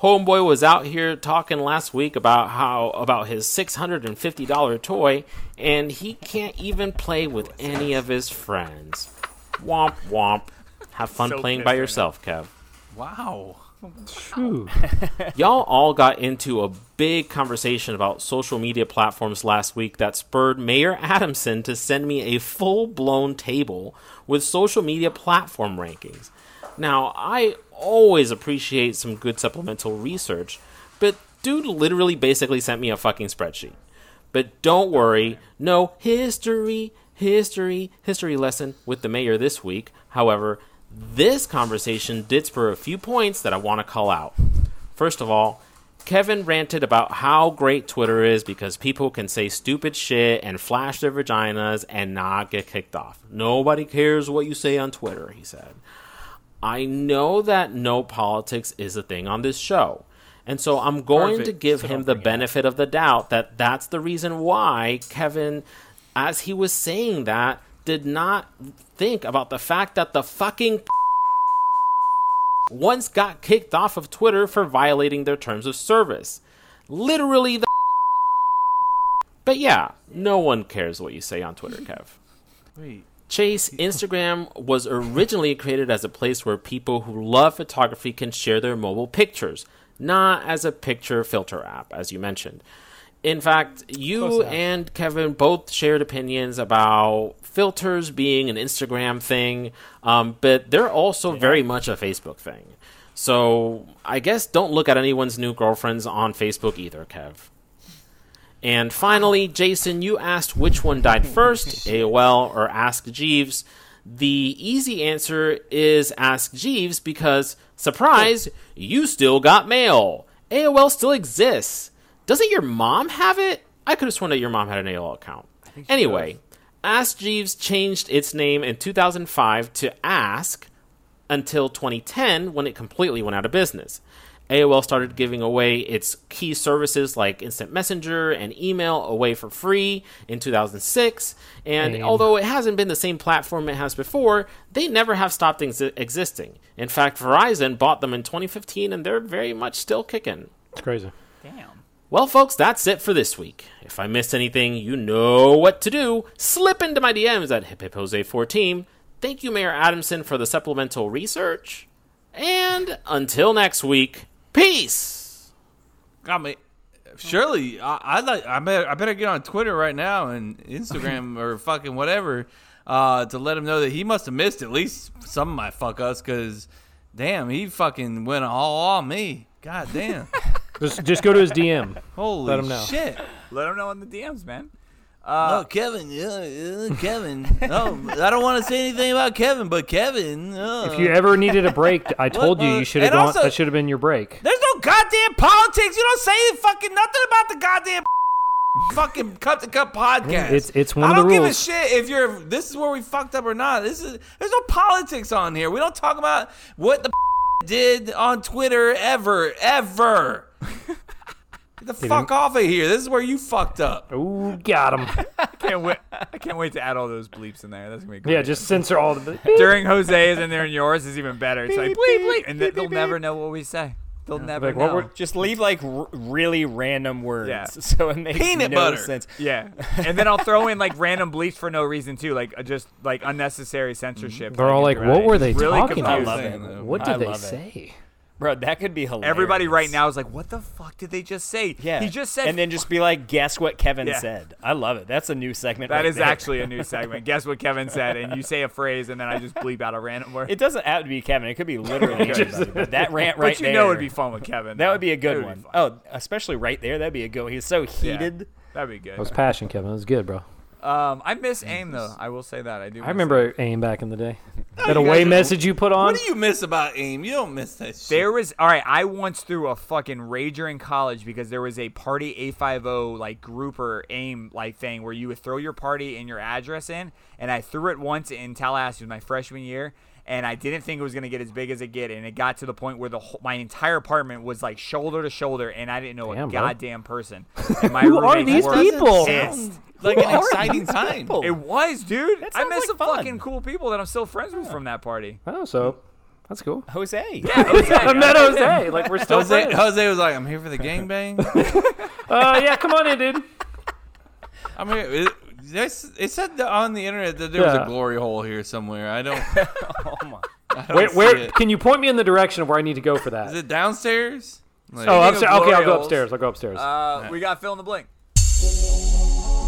S5: Homeboy was out here talking last week about how about his six hundred and fifty dollar toy, and he can't even play with any of his friends. Womp womp. Have fun
S2: So
S5: playing by
S2: pissed.
S5: yourself, Kev.
S2: Wow. Oh.
S5: Y'all all got into a big conversation about social media platforms last week that spurred Mayor Adamson to send me a full blown table with social media platform rankings. Now, I always appreciate some good supplemental research, but dude literally basically sent me a fucking spreadsheet. But don't worry, no history, history, history lesson with the mayor this week. However, this conversation did spur a few points that I want to call out. First of all, Kevin ranted about how great Twitter is because people can say stupid shit and flash their vaginas and not get kicked off. Nobody cares what you say on Twitter, he said. I know that no politics is a thing on this show. And so I'm going to
S2: Perfect.
S5: give him the benefit of the doubt that that's the reason why Kevin, as he was saying that, did not think about the fact that the fucking once got kicked off of Twitter for violating their terms of service. Literally the But yeah, no one cares what you say on Twitter, Kev.
S2: Wait.
S5: Chase, Instagram was originally created as a place where people who love photography can share their mobile pictures, not as a picture filter app, as you mentioned. In fact,
S2: Close
S5: you
S2: enough.
S5: and Kevin both shared opinions about filters being an Instagram thing, um, but they're also very much a Facebook thing. So I guess don't look at anyone's new girlfriends on Facebook either, Kev. And finally, Jason, you asked which one died first, AOL or Ask Jeeves. The easy answer is Ask Jeeves because, surprise, you still got mail. AOL still exists. Doesn't your mom have it? I could have sworn that your mom had an AOL account. Anyway, Ask Jeeves changed its name in 2005 to Ask until 2010 when it completely went out of business. AOL started giving away its key services like Instant Messenger and email away for free in 2006. And
S2: Lame.
S5: although it hasn't been the same platform it has before, they never have stopped ex- existing. In fact, Verizon bought them in 2015 and they're very much still kicking.
S4: It's crazy.
S5: Well, folks, that's it for this week. If I missed anything, you know what to do. Slip into my DMs at HipHipHose14. Thank you, Mayor Adamson, for the supplemental research. And until next week, peace.
S2: Got me. Surely, I, I like. I better, I better get on Twitter right now and Instagram or fucking whatever uh, to let him know that he must have missed at least some of my fuck ups because, damn, he fucking went all on me. God damn.
S4: Just, just go to his DM.
S2: Holy
S4: Let him know.
S2: shit.
S1: Let them know in the DMs, man.
S2: oh, Kevin. Uh, uh, Kevin. oh, I don't want to say anything about Kevin, but Kevin. Uh,
S4: If you ever needed a break, I told you you should have
S2: and
S4: gone.
S2: also-
S4: that should have been your break.
S2: There's no goddamn politics. You don't say fucking nothing about the goddamn fucking cut to cut podcast.
S4: It's- it's one of the
S2: I don't
S4: rules.
S2: give a shit if you're. This is where we fucked up or not. This is. There's no politics on here. We don't talk about what the did on Twitter ever, ever. Get the fuck off of here. This is where you fucked up.
S4: Ooh, got him.
S1: Can't wait. I can't wait to add all those bleeps in there. That's gonna be great.
S4: Yeah, just censor all the.
S1: during Jose's and during yours is even better. It's like bleep bleep, and th- they'll never know what we say. They'll never
S4: like,
S1: know.
S4: what were-
S3: Just leave like r- really random words,
S1: Yeah.
S3: so it makes
S2: Peanut
S3: no
S2: butter.
S3: sense.
S1: Yeah, and then I'll throw in like random bleeps for no reason too, like uh, just like unnecessary censorship.
S4: They're all like, "What were they talking
S1: confused.
S4: about? What
S3: I
S4: did they
S3: love it.
S4: say?"
S3: Bro, that could be hilarious.
S1: Everybody right now is like, "What the fuck did they just say?"
S3: Yeah.
S1: he just said.
S3: And then just be like, guess what Kevin
S1: Yeah.
S3: said. I love it. That's a new segment.
S1: that
S3: right
S1: is
S3: there.
S1: actually a new segment. Guess what Kevin said, and you say a phrase, and then I just bleep out a random word.
S3: It doesn't have to be Kevin. It could be literally anybody. But that rant
S1: but
S3: right
S1: you
S3: there.
S1: know it'd be fun with Kevin.
S3: That
S1: though.
S3: would be a
S1: It
S3: good
S1: would be
S3: one.
S1: fun.
S3: Oh, especially right there. That'd be a good. He's so heated.
S1: That'd be good.
S4: That was passion, Kevin. That was good, bro.
S1: Um, I miss aim though. I will say that I do. miss
S4: I
S1: AIM.
S4: remember AIM back in the day. that
S2: you
S4: away
S2: guys are-
S4: message you put on.
S2: What do you miss about AIM? You don't miss that shit.
S1: There was all right. I once threw a fucking rager in college because there was a party A five O like group or aim like thing where you would throw your party and your address in, and I threw it once in Tallahassee it was my freshman year, and I didn't think it was gonna get as big as it get, and it got to the point where the whole, my entire apartment was like shoulder to shoulder, and I didn't know
S4: Damn,
S1: a
S4: bro.
S1: goddamn person. And my
S4: Who are
S1: roommates
S4: these
S1: were
S4: people?
S1: pissed.
S2: like an exciting time.
S1: It was, dude.
S3: That
S1: I
S3: sounds
S1: met
S3: like
S1: some
S3: fun.
S1: fucking cool people that I'm still friends with from that party.
S4: Oh, so That's cool.
S3: Jose.
S4: Yeah, Jose. I met Jose. Like we're still
S2: Jose,
S4: friends.
S2: Jose was like, "I'm here for the gangbang."
S4: uh, yeah, come on in, dude.
S2: I mean, it, this- it said that on the internet that there was
S4: Yeah.
S2: a glory hole here somewhere. I don't. oh my!
S4: Where, where can you point me in the direction of where I need to go for that?
S2: Is it downstairs? Like-
S4: oh,
S2: Speaking
S4: upstairs.
S2: of
S4: Okay, I'll
S2: glory
S4: go
S2: holes-
S4: upstairs. I'll go upstairs.
S1: Uh, we got fill in the blank.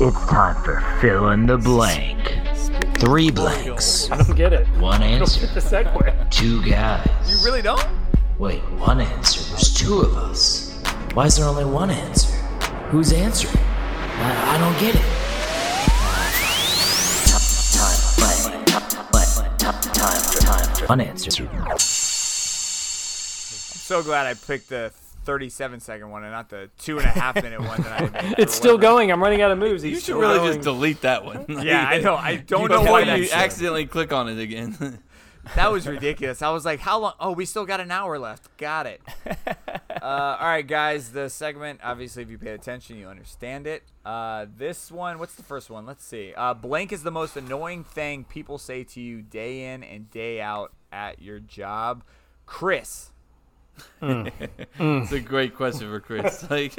S13: It's time for fill in the blank. Three blanks.
S4: I don't get it.
S13: One
S4: I don't
S13: answer.
S4: get the segue.
S13: Two guys.
S1: You really don't?
S13: Wait, one answer. There's two of us. Why is there only one answer? Who's answering? I, I don't get it. Time, time, blank, time, blank, time, time, time. One answer.
S1: I'm so glad I picked the 37 second one and not the two and a half minute one that I made.
S4: It's still going. I'm running out of moves. He's
S2: You should
S4: still
S2: really
S4: going.
S2: just delete that one.
S1: Yeah, I know. I don't
S2: You
S1: know
S2: can't-
S1: why
S2: you
S1: that-
S2: accidentally click on it again.
S1: That was ridiculous. I was like, how long? Oh, we still got an hour left. Got it. Uh, all right, guys. The segment, obviously, if you paid attention, you understand it. Uh, this one, what's the first one? Let's see. Uh, blank is the most annoying thing people say to you day in and day out at your job. Chris.
S2: It's a great question for Chris. Like,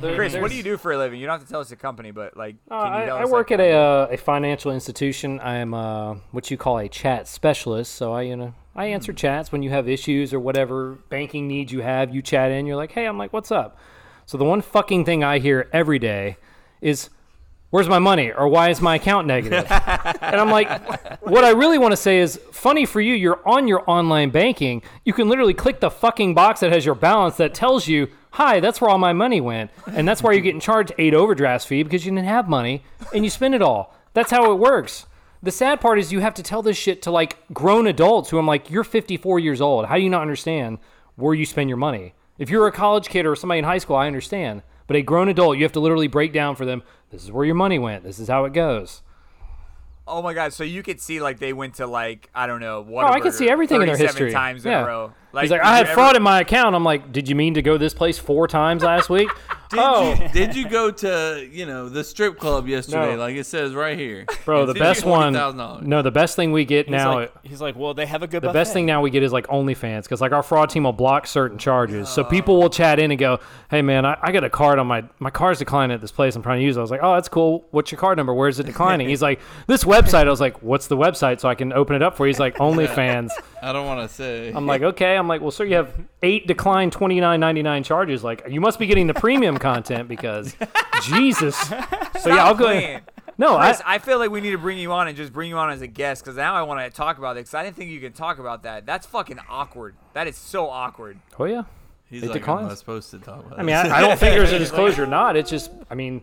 S1: Chris, what do you do for a living? You don't have to tell us the company, but like,
S4: Uh,
S1: can you
S4: I,
S1: tell
S4: I
S1: us?
S4: work at a, uh, a financial institution. I am uh, what you call a chat specialist. So I, you know, I
S1: Hmm.
S4: answer chats when you have issues or whatever banking needs you have. You chat in. You're like, hey, I'm like, what's up? So the one fucking thing I hear every day is, where's my money or why is my account negative? and I'm like, what I really want to say is, funny for you, you're on your online banking. You can literally click the fucking box that has your balance that tells you, hi, that's where all my money went. And that's why you're getting charged eight overdrafts fee because you didn't have money and you spend it all. That's how it works. The sad part is you have to tell this shit to like grown adults who I'm like, you're 54 years old. How do you not understand where you spend your money? If you're a college kid or somebody in high school, I understand. But a grown adult, you have to literally break down for them. This is where your money went. This is how it goes.
S1: Oh my god! So you could see like they went to like I don't know.
S4: Oh, I can see
S1: Whataburger
S4: everything in their
S1: 37
S4: history.
S1: times in
S4: yeah.
S1: a row.
S4: He's
S1: did
S4: like, I
S1: you
S4: had
S1: ever-
S4: fraud in my account. I'm like, did you mean to go this place four times last week? Oh,
S2: Did you did you go to you know the strip club yesterday?
S3: No.
S2: Like it says right here,
S4: bro, the
S2: It's
S4: best one.
S2: $40,000.
S4: No, the best thing we get
S3: He's
S4: now.
S3: like, he's like, well, they have a good.
S4: the best
S3: buffet."
S4: thing now we get is like OnlyFans because like our fraud team will block certain charges.
S1: Oh.
S4: So people will chat in and go, "Hey man, I, I got a card on my my card's declining at this place. I'm trying to use." it." I was like, "Oh, that's cool. What's your card number? Where is it declining?" He's like, "This website." I was like, "What's the website?" So I can open it up for you. He's like, "OnlyFans."
S2: I don't want to say.
S4: I'm like, okay. I'm like, well, sir, you have eight declined twenty nine ninety nine charges. Like, you must be getting the premium content because Jesus. So yeah, I'll go.
S1: playing.
S4: No, I,
S1: Chris, I, feel like we need to bring you on and just bring you on as a guest because now I want to talk about it because I didn't think you could talk about that. That's fucking awkward. That is so awkward.
S4: Oh yeah.
S2: He's
S4: It
S2: like,
S4: declines.
S2: I'm not supposed to talk about.
S4: I mean,
S2: this."
S4: I, I don't think there's a disclosure. or Not. It's just. I mean,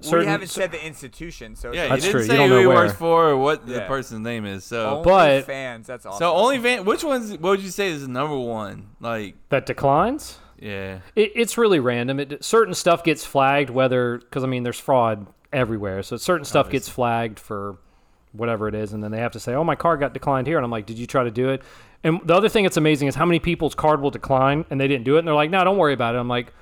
S1: we
S4: certain.
S1: haven't said the institution, so
S2: Yeah,
S1: it's
S2: you
S4: That's
S2: didn't
S4: true. You
S2: say
S4: don't
S2: who
S4: know
S2: he
S4: where.
S2: works for or what the
S1: Yeah.
S2: person's name is. So,
S4: But-
S1: fans. That's awesome.
S2: so only van. Which ones? What would you say is number one? Like,
S4: that declines.
S2: yeah,
S4: It, it's really random. It, certain stuff gets flagged, whether because I mean, there's fraud everywhere. So certain stuff gets flagged for whatever it is, and then they have to say, "Oh, my card got declined here," and I'm like, "Did you try to do it?" And the other thing that's amazing is how many people's card will decline and they didn't do it, and they're like, "No, don't worry about it." I'm like,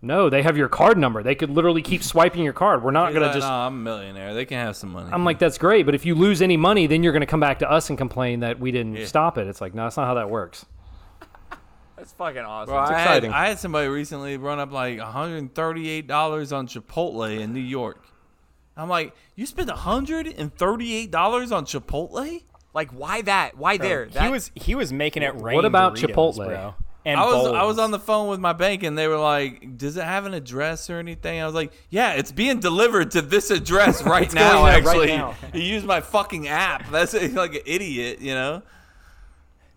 S4: "No, they have your card number. They could literally keep swiping your card. We're not
S2: He's
S4: gonna
S2: like,
S4: just."
S2: "No, I'm a millionaire. They can have some money.
S4: I'm like, "That's great," but if you lose any money, then you're gonna come back to us and complain that we didn't stop it. It's like, no, that's not how that works.
S1: that's fucking awesome.
S2: Bro, I
S4: exciting.
S2: Had, I had somebody recently run up like $138 on Chipotle in New York. I'm like, you spent $138 on Chipotle?
S1: Like, why that? Why there?
S3: he
S1: That-
S3: was he was making it rain.
S4: about
S3: burritos,
S4: Chipotle?
S3: bro. And
S2: I was I
S3: bowls.
S2: was on the phone with my bank and they were like, "Does it have an address or anything?" I was like, "Yeah, it's being delivered to this address right now."
S3: going there right
S2: actually,
S3: now.
S2: you use my fucking app. That's like an idiot, you know.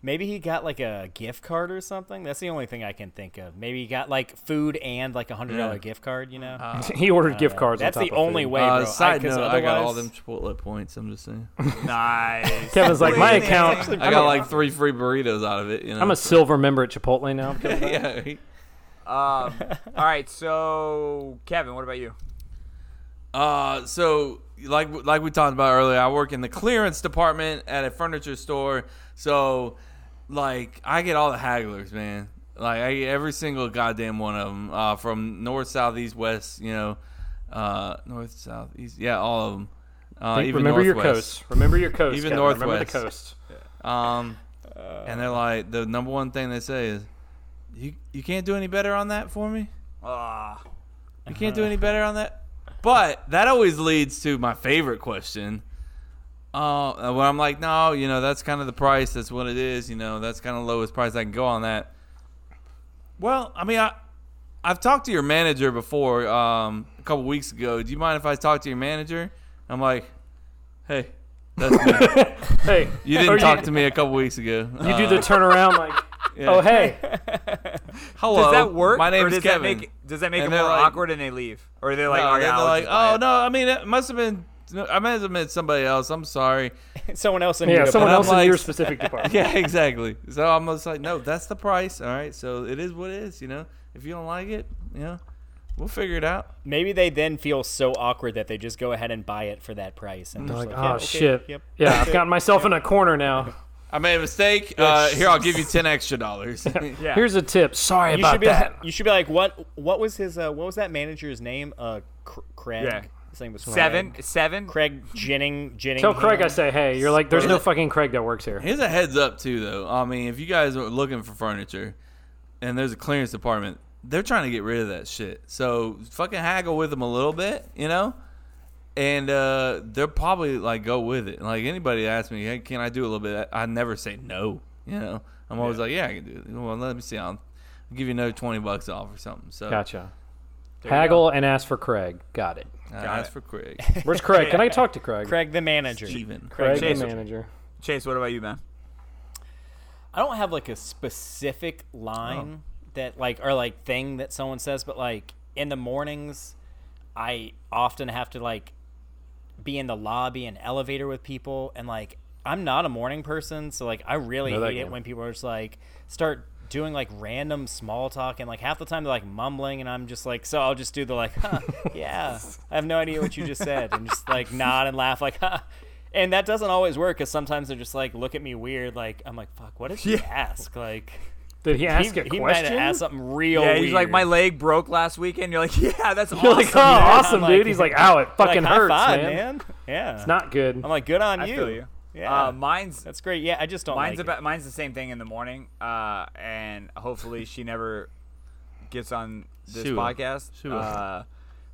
S3: Maybe he got like a gift card or something. That's the only thing I can think of. Maybe he got like food and like a hundred dollar
S2: Yeah.
S3: gift card. You know,
S4: he ordered gift
S3: know.
S4: cards on
S3: That's
S4: top
S3: the
S4: of
S3: only
S4: food.
S3: way, bro.
S2: Uh, side
S3: I, 'cause
S2: note, I got all
S3: otherwise-
S2: them Chipotle points. I'm just saying.
S1: nice.
S4: Kevin's like, my account.
S2: I got like three free burritos out of it. You know,
S4: I'm a silver member at Chipotle now.
S2: yeah. right.
S1: Um, all right, so Kevin, what about you?
S2: Uh, so like like we talked about earlier, I work in the clearance department at a furniture store. So like I get all the hagglers, man. Like I get every single goddamn one of them uh, from north, south, east, west. You know, uh, north, south, east. Yeah, all of them. Uh,
S4: Think-
S2: even
S4: remember your
S2: northwest.
S4: coast. Remember your coast.
S2: Even
S4: Kevin. Remember
S2: northwest.
S4: the coast.
S2: Um, and they're like, the number one thing they say is, "You you can't do any better on that for me." Ah, you can't do any better on that. But that always leads to my favorite question. Uh, where I'm like, no, you know, that's kind of the price. That's what it is. You know, that's kind of lowest price I can go on that. Well, I mean, I, I've talked to your manager before um, a couple weeks ago. Do you mind if I talk to your manager? I'm like, hey, that's me.
S4: Hey.
S2: you
S4: Or
S2: didn't
S4: you-
S2: talk to me a couple weeks ago. Uh,
S4: You do the turnaround like, oh hey,
S2: hello.
S1: Does that work?
S2: My name
S1: or
S2: is
S1: does
S2: Kevin.
S1: That make, does that make
S2: And
S1: it
S2: they're
S1: more
S2: like-
S1: awkward and they leave? Or they're like,
S2: No,
S1: "All right,
S2: then
S1: I'll
S2: they're like,
S1: just buy
S2: oh
S1: it."
S2: no, I mean, it must have been, I must have met somebody else. I'm sorry.
S3: someone else in Yeah, your someone
S2: And
S3: else
S2: I'm
S3: in your specific department.
S2: yeah, exactly. So I'm just like, no, that's the price. All right, so it is what it is. You know, if you don't like it, you know, we'll figure it out.
S3: Maybe they then feel so awkward that they just go ahead and buy it for that price. And
S4: They're
S3: just
S4: like,
S3: yeah,
S4: oh
S3: okay,
S4: shit,
S3: Yep.
S4: yeah, I've gotten myself in a corner now.
S2: I made a mistake. Uh, here, I'll give you ten extra dollars. yeah.
S4: Here's a tip. Sorry
S3: You should
S4: about
S3: be.
S4: that.
S3: You should be like, what? What was his? Uh, what was that manager's name? Uh, Cr- Craig.
S1: Yeah.
S3: His name was
S1: Seven-
S3: Craig.
S1: Seven.
S3: Craig Jennings. Jennings.
S4: Tell Craig I say hey. You're like, there's no fucking Craig that works here.
S2: Here's a heads up too, though. I mean, if you guys are looking for furniture, and there's a clearance department, they're trying to get rid of that shit. So fucking haggle with them a little bit, you know. And uh, they'll probably like go with it. Like anybody asks me, hey, can I do a little bit? I I never say no. You know, I'm always like, yeah, I can do it. Well, let me see. I'll give you another twenty bucks off or something. So
S4: Gotcha.
S2: There you
S4: Haggle and ask for Craig. Got it.
S2: Uh, ask for Craig.
S4: Where's Craig? Can I talk to Craig?
S3: Craig the manager.
S2: Steven.
S4: Craig,
S1: Chase,
S4: the manager.
S1: Chase, what about you, man?
S3: I don't have like a specific line
S4: Oh.
S3: that like or like thing that someone says, but like in the mornings, I often have to like be in the lobby and elevator with people, and like I'm not a morning person, so like I really
S4: Know
S3: hate
S4: that
S3: it
S4: game.
S3: when people are just like start doing like random small talk and like half the time they're like mumbling and I'm just like so I'll just do the like huh, yeah I have no idea what you just said and just like nod and laugh like huh. and that doesn't always work because sometimes they're just like look at me weird like I'm like fuck what did he ask like
S4: Did he ask a
S3: he might have
S4: question?
S3: asked something
S2: Oh,
S3: real
S1: Yeah, he's like,
S3: weird.
S1: my leg broke last weekend. You're like, yeah, that's
S4: You're like,
S1: awesome. dude."
S4: "Oh, awesome, dude." He's like, "Ow, it fucking
S3: high
S4: hurts,
S3: five,
S4: man."
S3: yeah
S4: It's not good.
S3: I'm like good on
S1: I
S3: you
S1: feel you.
S3: yeah
S1: Uh, mine's
S3: that's great yeah I just don't
S1: mine's
S3: like it.
S1: about mine's the same thing in the morning, uh, and hopefully she never gets on this
S2: She will.
S1: podcast.
S2: She will.
S1: Uh,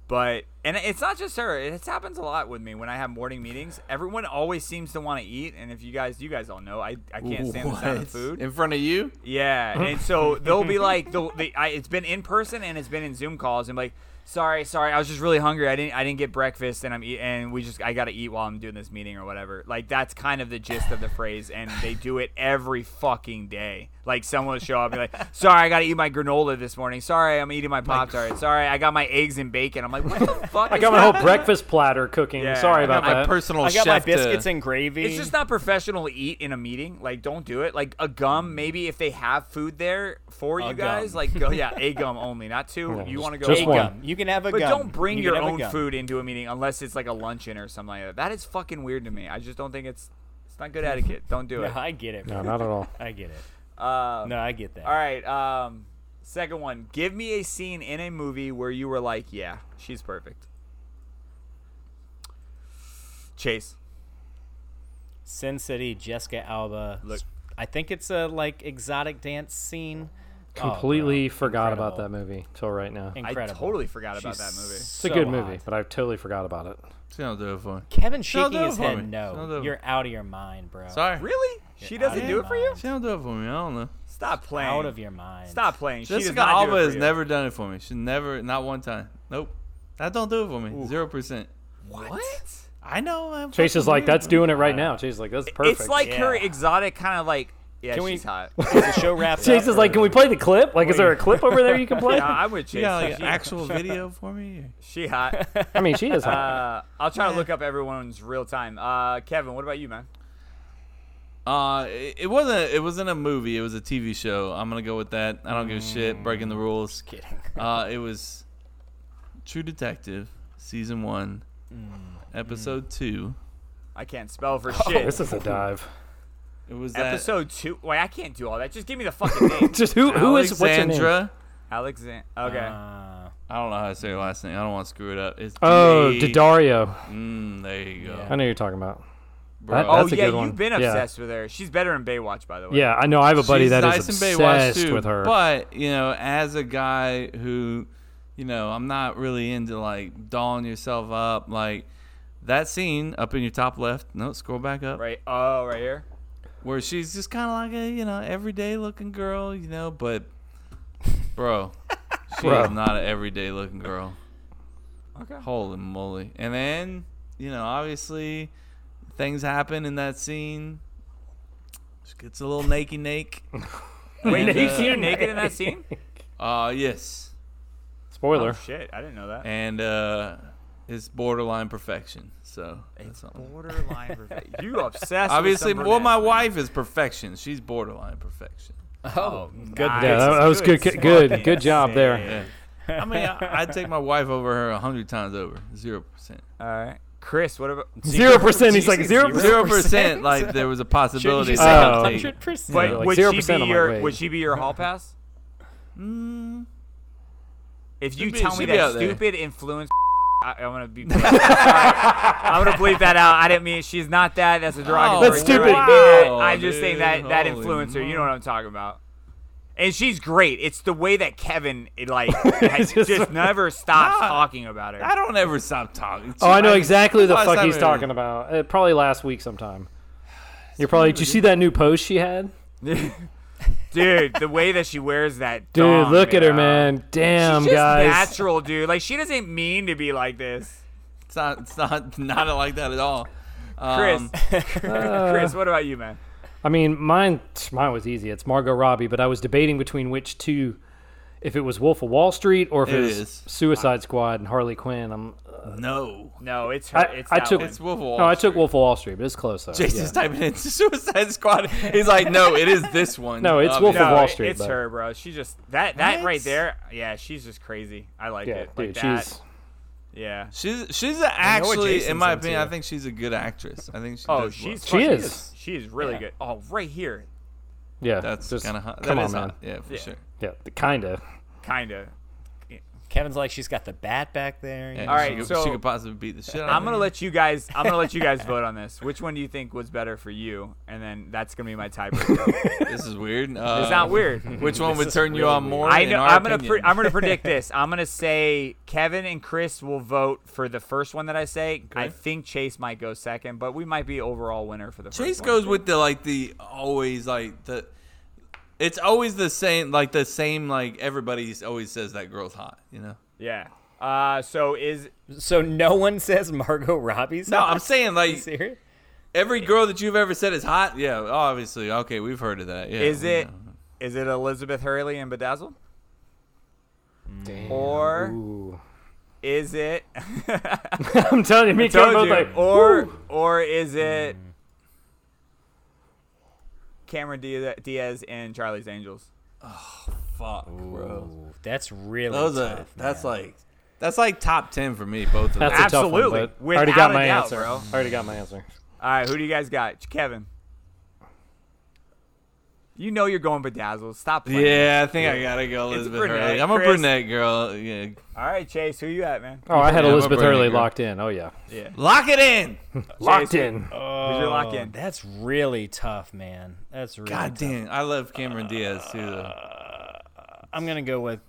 S1: but and it's not just her; it happens a lot with me when I have morning meetings. Everyone always seems to want to eat, and if you guys, you guys all know, I, I can't stand the sound
S2: What?
S1: of food.
S2: in front of you.
S1: Yeah, and so they'll be like, they'll, they, I, it's been in person and it's been in Zoom calls, and like, sorry, sorry, I was just really hungry. I didn't, I didn't get breakfast, and I'm, eat, and we just, I gotta eat while I'm doing this meeting or whatever. Like that's kind of the gist of the phrase, and they do it every fucking day. Like someone will show up and be like, sorry, I gotta eat my granola this morning. Sorry, I'm eating my pop tart. Sorry, I got my eggs and bacon. I'm like, what the fuck?
S4: I
S1: is
S4: got my whole
S1: happening?
S4: breakfast platter cooking.
S1: Yeah,
S4: Sorry
S1: I got
S4: about
S1: my
S4: that.
S2: personal
S3: I got my
S2: chef to-
S3: biscuits and gravy
S1: It's just not professional to eat in a meeting. Like, don't do it. Like a gum, maybe if they have food there for
S3: A
S1: you guys,
S3: gum.
S1: like go yeah, a gum only, not two.
S4: Yeah,
S1: you want to go
S4: just
S1: a
S4: one.
S1: gum.
S3: You can have a
S1: But
S3: gum.
S1: don't bring
S3: You can
S1: your
S3: have a
S1: own
S3: gum.
S1: food into a meeting unless it's like a luncheon or something like that. That is fucking weird to me. I just don't think it's it's not good etiquette. Don't do
S3: No,
S1: it.
S3: I get it.
S4: No,
S3: man.
S4: not at all.
S3: I get it.
S1: Uh,
S3: No, I get that.
S1: All right. Um, second one. Give me a scene in a movie where you were like, yeah, she's perfect. Chase.
S3: Sin City, Jessica Alba.
S1: Look.
S3: I think it's a like exotic dance scene. Oh, bro.
S4: Completely forgot about that movie till right now.
S3: Incredible.
S1: I totally forgot about
S3: She's
S1: that movie.
S4: It's a
S3: so
S4: good
S3: hot.
S4: movie, but I totally forgot about it.
S2: She don't do it for me.
S3: Kevin
S2: She don't
S3: shaking
S2: do it
S3: his
S2: for
S3: head.
S2: me. She don't do
S3: No,
S2: it-
S3: you're out of your mind, bro.
S2: Sorry.
S1: Really? She doesn't
S3: out
S1: do
S3: of
S1: it for you?
S2: She don't do it for me. I don't know.
S1: Stop playing.
S3: Out of your mind.
S1: Stop playing. She does
S2: Jessica
S1: not do
S2: Alba
S1: it for
S2: has
S1: you.
S2: never done it for me. She never, not one time. Nope. That don't do it for me. Zero percent.
S1: What?
S2: I know. I'm
S4: Chase is
S2: fucking
S4: like,
S2: weird.
S4: that's doing it right now. Chase is like, that's perfect.
S1: It's like her
S3: Yeah.
S1: exotic kind of like. Yeah,
S3: Can we-
S1: she's hot.
S3: The show wraps
S4: Chase
S3: up,
S4: is like,
S3: or-
S4: can we play the clip? Like, is there a clip over there you can play?
S1: Yeah, I'm with Chase.
S2: You got like
S1: she,
S2: an actual video for me?
S1: she hot.
S4: I mean, she is. hot.
S1: Uh, I'll try to look up everyone's real time. Uh, Kevin, what about you, man?
S2: Uh, it, it wasn't. It wasn't a movie. It was a TV show. I'm gonna go with that. I don't give a shit. Breaking the rules.
S3: Kidding.
S2: Uh, it was True Detective season one, Mm. episode two.
S1: I can't spell for
S4: Oh,
S1: shit.
S4: this is a dive.
S2: It was that
S1: Episode two. Wait, I can't do all that. Just give me the fucking name.
S4: Just who? Who is? What's her name?
S2: Alexandra.
S1: Alexander. Okay.
S3: Uh,
S2: I don't know how to say her last name. I don't want to screw it up. It's
S4: Oh,
S2: D-
S4: Daddario.
S2: Mm, there you go.
S4: I know who you're talking about. That-
S1: oh
S4: that's a
S1: yeah,
S4: good one.
S1: you've been
S4: Yeah.
S1: obsessed with her. She's better in Baywatch, by the way.
S4: Yeah, I know. I have a buddy
S2: She's
S4: that is
S2: nice in Baywatch,
S4: obsessed
S2: too,
S4: with her.
S2: But you know, as a guy who, you know, I'm not really into like dolling yourself up. Like that scene up in your top left. No, scroll back up.
S1: Right. Oh, right here.
S2: Where she's just kind of like a you know everyday looking girl, you know, but bro, she
S4: Bro.
S2: is not an everyday looking girl.
S1: Okay.
S2: Holy moly! And then you know, obviously, things happen in that scene. She gets a little naked, naked.
S1: Wait, did you see her naked in that scene?
S2: Uh, yes.
S1: Oh, shit, I didn't know that.
S2: And uh, it's borderline perfection. So that's something.
S1: Borderline perfect. You obsessed.
S2: Obviously,
S1: with some
S2: well,
S1: brunette.
S2: my wife is perfection. She's borderline perfection.
S1: Oh,
S4: Good- nice. yeah, that- that was good- good- good- good job there.
S2: Yeah. I mean, I, I'd take my wife over her a hundred times over. Zero percent.
S1: All right, Chris. What about
S4: Zero percent, he's like, zero
S2: Zero percent. Like there was a possibility.
S4: say
S2: that I'd take-
S4: 100%?
S2: you know,
S1: But
S4: like
S1: would
S4: 0%
S1: she be
S4: I'm like,
S1: your
S4: wait.
S1: would she be your hall pass? Hmm. If you
S2: She'd be-
S1: tell me
S2: she'd be
S1: that
S2: out there.
S1: stupid influence, I, I'm gonna be. All right, I'm gonna bleep that out. I didn't mean she's not that. That's a derogatory.
S4: That's
S1: term.
S4: stupid.
S1: I-
S4: Wow,
S1: I'm just saying that
S4: dude.
S1: that
S4: Holy
S1: influencer. You know what I'm talking about. And she's great. It's the way that Kevin it, like has just, never stops talking about her.
S2: I don't ever stop talking.
S4: Oh, I know exactly the
S2: Last
S4: fuck
S2: time
S4: he's
S2: we-
S4: talking about. Uh, probably last week sometime. You're probably. Did you see that new post she had?
S1: dude. The way that she wears that.
S4: Dude,
S1: dong,
S4: look at her, man. Damn,
S1: she's just
S4: guys.
S1: Natural, dude. Like she doesn't mean to be like this.
S2: It's not. It's not. Not like that at all.
S1: Chris,
S2: Um,
S1: Chris, what about you, man?
S4: I mean, mine mine was easy. It's Margot Robbie, but I was debating between which two, if it was Wolf of Wall Street or if it,
S2: It
S4: was
S2: is.
S4: Suicide Squad and Harley Quinn. I'm.
S2: No.
S1: No, it's her.
S4: I,
S1: it's
S4: I
S1: that
S4: took
S1: one.
S2: Wall
S4: no, I took Wolf of Wall Street, but it's close though.
S2: Jason's
S4: yeah.
S2: typing in Suicide Squad. He's like, no, it is this one. Uh,
S4: No, it's Wolf of
S2: Obviously.
S4: Wall
S1: it-
S4: Street,
S1: It's
S4: but-
S1: her, bro. She just that that
S2: What?
S1: right there. Yeah, she's just crazy. I like
S4: Yeah,
S1: it. Like
S4: dude,
S1: that.
S4: she's-
S1: Yeah.
S2: She's she's a,
S1: I know what
S2: actually, in
S1: Jason's
S2: my
S1: into.
S2: opinion, I think she's a good actress. I think she.
S1: Oh,
S2: does
S1: she's
S2: well.
S1: fucking- She is really good. Oh, right here.
S4: Yeah,
S2: That's
S4: just-
S2: kinda hot.
S4: Come
S2: That
S4: on,
S2: is
S4: man.
S2: hot. Yeah, for
S1: Yeah.
S2: sure.
S4: Yeah, kinda.
S1: Kinda.
S3: Kevin's like she's got the bat back there. you
S2: Yeah,
S3: know?
S1: All
S2: she
S1: right,
S2: could-
S1: so
S2: she could possibly beat the shit out of
S1: I'm gonna
S2: me.
S1: let you guys. I'm gonna let you guys vote on this. Which one do you think was better for you? And then that's gonna be my tiebreaker.
S2: This is weird.
S1: it's
S2: Uh,
S1: not weird.
S2: Which one would turn you on more?
S1: I
S2: in
S1: know.
S2: our
S1: I'm gonna. Pre-
S2: opinion?
S1: I'm gonna predict this. I'm gonna say Kevin and Chris will vote for the first one that I say. I think Chase might go second, but we might be overall winner for the
S2: Chase
S1: first one.
S2: goes with the like the always like the. It's always the same, like the same, like everybody always says that girl's hot, you know.
S1: Yeah. Uh, so is
S3: So no one says Margot Robbie's.
S2: No,
S3: hot?
S2: I'm saying
S3: You
S2: like
S3: serious?
S2: every girl that you've ever said is hot. Yeah, obviously. Okay, we've heard of that. Yeah.
S1: is
S2: we
S1: it
S2: know.
S1: is it Elizabeth Hurley and Bedazzled? Or is it?
S4: I'm telling you, me
S1: I
S4: and Kevin
S1: told
S4: both
S1: you.
S4: like, Mm.
S1: or
S4: woo.
S1: or is it Cameron Diaz, Diaz and Charlie's Angels?
S2: Fuck, bro.
S3: Ooh, that's really
S2: Those
S3: tough.
S2: are, that's like that's like top ten for me. Both of them.
S4: That's a tough one,
S1: Absolutely.
S4: but I already got
S1: Without a
S4: my
S1: doubt,
S4: answer.
S1: bro.
S4: I already got my answer.
S1: All right, who do you guys got? Kevin. You know you're going bedazzled. Stop playing.
S2: yeah, I think I gotta go
S1: It's a
S2: Elizabeth
S1: brunette,
S2: Hurley. I'm a
S1: Chris.
S2: brunette girl. Yeah.
S1: All right, Chase, who you at, man?
S4: Oh, I had
S2: Yeah, I'm a
S4: Elizabeth
S2: Bernie
S4: Hurley
S2: girl.
S4: locked in. Oh yeah,
S1: Yeah.
S2: Lock it in.
S4: locked
S1: Jason.
S4: in.
S1: Who's your lock in?
S3: That's really tough, man. That's really
S2: God
S3: tough.
S2: damn, I love Cameron Diaz too. Though.
S3: I'm gonna go with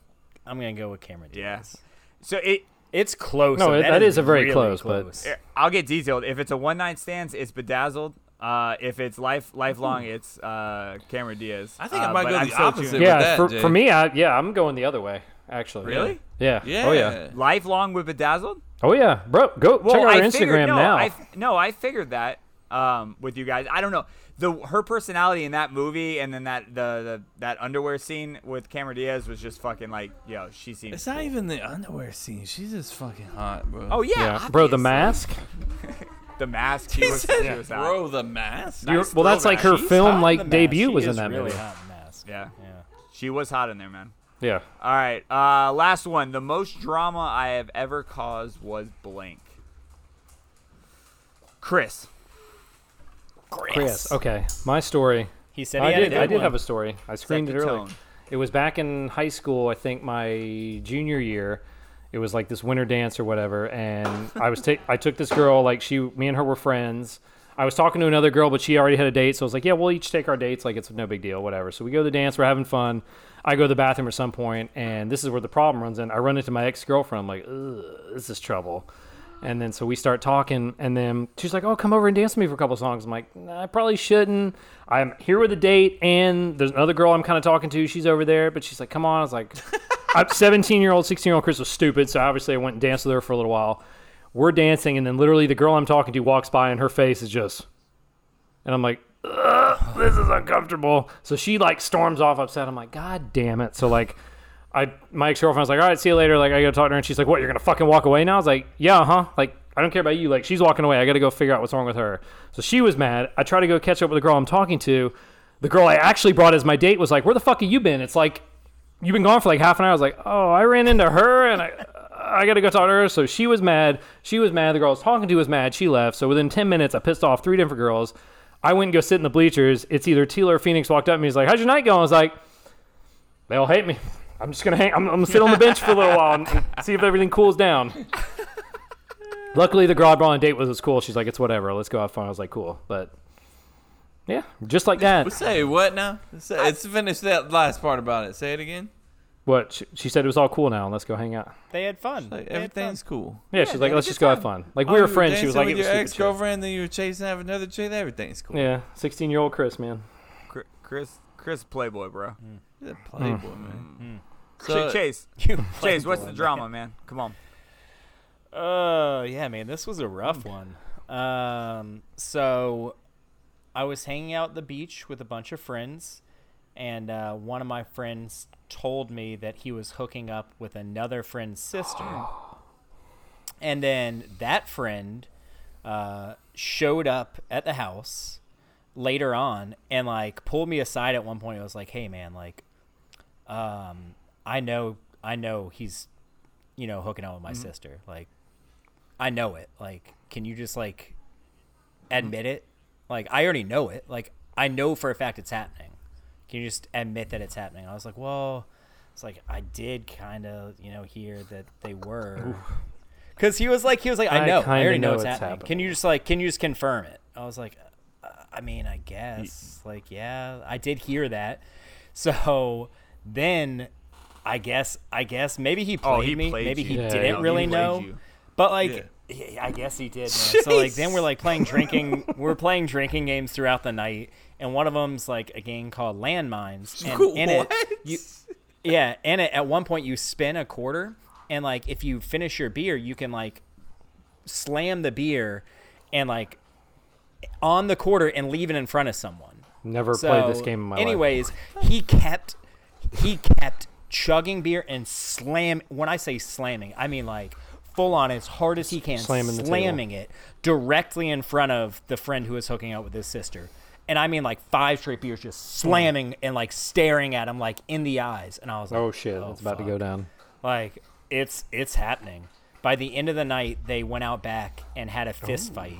S3: I'm gonna go with Cameron. Diaz.
S1: Yeah. So it
S3: It's close.
S4: No,
S3: though.
S4: it- that is a very
S3: really
S4: close, but-
S1: Here, I'll get detailed. If it's a one night stand, it's bedazzled. Uh, if it's life lifelong, it's uh, Cameron Diaz.
S2: I think I
S1: Uh,
S2: might
S1: but
S2: go
S1: I'm
S2: the
S1: still
S2: opposite
S1: choosing-
S2: with
S4: yeah,
S2: that,
S4: for,
S2: Jake.
S4: for me, I, yeah, I'm going the other way. Actually,
S2: Really?
S4: Yeah.
S2: Yeah.
S4: Oh yeah.
S1: Life long with bedazzled.
S4: Oh yeah, bro. Go check out
S1: I
S4: her Instagram
S1: figured- no,
S4: now.
S1: I, f- no, I figured that um, with you guys. I don't know the her personality in that movie, and then that the, the that underwear scene with Cameron Diaz was just fucking like, yo, she seems.
S2: It's not even the underwear scene. She's just fucking hot, bro.
S1: Oh yeah,
S4: yeah, bro. The
S1: obviously.
S4: mask.
S1: the mask. She
S2: He
S1: was,
S2: said,
S1: she was out.
S2: bro, the mask.
S4: You're- well, that's like her
S3: She's hot
S4: film
S3: in
S4: like
S3: the mask.
S4: debut
S3: She
S4: was in
S3: is
S4: that
S3: really
S4: movie.
S3: hot in the mask.
S1: Yeah,
S3: Yeah.
S1: she was hot in there, man.
S4: Yeah.
S1: All right, uh, last one. The most drama I have ever caused was blank. Chris.
S3: Chris.
S4: Chris. Okay. My story.
S3: He said he
S4: I
S3: had
S4: did.
S3: A good
S4: I did
S3: one.
S4: have a story. I screened it
S1: the
S4: early.
S1: tone.
S4: It was back in high school. I think my junior year. It was like this winter dance or whatever, and I was ta- I took this girl like she, me and her were friends. I was talking to another girl, but she already had a date. So I was like, yeah, we'll each take our dates. Like, it's no big deal, whatever. So we go to the dance, we're having fun. I go to the bathroom at some point, and this is where the problem runs in. I run into my ex girlfriend. I'm like, Ugh, this is trouble. And then so we start talking, and then she's like, "Oh, come over and dance with me for a couple songs." I'm like, nah, "I probably shouldn't. I'm here with a date, and there's another girl I'm kind of talking to. She's over there, but she's like, "Come on." I was like, I'm 17 year old, 16 year old Chris was stupid, so obviously I went and danced with her for a little while. We're dancing, and then literally the girl I'm talking to walks by, and her face is just, and I'm like, "Ugh, "This is uncomfortable." So she like storms off upset. I'm like, "God damn it!" So like. I my ex girlfriend was like, "All right, see you later." Like, I gotta talk to her, and she's like, "What? You're gonna fucking walk away now?" I was like, "Yeah, huh?" Like, I don't care about you. Like, she's walking away. I gotta go figure out what's wrong with her. So she was mad. I try to go catch up with the girl I'm talking to. The girl I actually brought as my date was like, "Where the fuck have you been?" It's like you've been gone for like half an hour. I was like, "Oh, I ran into her, and I." I gotta go talk to her. So she was mad. She was mad. The girl I was talking to was mad. She left. So within ten minutes, I pissed off three different girls. I went and go sit in the bleachers. It's either Teal or Phoenix walked up to me. He's like, "How's your night going?" I was like, "They all hate me." I'm just gonna hang. I'm, I'm gonna sit on the bench for a little while and see if everything cools down. Luckily, the girl I brought on a date with was cool. She's like, "It's whatever. Let's go have fun." I was like, "Cool," but yeah, just like that.
S2: Say what now? Say, let's finish that last part about it. Say it again.
S4: What she, she said it was all cool now. and Let's go hang out.
S3: They had fun.
S2: Like, everything's cool.
S4: Yeah, she's like, "Let's just go have fun." Like we were friends. She was like, "It
S2: with
S4: was
S2: your
S4: stupid
S2: ex
S4: shit."
S2: girlfriend, then you were chasing have another chick. Everything's cool.
S4: Yeah, sixteen year old Chris, man.
S1: Cr- Chris, Chris Playboy, bro.
S3: Mm.
S2: He's a playboy,
S1: Mm.
S2: man.
S1: Ch-
S2: So-
S1: Chase,
S2: You
S1: Chase, what's
S2: playboy,
S1: the drama, man? Come on.
S3: Oh, yeah, man. This was a rough one. Um, so I was hanging out at the beach with a bunch of friends, and uh, one of my friends told me that he was hooking up with another friend's sister. and then that friend uh, showed up at the house later on and like pulled me aside at one point. It was like, "Hey, man, like, um, I know, I know he's, you know, hooking out with my
S5: Mhm.
S3: sister. Like, I know it. Like, can you just like admit it? Like, I already know it. Like, I know for a fact it's happening. Can you just admit that it's happening?" I was like, "Well." It's like I did kind of, you know, hear that they were, because he was like, he was like, I,
S4: I
S3: know,
S4: kinda
S3: I already know,
S4: know
S3: it's
S4: it's
S3: happening.
S4: happening.
S3: Can you just like, can you just confirm it? I was like, uh, I mean, I guess, like, yeah, I did hear that. So then, I guess, I guess maybe he played
S1: Oh, he
S3: me.
S1: played
S3: Maybe
S1: you.
S3: he
S1: Yeah,
S3: didn't
S1: he
S3: really
S1: played
S3: know.
S1: you.
S3: But like, yeah, I guess he did. Man. So like, then we're like playing drinking. we're playing drinking games throughout the night, and one of them's like a game called Landmines, and in it, you, yeah, and it, at one point you spin a quarter, and like if you finish your beer, you can like slam the beer, and like on the quarter and leave it in front of someone.
S4: Never
S3: So,
S4: played this game in my life.
S3: anyways, he kept he kept chugging beer and slam. When I say slamming, I mean like full on as hard as he can,
S4: Slamming the table.
S3: slamming it directly in front of the friend who was hooking out with his sister. And I mean like five straight beers, just
S4: Hmm.
S3: slamming and like staring at him like in the eyes. And I was like,
S4: Oh shit, it's about to go down.
S3: like it's it's happening. By the end of the night, they went out back and had a
S2: Oh.
S3: fist fight,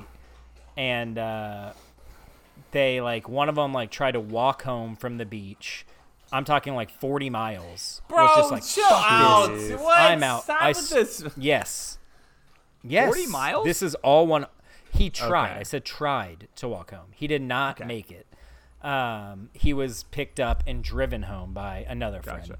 S3: and uh, they like one of them like tried to walk home from the beach. I'm talking like 40 miles.
S2: Bro,
S3: was just like,
S2: chill
S3: "Fuck
S1: Oh,
S2: out.
S3: this.
S2: What?
S3: I'm out.
S2: Stop
S3: I
S2: with
S3: s-
S2: this.
S3: Yes. Yes.
S2: 40 miles?
S3: This is all one. He tried.
S2: Okay.
S3: I said tried to walk home. He did not make it. Um, he was picked up and driven home by another friend.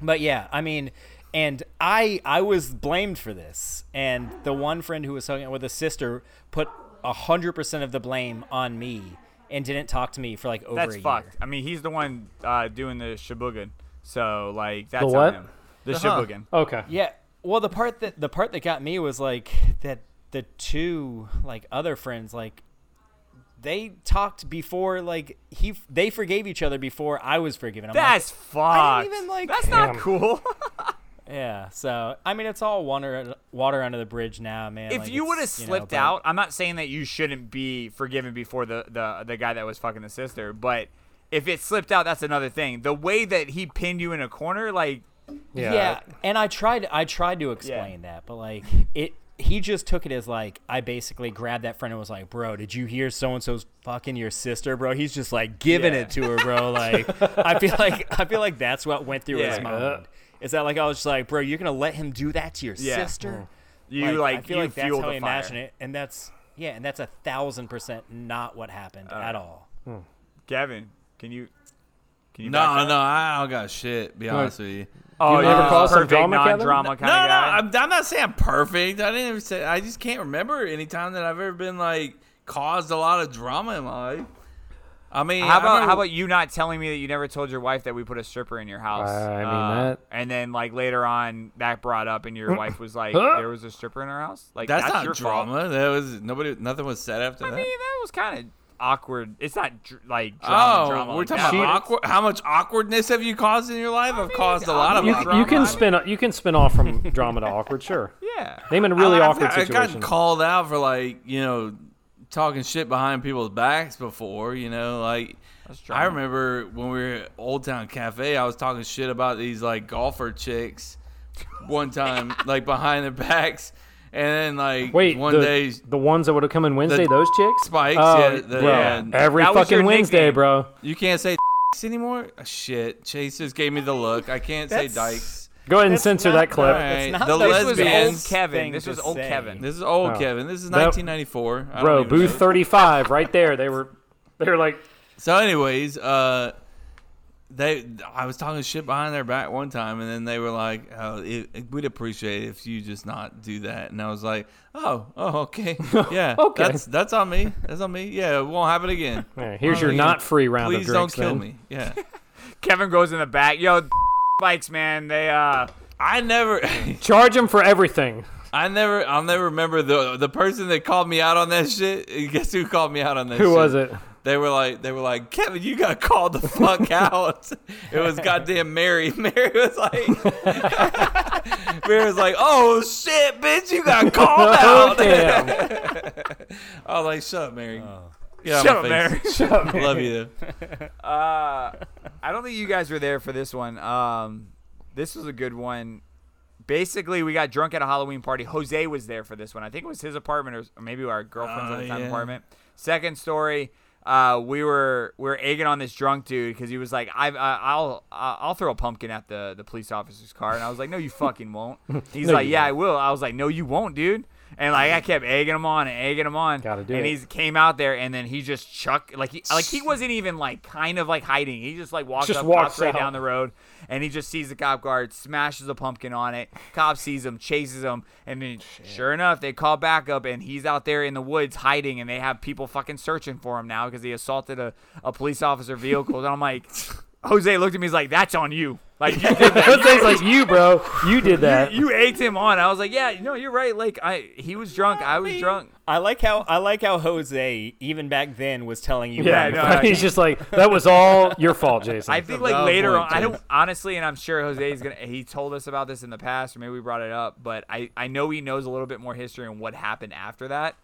S3: But yeah, I mean, and I I was blamed for this, and the one friend who was hooking out with a sister put hundred percent of the blame on me and didn't talk to me for like over
S1: that's
S3: a year.
S1: fucked. I mean, he's the one uh, doing the shibugin. So like that's
S3: The
S1: on
S3: what?
S1: him. The
S3: Uh-huh.
S1: shibugin.
S4: Okay.
S3: Yeah. Well, the part that the part that got me was like that the two like other friends like they talked before like he they forgave each other before I was forgiven. I'm like,
S1: That's
S3: I
S1: fucked.
S3: didn't even like.
S1: That's not Damn. cool.
S3: yeah. So I mean, it's all water water under the bridge now, man.
S1: if
S3: Like,
S1: you
S3: it's,
S1: would have
S3: know,
S1: slipped
S3: but-
S1: out, I'm not saying that you shouldn't be forgiven before the, the the guy that was fucking the sister, but if it slipped out, that's another thing. The way that he pinned you in a corner, like
S3: Yeah. and I tried I tried to explain that, but like it he just took it as like I basically grabbed that friend and was like, "Bro, did you hear so and so's fucking your sister, bro?" He's just like giving
S5: Yeah.
S3: it to her, bro. Like I feel like I feel like that's what went through his
S1: Yeah.
S3: mind. Is that like I was just like, "Bro, you're going to let him do that to your
S1: Yeah. Mm.
S3: sister?"
S1: You, like,
S3: I feel
S1: you
S3: like that's
S1: fueled
S3: how
S1: the
S3: I
S1: fire.
S3: imagine it, and that's Yeah, and that's a thousand percent not what happened at all.
S1: Kevin, can you? Can you? back
S2: No,
S1: up?
S2: no, I don't got shit. Be honest with you.
S1: Oh, You you never were caused some perfect drama, Kevin? non-drama
S2: No,
S1: kinda
S2: no,
S1: guy?
S2: I'm, I'm not saying I'm perfect. I didn't even say. I just can't remember any time that I've ever been like caused a lot of drama in my life. I mean,
S1: how
S2: I
S1: about
S2: remember-
S1: how about you not telling me that you never told your wife that we put a stripper in your house?
S3: Uh,
S1: Uh,
S4: I mean, that-
S1: And then like later on, that brought up, and your wife was like,
S2: Huh?
S1: "There was a stripper in our house." Like
S2: that's,
S1: that's,
S2: not
S1: your fault.
S2: drama. That was nobody. Nothing was said after that.
S1: I mean, that was kind of awkward. It's not dr- like drama.
S2: Oh,
S1: drama
S2: we're
S1: like
S2: talking
S1: that,
S2: about
S1: but
S2: awkward. How much awkwardness have you caused in your life? I've caused a lot of
S4: You,
S2: awkward
S4: you
S2: drama.
S4: can spin you can spin off from drama to awkward, sure.
S1: Yeah.
S4: Name a really
S2: I- I've-
S4: awkward
S2: I've gotten
S4: situation.
S2: called out for like you know talking shit behind people's backs before. You know, like I remember when we were at Old Town Cafe, I was talking shit about these like golfer chicks one time, like behind their backs, and then like
S4: Wait,
S2: one
S4: the,
S2: day
S4: the ones that would have come in Wednesday, those chicks?
S2: Spikes,
S4: Oh,
S2: yeah, the-
S4: bro,
S2: yeah.
S4: Every
S2: That was your
S4: fucking Wednesday,
S2: nickname.
S4: bro.
S2: You can't say anymore. Ah, Shit, Chase just gave me the look. I can't say
S4: That's-
S2: dykes.
S4: Go ahead and That's censor not that clip.
S2: All right,
S4: that's not
S2: The
S4: the
S1: This was old
S2: lesbians.
S1: Kevin. This was old Kevin.
S2: This is old
S4: Oh.
S2: Kevin. This is
S4: That-
S2: 1994. I don't
S4: Bro,
S2: even know.
S4: booth 35 right there. They were they were like
S2: So, anyways, uh, they I was talking shit behind their back one time, and then they were like, "Oh, it, it- we'd appreciate it if you just not do that." And I was like, "Oh, oh, okay, yeah,
S4: Okay.
S2: that's that's on me. That's on me. Yeah, it won't happen again.
S4: right, here's
S2: Won't
S4: your
S2: happen
S4: not free round of
S2: Please
S4: drinks,
S2: don't kill
S4: then.
S2: me. Yeah,
S1: Kevin goes in the back. Yo, bikes, man. They uh,
S2: I never.
S4: charge them for everything.
S2: I never, I'll never remember the the person that called me out on that shit. Guess who called me out on that?
S4: Who
S2: shit?
S4: was it?
S2: They were like, they were like, Kevin, you got called the fuck out. it was goddamn Mary. Mary was like, Mary was like, oh shit, bitch, you got called
S1: Oh,
S4: Oh,
S2: out. I was like, shut up, Mary.
S1: Oh.
S2: Get out
S1: Shut
S2: of
S1: up,
S2: my
S1: Mary.
S2: face. Love you. though.
S1: Uh, I don't think you guys were there for this one. Um, this was a good one. Basically, we got drunk at a Halloween party. Jose was there for this one. I think it was his apartment or, or maybe our girlfriend's
S2: Oh,
S1: at the time
S2: yeah.
S1: apartment. Second story. Uh, we were we were egging on this drunk dude because he was like, I, I, "I'll I'll throw a pumpkin at the the police officer's car," and I was like, "No, you fucking won't." He's
S4: No,
S1: like,
S4: you
S1: "Yeah, I will." I was like, "No, you won't, dude." And like I kept egging him on and egging him on. Gotta
S4: do
S1: and
S4: it.
S1: he came out there and then he just chuck like he like he wasn't even like kind of like hiding. He just like walked
S4: Just
S1: up
S4: walks
S1: cops right
S4: out.
S1: down the road and he just sees the cop guard, smashes a pumpkin on it. Cop sees him, chases him, and then sure enough, they call backup and he's out there in the woods hiding and they have people fucking searching for him now because he assaulted a, a police officer vehicle. and I'm like Jose looked at me he's like, That's on you. Like you did that.
S4: Jose's like you, bro. You did that.
S1: You egged him on. I was like, yeah, no, you're right. Like I, he was drunk. I was drunk.
S3: I like how I like how Jose even back then was telling you.
S4: yeah,
S3: what
S1: no,
S4: he's just like that was all your fault, Jason.
S1: I think like later on, I don't honestly, and I'm sure Jose's gonna. He told us about this in the past, or maybe we brought it up, but I I know he knows a little bit more history and what happened after that.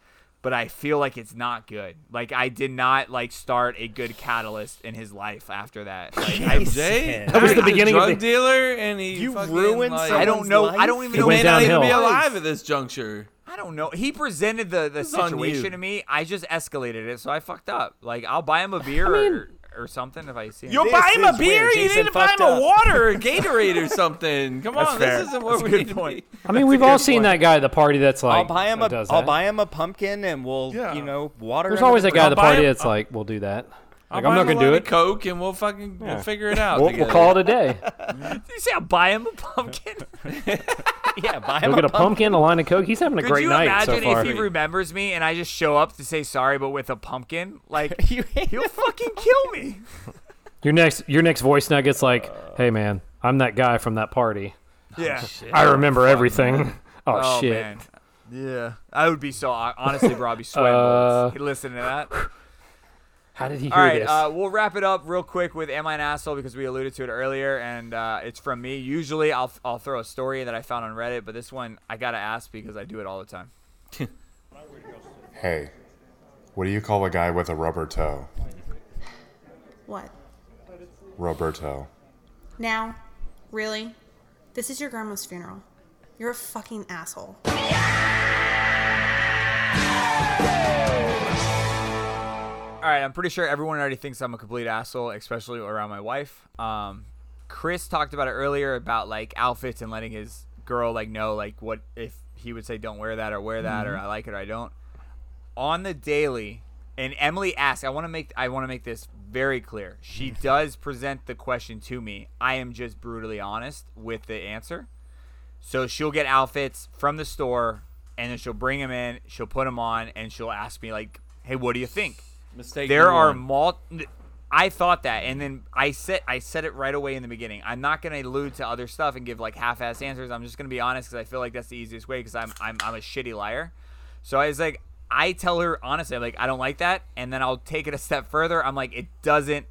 S1: But I feel like it's not good. Like I did not like start a good catalyst in his life after that. Like, I,
S2: Jay,
S4: That was the
S2: Jerry's a
S4: beginning of
S2: drug
S4: the-
S2: dealer, and he
S1: You
S2: fucking,
S1: ruined
S2: Like,
S1: someone's I don't know- I don't life? even
S2: He
S1: know
S2: may
S1: what
S2: not even be
S1: downhill.
S2: alive at this juncture.
S1: I don't know. He presented the the
S2: This is on you.
S1: situation to me. I just escalated it, so I fucked up. Like I'll buy him a beer or or something if I see him.
S2: You buy him a beer. You need to buy him a water or Gatorade or something. Come
S1: That's
S2: on,
S1: fair.
S2: this isn't what we need to be.
S4: I mean, we've all seen that guy at the party that's like,
S3: I'll buy him a
S4: does
S3: I'll
S4: that.
S3: buy him a pumpkin and we'll you know water.
S4: There's
S3: under
S4: always
S3: the
S4: that guy at the
S3: bridge.
S4: party that's like, we'll do that.
S2: I'll
S4: Like,
S2: buy
S4: I'm
S2: him
S4: not
S2: a
S4: going to do
S2: line of
S4: it.
S2: Coke, and we'll fucking
S4: Yeah.
S2: we'll figure it out.
S4: We'll, we'll
S2: together.
S4: call it a day.
S1: Did you say I'll buy him a pumpkin?
S3: yeah, buy
S4: We'll get a pumpkin, a line of Coke. He's having a
S1: Could
S4: great
S1: you
S4: night so
S1: imagine
S4: far.
S1: if he remembers me and I just show up to say sorry, but with a pumpkin? Like he'll fucking kill me.
S4: Your next, your next voice nugget's like,
S1: Uh,
S4: "Hey man, I'm that guy from that party.
S1: Yeah,
S4: I remember everything. Oh, shit,
S1: man. Yeah, I would be so honestly, bro. I'd be sweating
S4: Uh,
S1: bullets. He'd listen to that.
S4: how did he hear
S1: All right,
S4: this?
S1: uh, we'll wrap it up real quick with "Am I an asshole?" because we alluded to it earlier, and uh, it's from me. Usually, I'll I'll throw a story that I found on Reddit, but this one I gotta ask because I do it all the time.
S7: Hey, what do you call a guy with a rubber toe?
S9: What?
S7: Rubber toe.
S9: Now? Really? This is your grandma's funeral. You're a fucking asshole.
S1: All right, I'm pretty sure everyone already thinks I'm a complete asshole, especially around my wife. Um, Chris talked about it earlier about like outfits and letting his girl like know like what if he would say don't wear that or wear that or
S2: Mhm.
S1: I like it or I don't. on the daily, and Emily asks, I want to make I want to make this very clear. She does present the question to me. I am just brutally honest with the answer. So she'll get outfits from the store, and then she'll bring them in. She'll put them on, and she'll ask me like, "Hey, what do you think?"
S2: Mistake
S1: There
S2: number
S1: are
S2: one.
S1: malt. I thought that, and then I said I said it right away in the beginning. I'm not gonna allude to other stuff and give like half-ass answers. I'm just gonna be honest because I feel like that's the easiest way because I'm, I'm I'm a shitty liar. So I was like, I tell her honestly, I'm like I don't like that, and then I'll take it a step further. I'm like, it doesn't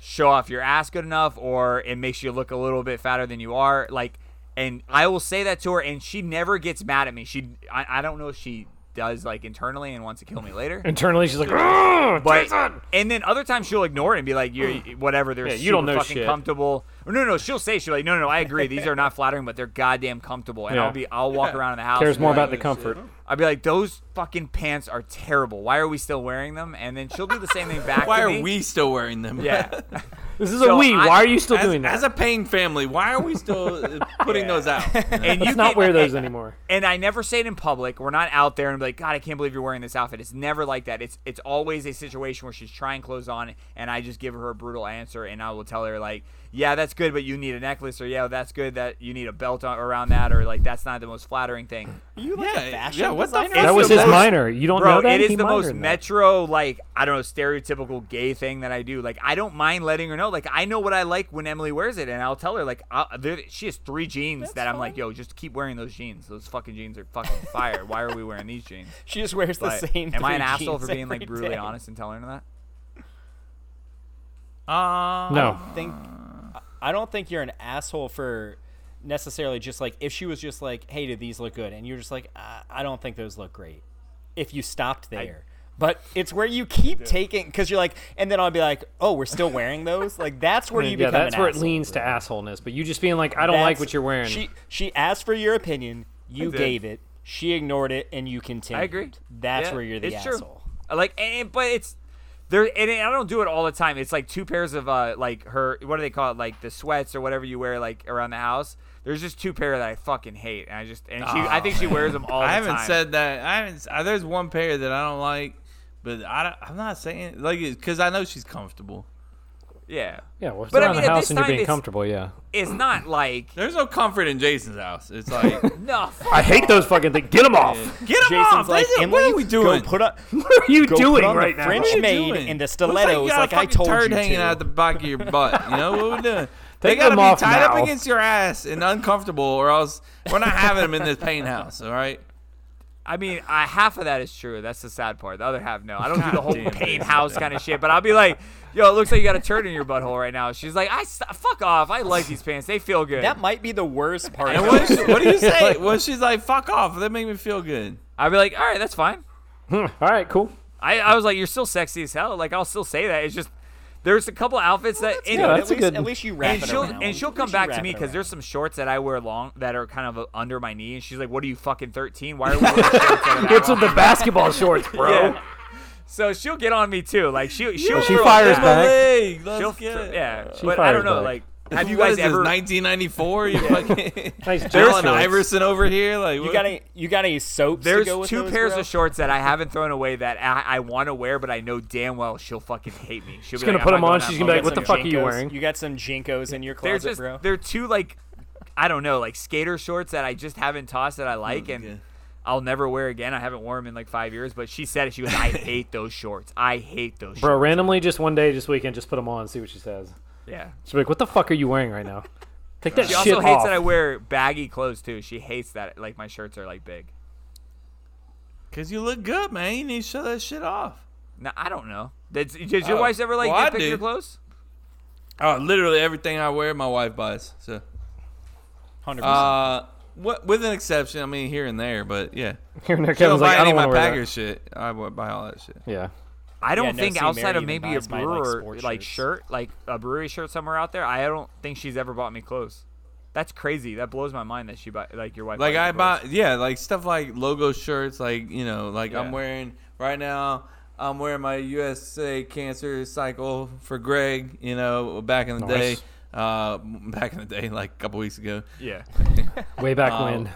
S1: show off your ass good enough, or it makes you look a little bit fatter than you are. Like, and I will say that to her, and she never gets mad at me. She I, I don't know if she does like internally and wants to kill me later
S4: Internally, she's like, "Ugh,
S1: but,
S4: Jason!"
S1: and then other times she'll ignore it and be like, "You're whatever." They're
S4: Mm. Yeah,
S1: super
S4: you don't know
S1: fucking
S4: shit.
S1: comfortable. Or no, no, no, she'll say she'll like, "No, no, no, I agree. These are not flattering, but they're goddamn comfortable." And
S4: Yeah.
S1: I'll be, I'll walk around in the house.
S4: Cares
S1: and
S4: more
S1: be
S4: about the
S1: like,
S4: comfort.
S1: I'll be like, "Those fucking pants are terrible. Why are we still wearing them?" And then she'll do the same thing back.
S2: Why
S1: to
S2: are
S1: me.
S2: we still wearing them?
S1: Yeah.
S4: This
S1: is a So we. I- Why are you still
S2: as,
S1: doing that?
S2: As a Payne family, why are we still uh, putting those out?
S1: And
S4: Let's
S1: you
S4: not
S1: can-
S4: wear those anymore.
S1: And I never say it in public. We're not out there and be like, God, I can't believe you're wearing this outfit. It's never like that. It's it's always a situation where she's trying clothes on, and I just give her a brutal answer, and I will tell her like, Yeah, that's good, but you need a necklace, or Yeah, that's good that you need a belt on, around that, or like that's not the most flattering thing.
S3: You
S2: like yeah,
S3: fashion
S2: yeah, what the
S3: designer?
S2: fuck?
S4: That was
S1: the
S4: his
S1: most-
S4: minor. You don't
S1: Bro,
S4: know that
S1: It is
S4: He
S1: the most
S4: minored in that.
S1: metro, like I don't know, stereotypical gay thing that I do. Like I don't mind letting her know. Like I know what I like when Emily wears it, and I'll tell her like I'll, there, she has three jeans that I'm like, yo, just keep wearing those jeans. Those fucking jeans are fucking fire. Why are we wearing these jeans?
S3: She just wears the
S1: But
S3: same
S1: Am I an
S3: three
S1: asshole
S3: jeans
S1: for being like
S3: every
S1: brutally
S3: day.
S1: honest and telling her that?
S2: Uh,
S4: No.
S3: I think I don't think you're an asshole for necessarily just like if she was just like, "Hey, do these look good?" and you're just like, "I, I don't think those look great." If you stopped there. but it's where you keep taking because you're like, and then I'll be like, "Oh, we're still wearing those." Like that's where you
S4: yeah,
S3: become.
S4: that's
S3: an
S4: where
S3: asshole.
S4: it leans to assholeness. But you just being like, I don't like
S3: That's-
S4: what you're wearing.
S3: She she asked for your opinion. You
S1: did.
S3: gave it. She ignored it, and you continued.
S1: I agree.
S3: That's
S1: Yeah,
S3: where you're the
S1: it's
S3: asshole.
S1: True. I Like, and, but it's there, and I don't do it all the time. It's like two pairs of uh, like her. What do they call it? Like the sweats or whatever you wear like around the house. There's just two pair that I fucking hate, and I just and she. I
S2: Aw,
S1: think
S3: Ah.
S1: she wears them all.
S2: I
S1: the
S2: haven't
S1: time.
S2: said that. I haven't. s- uh, There's one pair that I don't like, but I don't, I'm not saying like because I know she's comfortable.
S1: Yeah.
S4: yeah, well, if
S1: But
S4: they're
S1: I
S4: around
S1: mean,
S4: the
S1: at
S4: house
S1: this
S4: and you're
S1: time,
S4: being
S1: it's-
S4: comfortable, yeah.
S1: It's not like
S2: There's no comfort in Jason's house. It's like
S1: no. fuck
S4: I hate those fucking things. Get them off.
S2: get him
S3: Jason's
S2: off.
S3: like,
S2: Jason,
S3: Emily,
S2: what are we doing?
S3: Go put up.
S4: What are you
S3: Go
S4: doing
S3: put on
S4: right
S3: the
S4: now?
S3: French
S2: What are you
S3: maid
S2: doing?
S3: and the
S2: Looks like you
S3: stilettos,
S2: got a
S3: like, I
S2: fucking
S3: told
S2: turd
S3: you
S2: hanging
S3: to.
S2: out the back of your butt. You know what we're doing? they
S4: Take
S2: gotta
S4: them
S2: be
S4: off
S2: tied up
S4: now.
S2: against your ass and uncomfortable, or else we're not having them in this pain house. All right.
S1: I mean, I, half of that is true. That's the sad part. The other half, no. I don't do the whole
S2: Goddamn
S1: pain
S2: Jason.
S1: house kind of shit. But I'll be like, yo, it looks like you got a turd in your butthole right now. She's like, I st- fuck off. I like these pants. They feel good.
S3: That might be the worst part.
S2: And
S3: of
S2: what,
S3: it.
S2: what do you say? Well, she's like, "Fuck off." That made me feel good.
S1: I'll be like, all right, that's fine.
S4: Hmm. All right, cool.
S1: I, I was like, you're still sexy as hell. Like I'll still say that. It's just there's a couple outfits that and,
S4: Yeah,
S3: At
S4: that's a
S3: least-
S4: good-
S3: At least you wrap
S1: and
S3: it
S1: she'll
S3: around.
S1: and she'll
S3: At
S1: come
S3: least you
S1: back to
S3: wrap
S1: me
S3: it
S1: because
S3: around.
S1: there's some shorts that I wear long that are kind of uh, under my knee, and she's like, "What are you fucking 13? Why are we wearing shorts?" that are
S4: What's
S1: that
S4: with the basketball shorts,
S1: long?"
S4: bro?
S1: Yeah. So she'll get on me too. Like she she
S4: Well, she fires back.
S2: Hey, let's
S1: She'll
S2: get it.
S1: yeah.
S4: She
S1: but I don't
S4: fires
S1: know.
S4: back.
S1: Like, have you
S2: What is
S1: guys
S2: this,
S1: ever?
S2: 1994? You fucking
S4: Nice
S2: Allen
S4: shorts.
S2: Iverson over here. Like
S3: You
S2: what-
S3: got any? You got any soaps? to
S1: There's
S3: go with
S1: two
S3: those,
S1: pairs
S3: bro?
S1: of shorts that I haven't thrown away that I, I want to wear, but I know damn well she'll fucking hate me. She'll
S4: She's
S1: be
S4: gonna
S1: like,
S4: put
S1: "I'm
S4: 'em
S1: not
S4: on,
S1: going
S4: she's
S1: out
S4: gonna be
S1: and
S4: like, what the
S1: fucking
S4: fuck are you
S3: Jinkos-
S4: wearing?
S3: You got some jinkos in your
S1: They're
S3: closet,
S1: just
S3: bro.
S1: they're two like I don't know like skater shorts that I just haven't tossed that I like and I'll never wear again. I haven't worn them in like five years. But she said it. She goes, I hate those shorts. I hate those.
S4: Bro,
S1: shorts.
S4: randomly, just one day, just weekend, just put them on and see what she says.
S1: Yeah.
S4: She'll be like, what the fuck are you wearing right now? Take that
S1: She
S4: shit
S1: also hates
S4: off.
S1: that I wear baggy clothes too. She hates that like my shirts are like big.
S2: Cause you look good, man. You need to show that shit off.
S1: No, I don't know. Did, did your
S2: Oh,
S1: wife ever like
S2: well, I
S1: nitpick your
S2: do.
S1: clothes?
S2: Oh, literally everything I wear, my wife buys. So,
S3: Hundred percent.
S2: uh, what with an exception, I mean here and there, but yeah.
S4: Here and there,
S2: She don't
S4: Kevin's
S2: buy
S4: like, I
S2: any
S4: don't
S2: of
S4: want
S2: my
S4: to wear
S2: Packers shit. I wa- buy all that shit.
S4: that. Yeah.
S1: I don't
S3: Yeah, no,
S1: think
S3: see,
S1: outside
S3: Mary
S1: of
S3: even
S1: maybe a
S3: buys my, like,
S1: brewer
S3: sports
S1: like
S3: shirts.
S1: shirt, like a brewery shirt somewhere out there. I don't think she's ever bought me clothes. That's crazy. That blows my mind that she bought like your wife. bought
S2: Like
S1: you
S2: I
S1: clothes.
S2: buy, yeah, like stuff like logo shirts. Like you know, like I'm wearing right now. I'm wearing my USA Cancer Cycle for Greg. You know, back in the
S4: Nice.
S2: day, uh, back in the day, like a couple weeks ago.
S1: Yeah.
S4: Way back
S2: Um,
S4: when.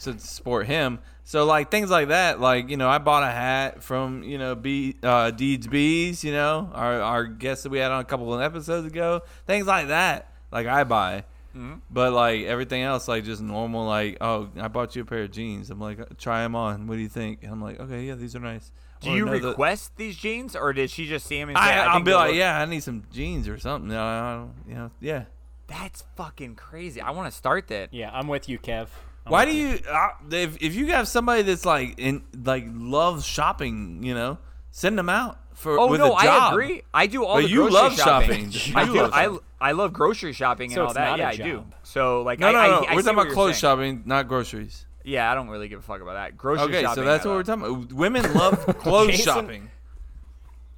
S2: to support him. So like things like that, like you know, I bought a hat from you know B uh, Deeds Bees, you know, our our guest that we had on a couple of episodes ago. Things like that, like I buy.
S1: Mm-hmm.
S11: Mhm.
S2: But like everything else, like just normal, like oh, I bought you a pair of jeans. I'm like, try them on. What do you think? And I'm like, okay, yeah, these are nice.
S1: Do
S2: Or
S1: you
S2: no, the-
S1: request these jeans, or did she just see him and say,
S2: I,
S1: I
S2: I'll
S1: think
S2: be
S1: they
S2: like,
S1: look-
S2: yeah, I need some jeans or something. No, I don't, you know, yeah.
S1: That's fucking crazy. I want to start that.
S3: Yeah, I'm with you, Kev.
S2: Why do you? Uh, if if you have somebody that's like in like loves shopping, you know, send them out for.
S1: Oh
S2: with
S1: no,
S2: a job.
S1: I agree. I do all
S2: But
S1: the
S2: you
S1: grocery
S2: love
S1: shopping.
S2: shopping.
S1: I
S2: You
S1: do.
S2: love
S1: I,
S2: shopping.
S1: I love grocery shopping and
S2: So
S1: all
S2: it's
S1: that.
S2: not a
S1: Yeah, I
S2: job.
S1: do. So like,
S2: no,
S1: I,
S2: no,
S1: I-
S2: no.
S1: I
S2: we're
S1: see
S2: talking
S1: what
S2: about
S1: you're
S2: clothes
S1: saying.
S2: shopping, not groceries.
S1: Yeah, I don't really give a fuck about that. Grocery
S2: okay,
S1: shopping.
S2: so that's
S1: I
S2: what we're
S1: love.
S2: talking about. Women love clothes
S3: Jason-
S2: shopping.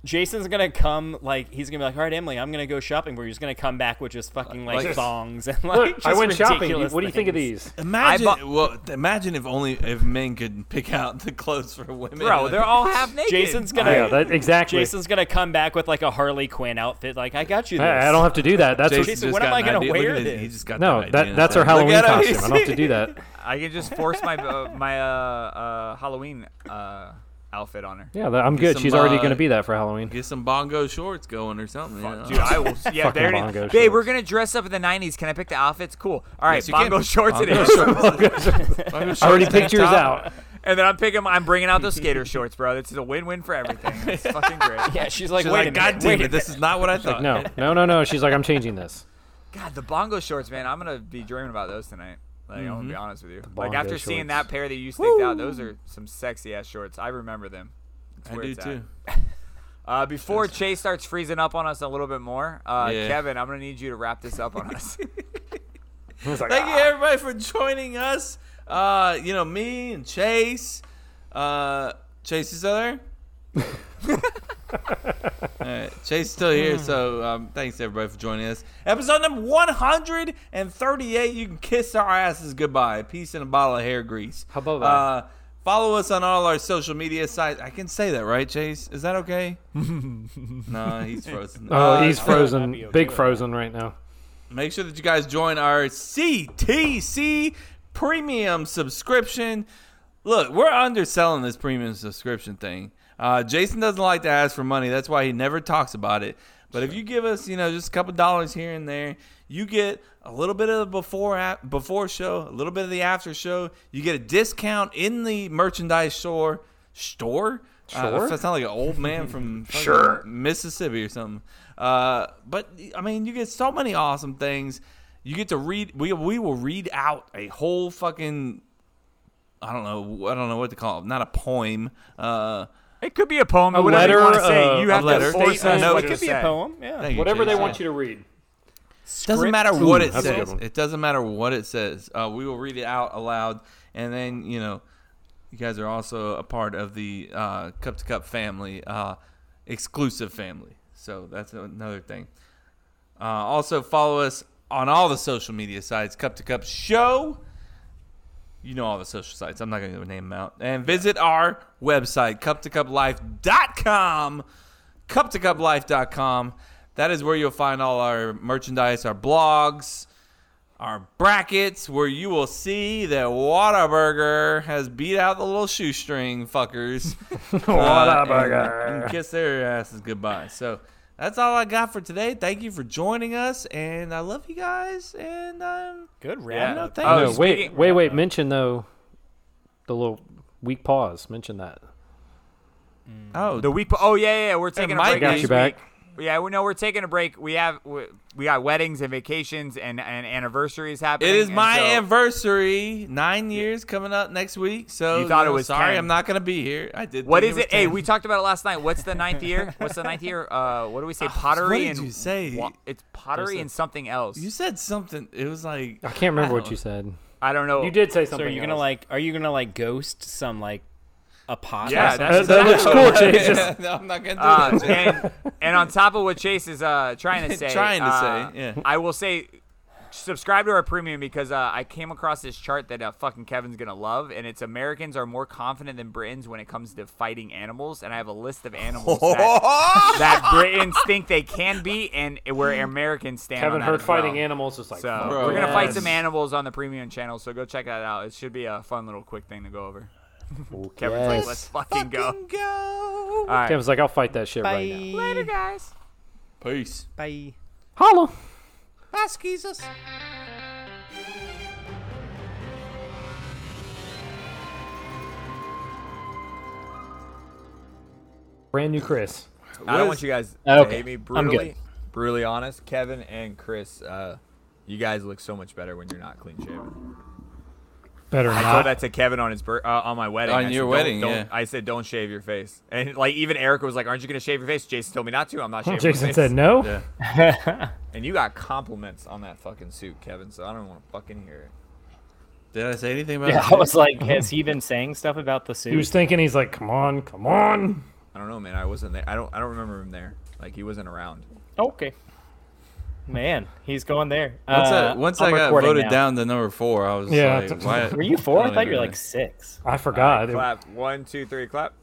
S3: Jason's gonna come like he's gonna be like, all right, Emily, I'm gonna go shopping. Where he's gonna come back with just fucking like,
S2: Like-
S3: thongs and like.
S4: Look, I
S3: just
S4: went shopping.
S3: ridiculous
S4: What do you think of
S3: things.
S4: these?
S2: Imagine, well, imagine if only if men could pick out the clothes for women.
S3: Bro, they're all half
S1: naked.
S3: Jason's gonna
S4: Yeah, that- exactly.
S3: Jason's gonna come back with like a Harley Quinn outfit. Like I got you. This.
S4: Hey, I don't have to do that. That's what-
S3: Jason. What am I gonna wear? This?
S4: no, that, that's our Halloween costume. I don't have to do that.
S1: I can just force my uh, my uh, uh, Halloween uh, outfit on her.
S4: Yeah, that, I'm
S2: Get
S4: good.
S2: some,
S4: She's already
S2: uh,
S4: going to be that for Halloween.
S2: Get some bongo shorts going or something. you know?
S1: Dude, I will. Yeah,
S4: Oh. Fucking
S1: there it is.
S4: bongo
S1: Babe, we're gonna dress up in the '90s. Can I pick the outfits? Cool. All right,
S2: Yes, you can.
S1: bongo shorts it
S2: Bongo
S1: is.
S2: shorts. Bongo shorts. Bongo shorts, Already tank picked yours top. out.
S1: And then I'm picking. I'm bringing out those skater shorts, bro. This is a win-win for everything. It's fucking great.
S3: Yeah, she's like,
S2: She's
S3: wait
S2: like,
S3: a
S2: God
S3: minute,
S2: damn
S3: wait a
S2: it, this
S3: minute."
S2: is not what I
S4: She's like, no, no, no, no. She's like, I'm changing this.
S1: God, the bongo shorts, man. I'm gonna be dreaming about those tonight. Like, I'm gonna be
S4: Mhm.
S1: honest with you.
S4: The
S1: Like
S4: bongo
S1: after seeing
S4: shorts.
S1: that pair that you staked out, those are some sexy ass shorts. I remember them. It's
S2: I
S1: where
S2: do
S1: it's at.
S2: too.
S1: Uh, before Chase starts freezing up on us a little bit more, uh,
S2: Yeah.
S1: Kevin, I'm gonna need you to wrap this up on us.
S2: Thank you everybody for joining us. Uh, you know me and Chase. Uh, Chase is still there. All right, Chase is still here, so um, thanks everybody for joining us. Episode number 138. You can kiss our asses goodbye. Peace and a bottle of hair grease. How
S4: about
S2: Uh, follow us on all our social media sites. I can say that, right, Chase? Is that okay? no, he's frozen.
S4: Oh,
S2: Uh,
S4: he's frozen. Big frozen right now.
S2: Make sure that you guys join our CTC premium subscription. Look, we're underselling this premium subscription thing. Uh, Jason doesn't like to ask for money. That's why he never talks about it. But if you give us, you know, just a couple dollars here and there, you get a little bit of the before ap- before show, a little bit of the after show. You get a discount in the merchandise store store. Uh,
S11: Sure.
S2: that sounds like an old man from fucking
S11: Sure.
S2: Mississippi or something. Uh, but I mean, you get so many awesome things. You get to read. We we will read out a whole fucking. I don't know. I don't know what to call it. Not a poem. Uh,
S1: it could be a poem.
S4: A
S1: whatever you
S4: letter,
S1: wanna say.
S4: uh,
S1: You
S4: a
S1: have
S4: letter.
S1: to force
S4: Statement.
S1: us
S4: No,
S1: what
S4: it
S1: to
S4: could be a
S1: say.
S4: poem, yeah.
S2: Thank you,
S4: Whatever they
S2: Jason.
S4: want you to read.
S2: Doesn't
S4: Script.
S2: matter
S4: Ooh,
S2: what it
S4: that's a good
S2: says.
S4: one.
S2: It doesn't matter what it says. Uh, we will read it out aloud, and then you know, you guys are also a part of the uh, Cup to Cup family, uh, exclusive family. So that's another thing. Uh, also follow us on all the social media sites. Cup to Cup Show. You know all the social sites. I'm not going to name them out. And visit our website, cuptocuplife.com. Cuptocuplife.com. That is where you'll find all our merchandise, our blogs, our brackets, where you will see that Whataburger has beat out the little shoestring fuckers. Uh,
S11: Whataburger.
S2: and- and kiss their asses goodbye. So that's all I got for today. Thank you for joining us, and I love you guys. And um,
S3: good
S2: round.
S1: wrap.
S2: thank
S4: Oh,
S2: you.
S4: no, wait, wait, wait. Mention though the little weak pause. Mention that.
S2: Oh,
S1: the week. Oh yeah, yeah, yeah. We're taking a
S4: might
S1: break.
S4: be. Got
S1: next
S4: you back.
S1: week. Yeah, we know we're taking a break. We have we, we got weddings and vacations and, and anniversaries happening.
S2: It is
S1: and
S2: my
S1: so-
S2: anniversary. Nine years coming up next week. So
S1: You thought
S2: know,
S1: it was
S2: sorry.
S1: 10.
S2: I'm not gonna be here. I did.
S1: What
S2: think
S1: is
S2: was
S1: it? Hey,
S2: 10.
S1: we talked about it last night. What's the ninth year? What's the ninth year? Uh, what do we say? Pottery
S2: what did
S1: and
S2: you say?
S1: wa- it's pottery
S2: There's a-
S1: and something else.
S2: You said something. It was like
S4: I can't remember what
S2: don't-
S4: you said.
S1: I don't know.
S4: You did say
S3: So are
S4: something.
S3: you gonna
S4: else.
S3: like? Are you gonna like ghost some like a pot?
S1: Yeah,
S3: or
S1: that's
S3: something?
S1: That looks exactly cool, what I- Chase. Just-
S2: No, I'm not gonna do
S3: Ah,
S1: Uh,
S2: that. Jay.
S1: and, and on top of what Chase is uh, trying to say,
S2: Trying to
S1: uh,
S2: say, yeah.
S1: I will say subscribe to our premium because uh, I came across this chart that uh, fucking Kevin's gonna love, and it's Americans are more confident than Britons when it comes to fighting animals, and I have a list of animals that, that Britons think they can be, and where Americans stand.
S4: Kevin
S1: on that
S4: heard
S1: as well.
S4: fighting animals is like,
S1: so.
S4: fuck
S1: We're gonna fight
S4: yes.
S1: some animals on the premium channel, so go check that out. It should be a fun little quick thing to go over. Kevin's like,
S4: Yes.
S1: let's fucking go. All right.
S4: Kevin's like, I'll fight that shit right now.
S1: Later, guys.
S2: Peace.
S3: Bye.
S4: Holla.
S2: Bye, skeezers.
S4: Brand new Chris.
S1: I don't want you guys to
S4: Okay.
S1: hate me
S4: I'm good.
S1: brutally. Brutally honest, Kevin and Chris, uh, you guys look so much better when you're not clean shaven.
S4: Better
S1: I
S4: not.
S1: told that to Kevin on his bir- uh, on my wedding.
S2: On
S1: I said,
S2: your
S1: "Don't-
S2: wedding,
S1: don't-"
S2: yeah.
S1: I said don't shave your face, and like even Erica was like, "Aren't you gonna shave your face?" Jason told me not to. I'm not shaving. my
S4: Jason
S1: face.
S4: said no.
S1: and you got compliments on that fucking suit, Kevin. So I don't want to fucking hear
S2: Did I say anything about
S3: Yeah,
S2: that?
S3: I was like, has he been saying stuff about the suit?
S4: He was thinking, he's like, come on, come
S1: it.
S4: on.
S1: I don't know, man. I wasn't there. I don't. I don't remember him there. Like he wasn't around.
S3: Okay. Man, he's going there.
S2: Once I,
S3: Uh,
S2: once
S3: I'm
S2: I got
S3: recording
S2: voted
S3: now.
S2: down to number four, I was
S4: Yeah,
S2: like,
S4: that's-
S2: why,
S3: Were you four? I
S2: don't
S3: thought you were
S2: even-
S3: like six.
S4: I forgot.
S1: Clap. One, two, three. Clap.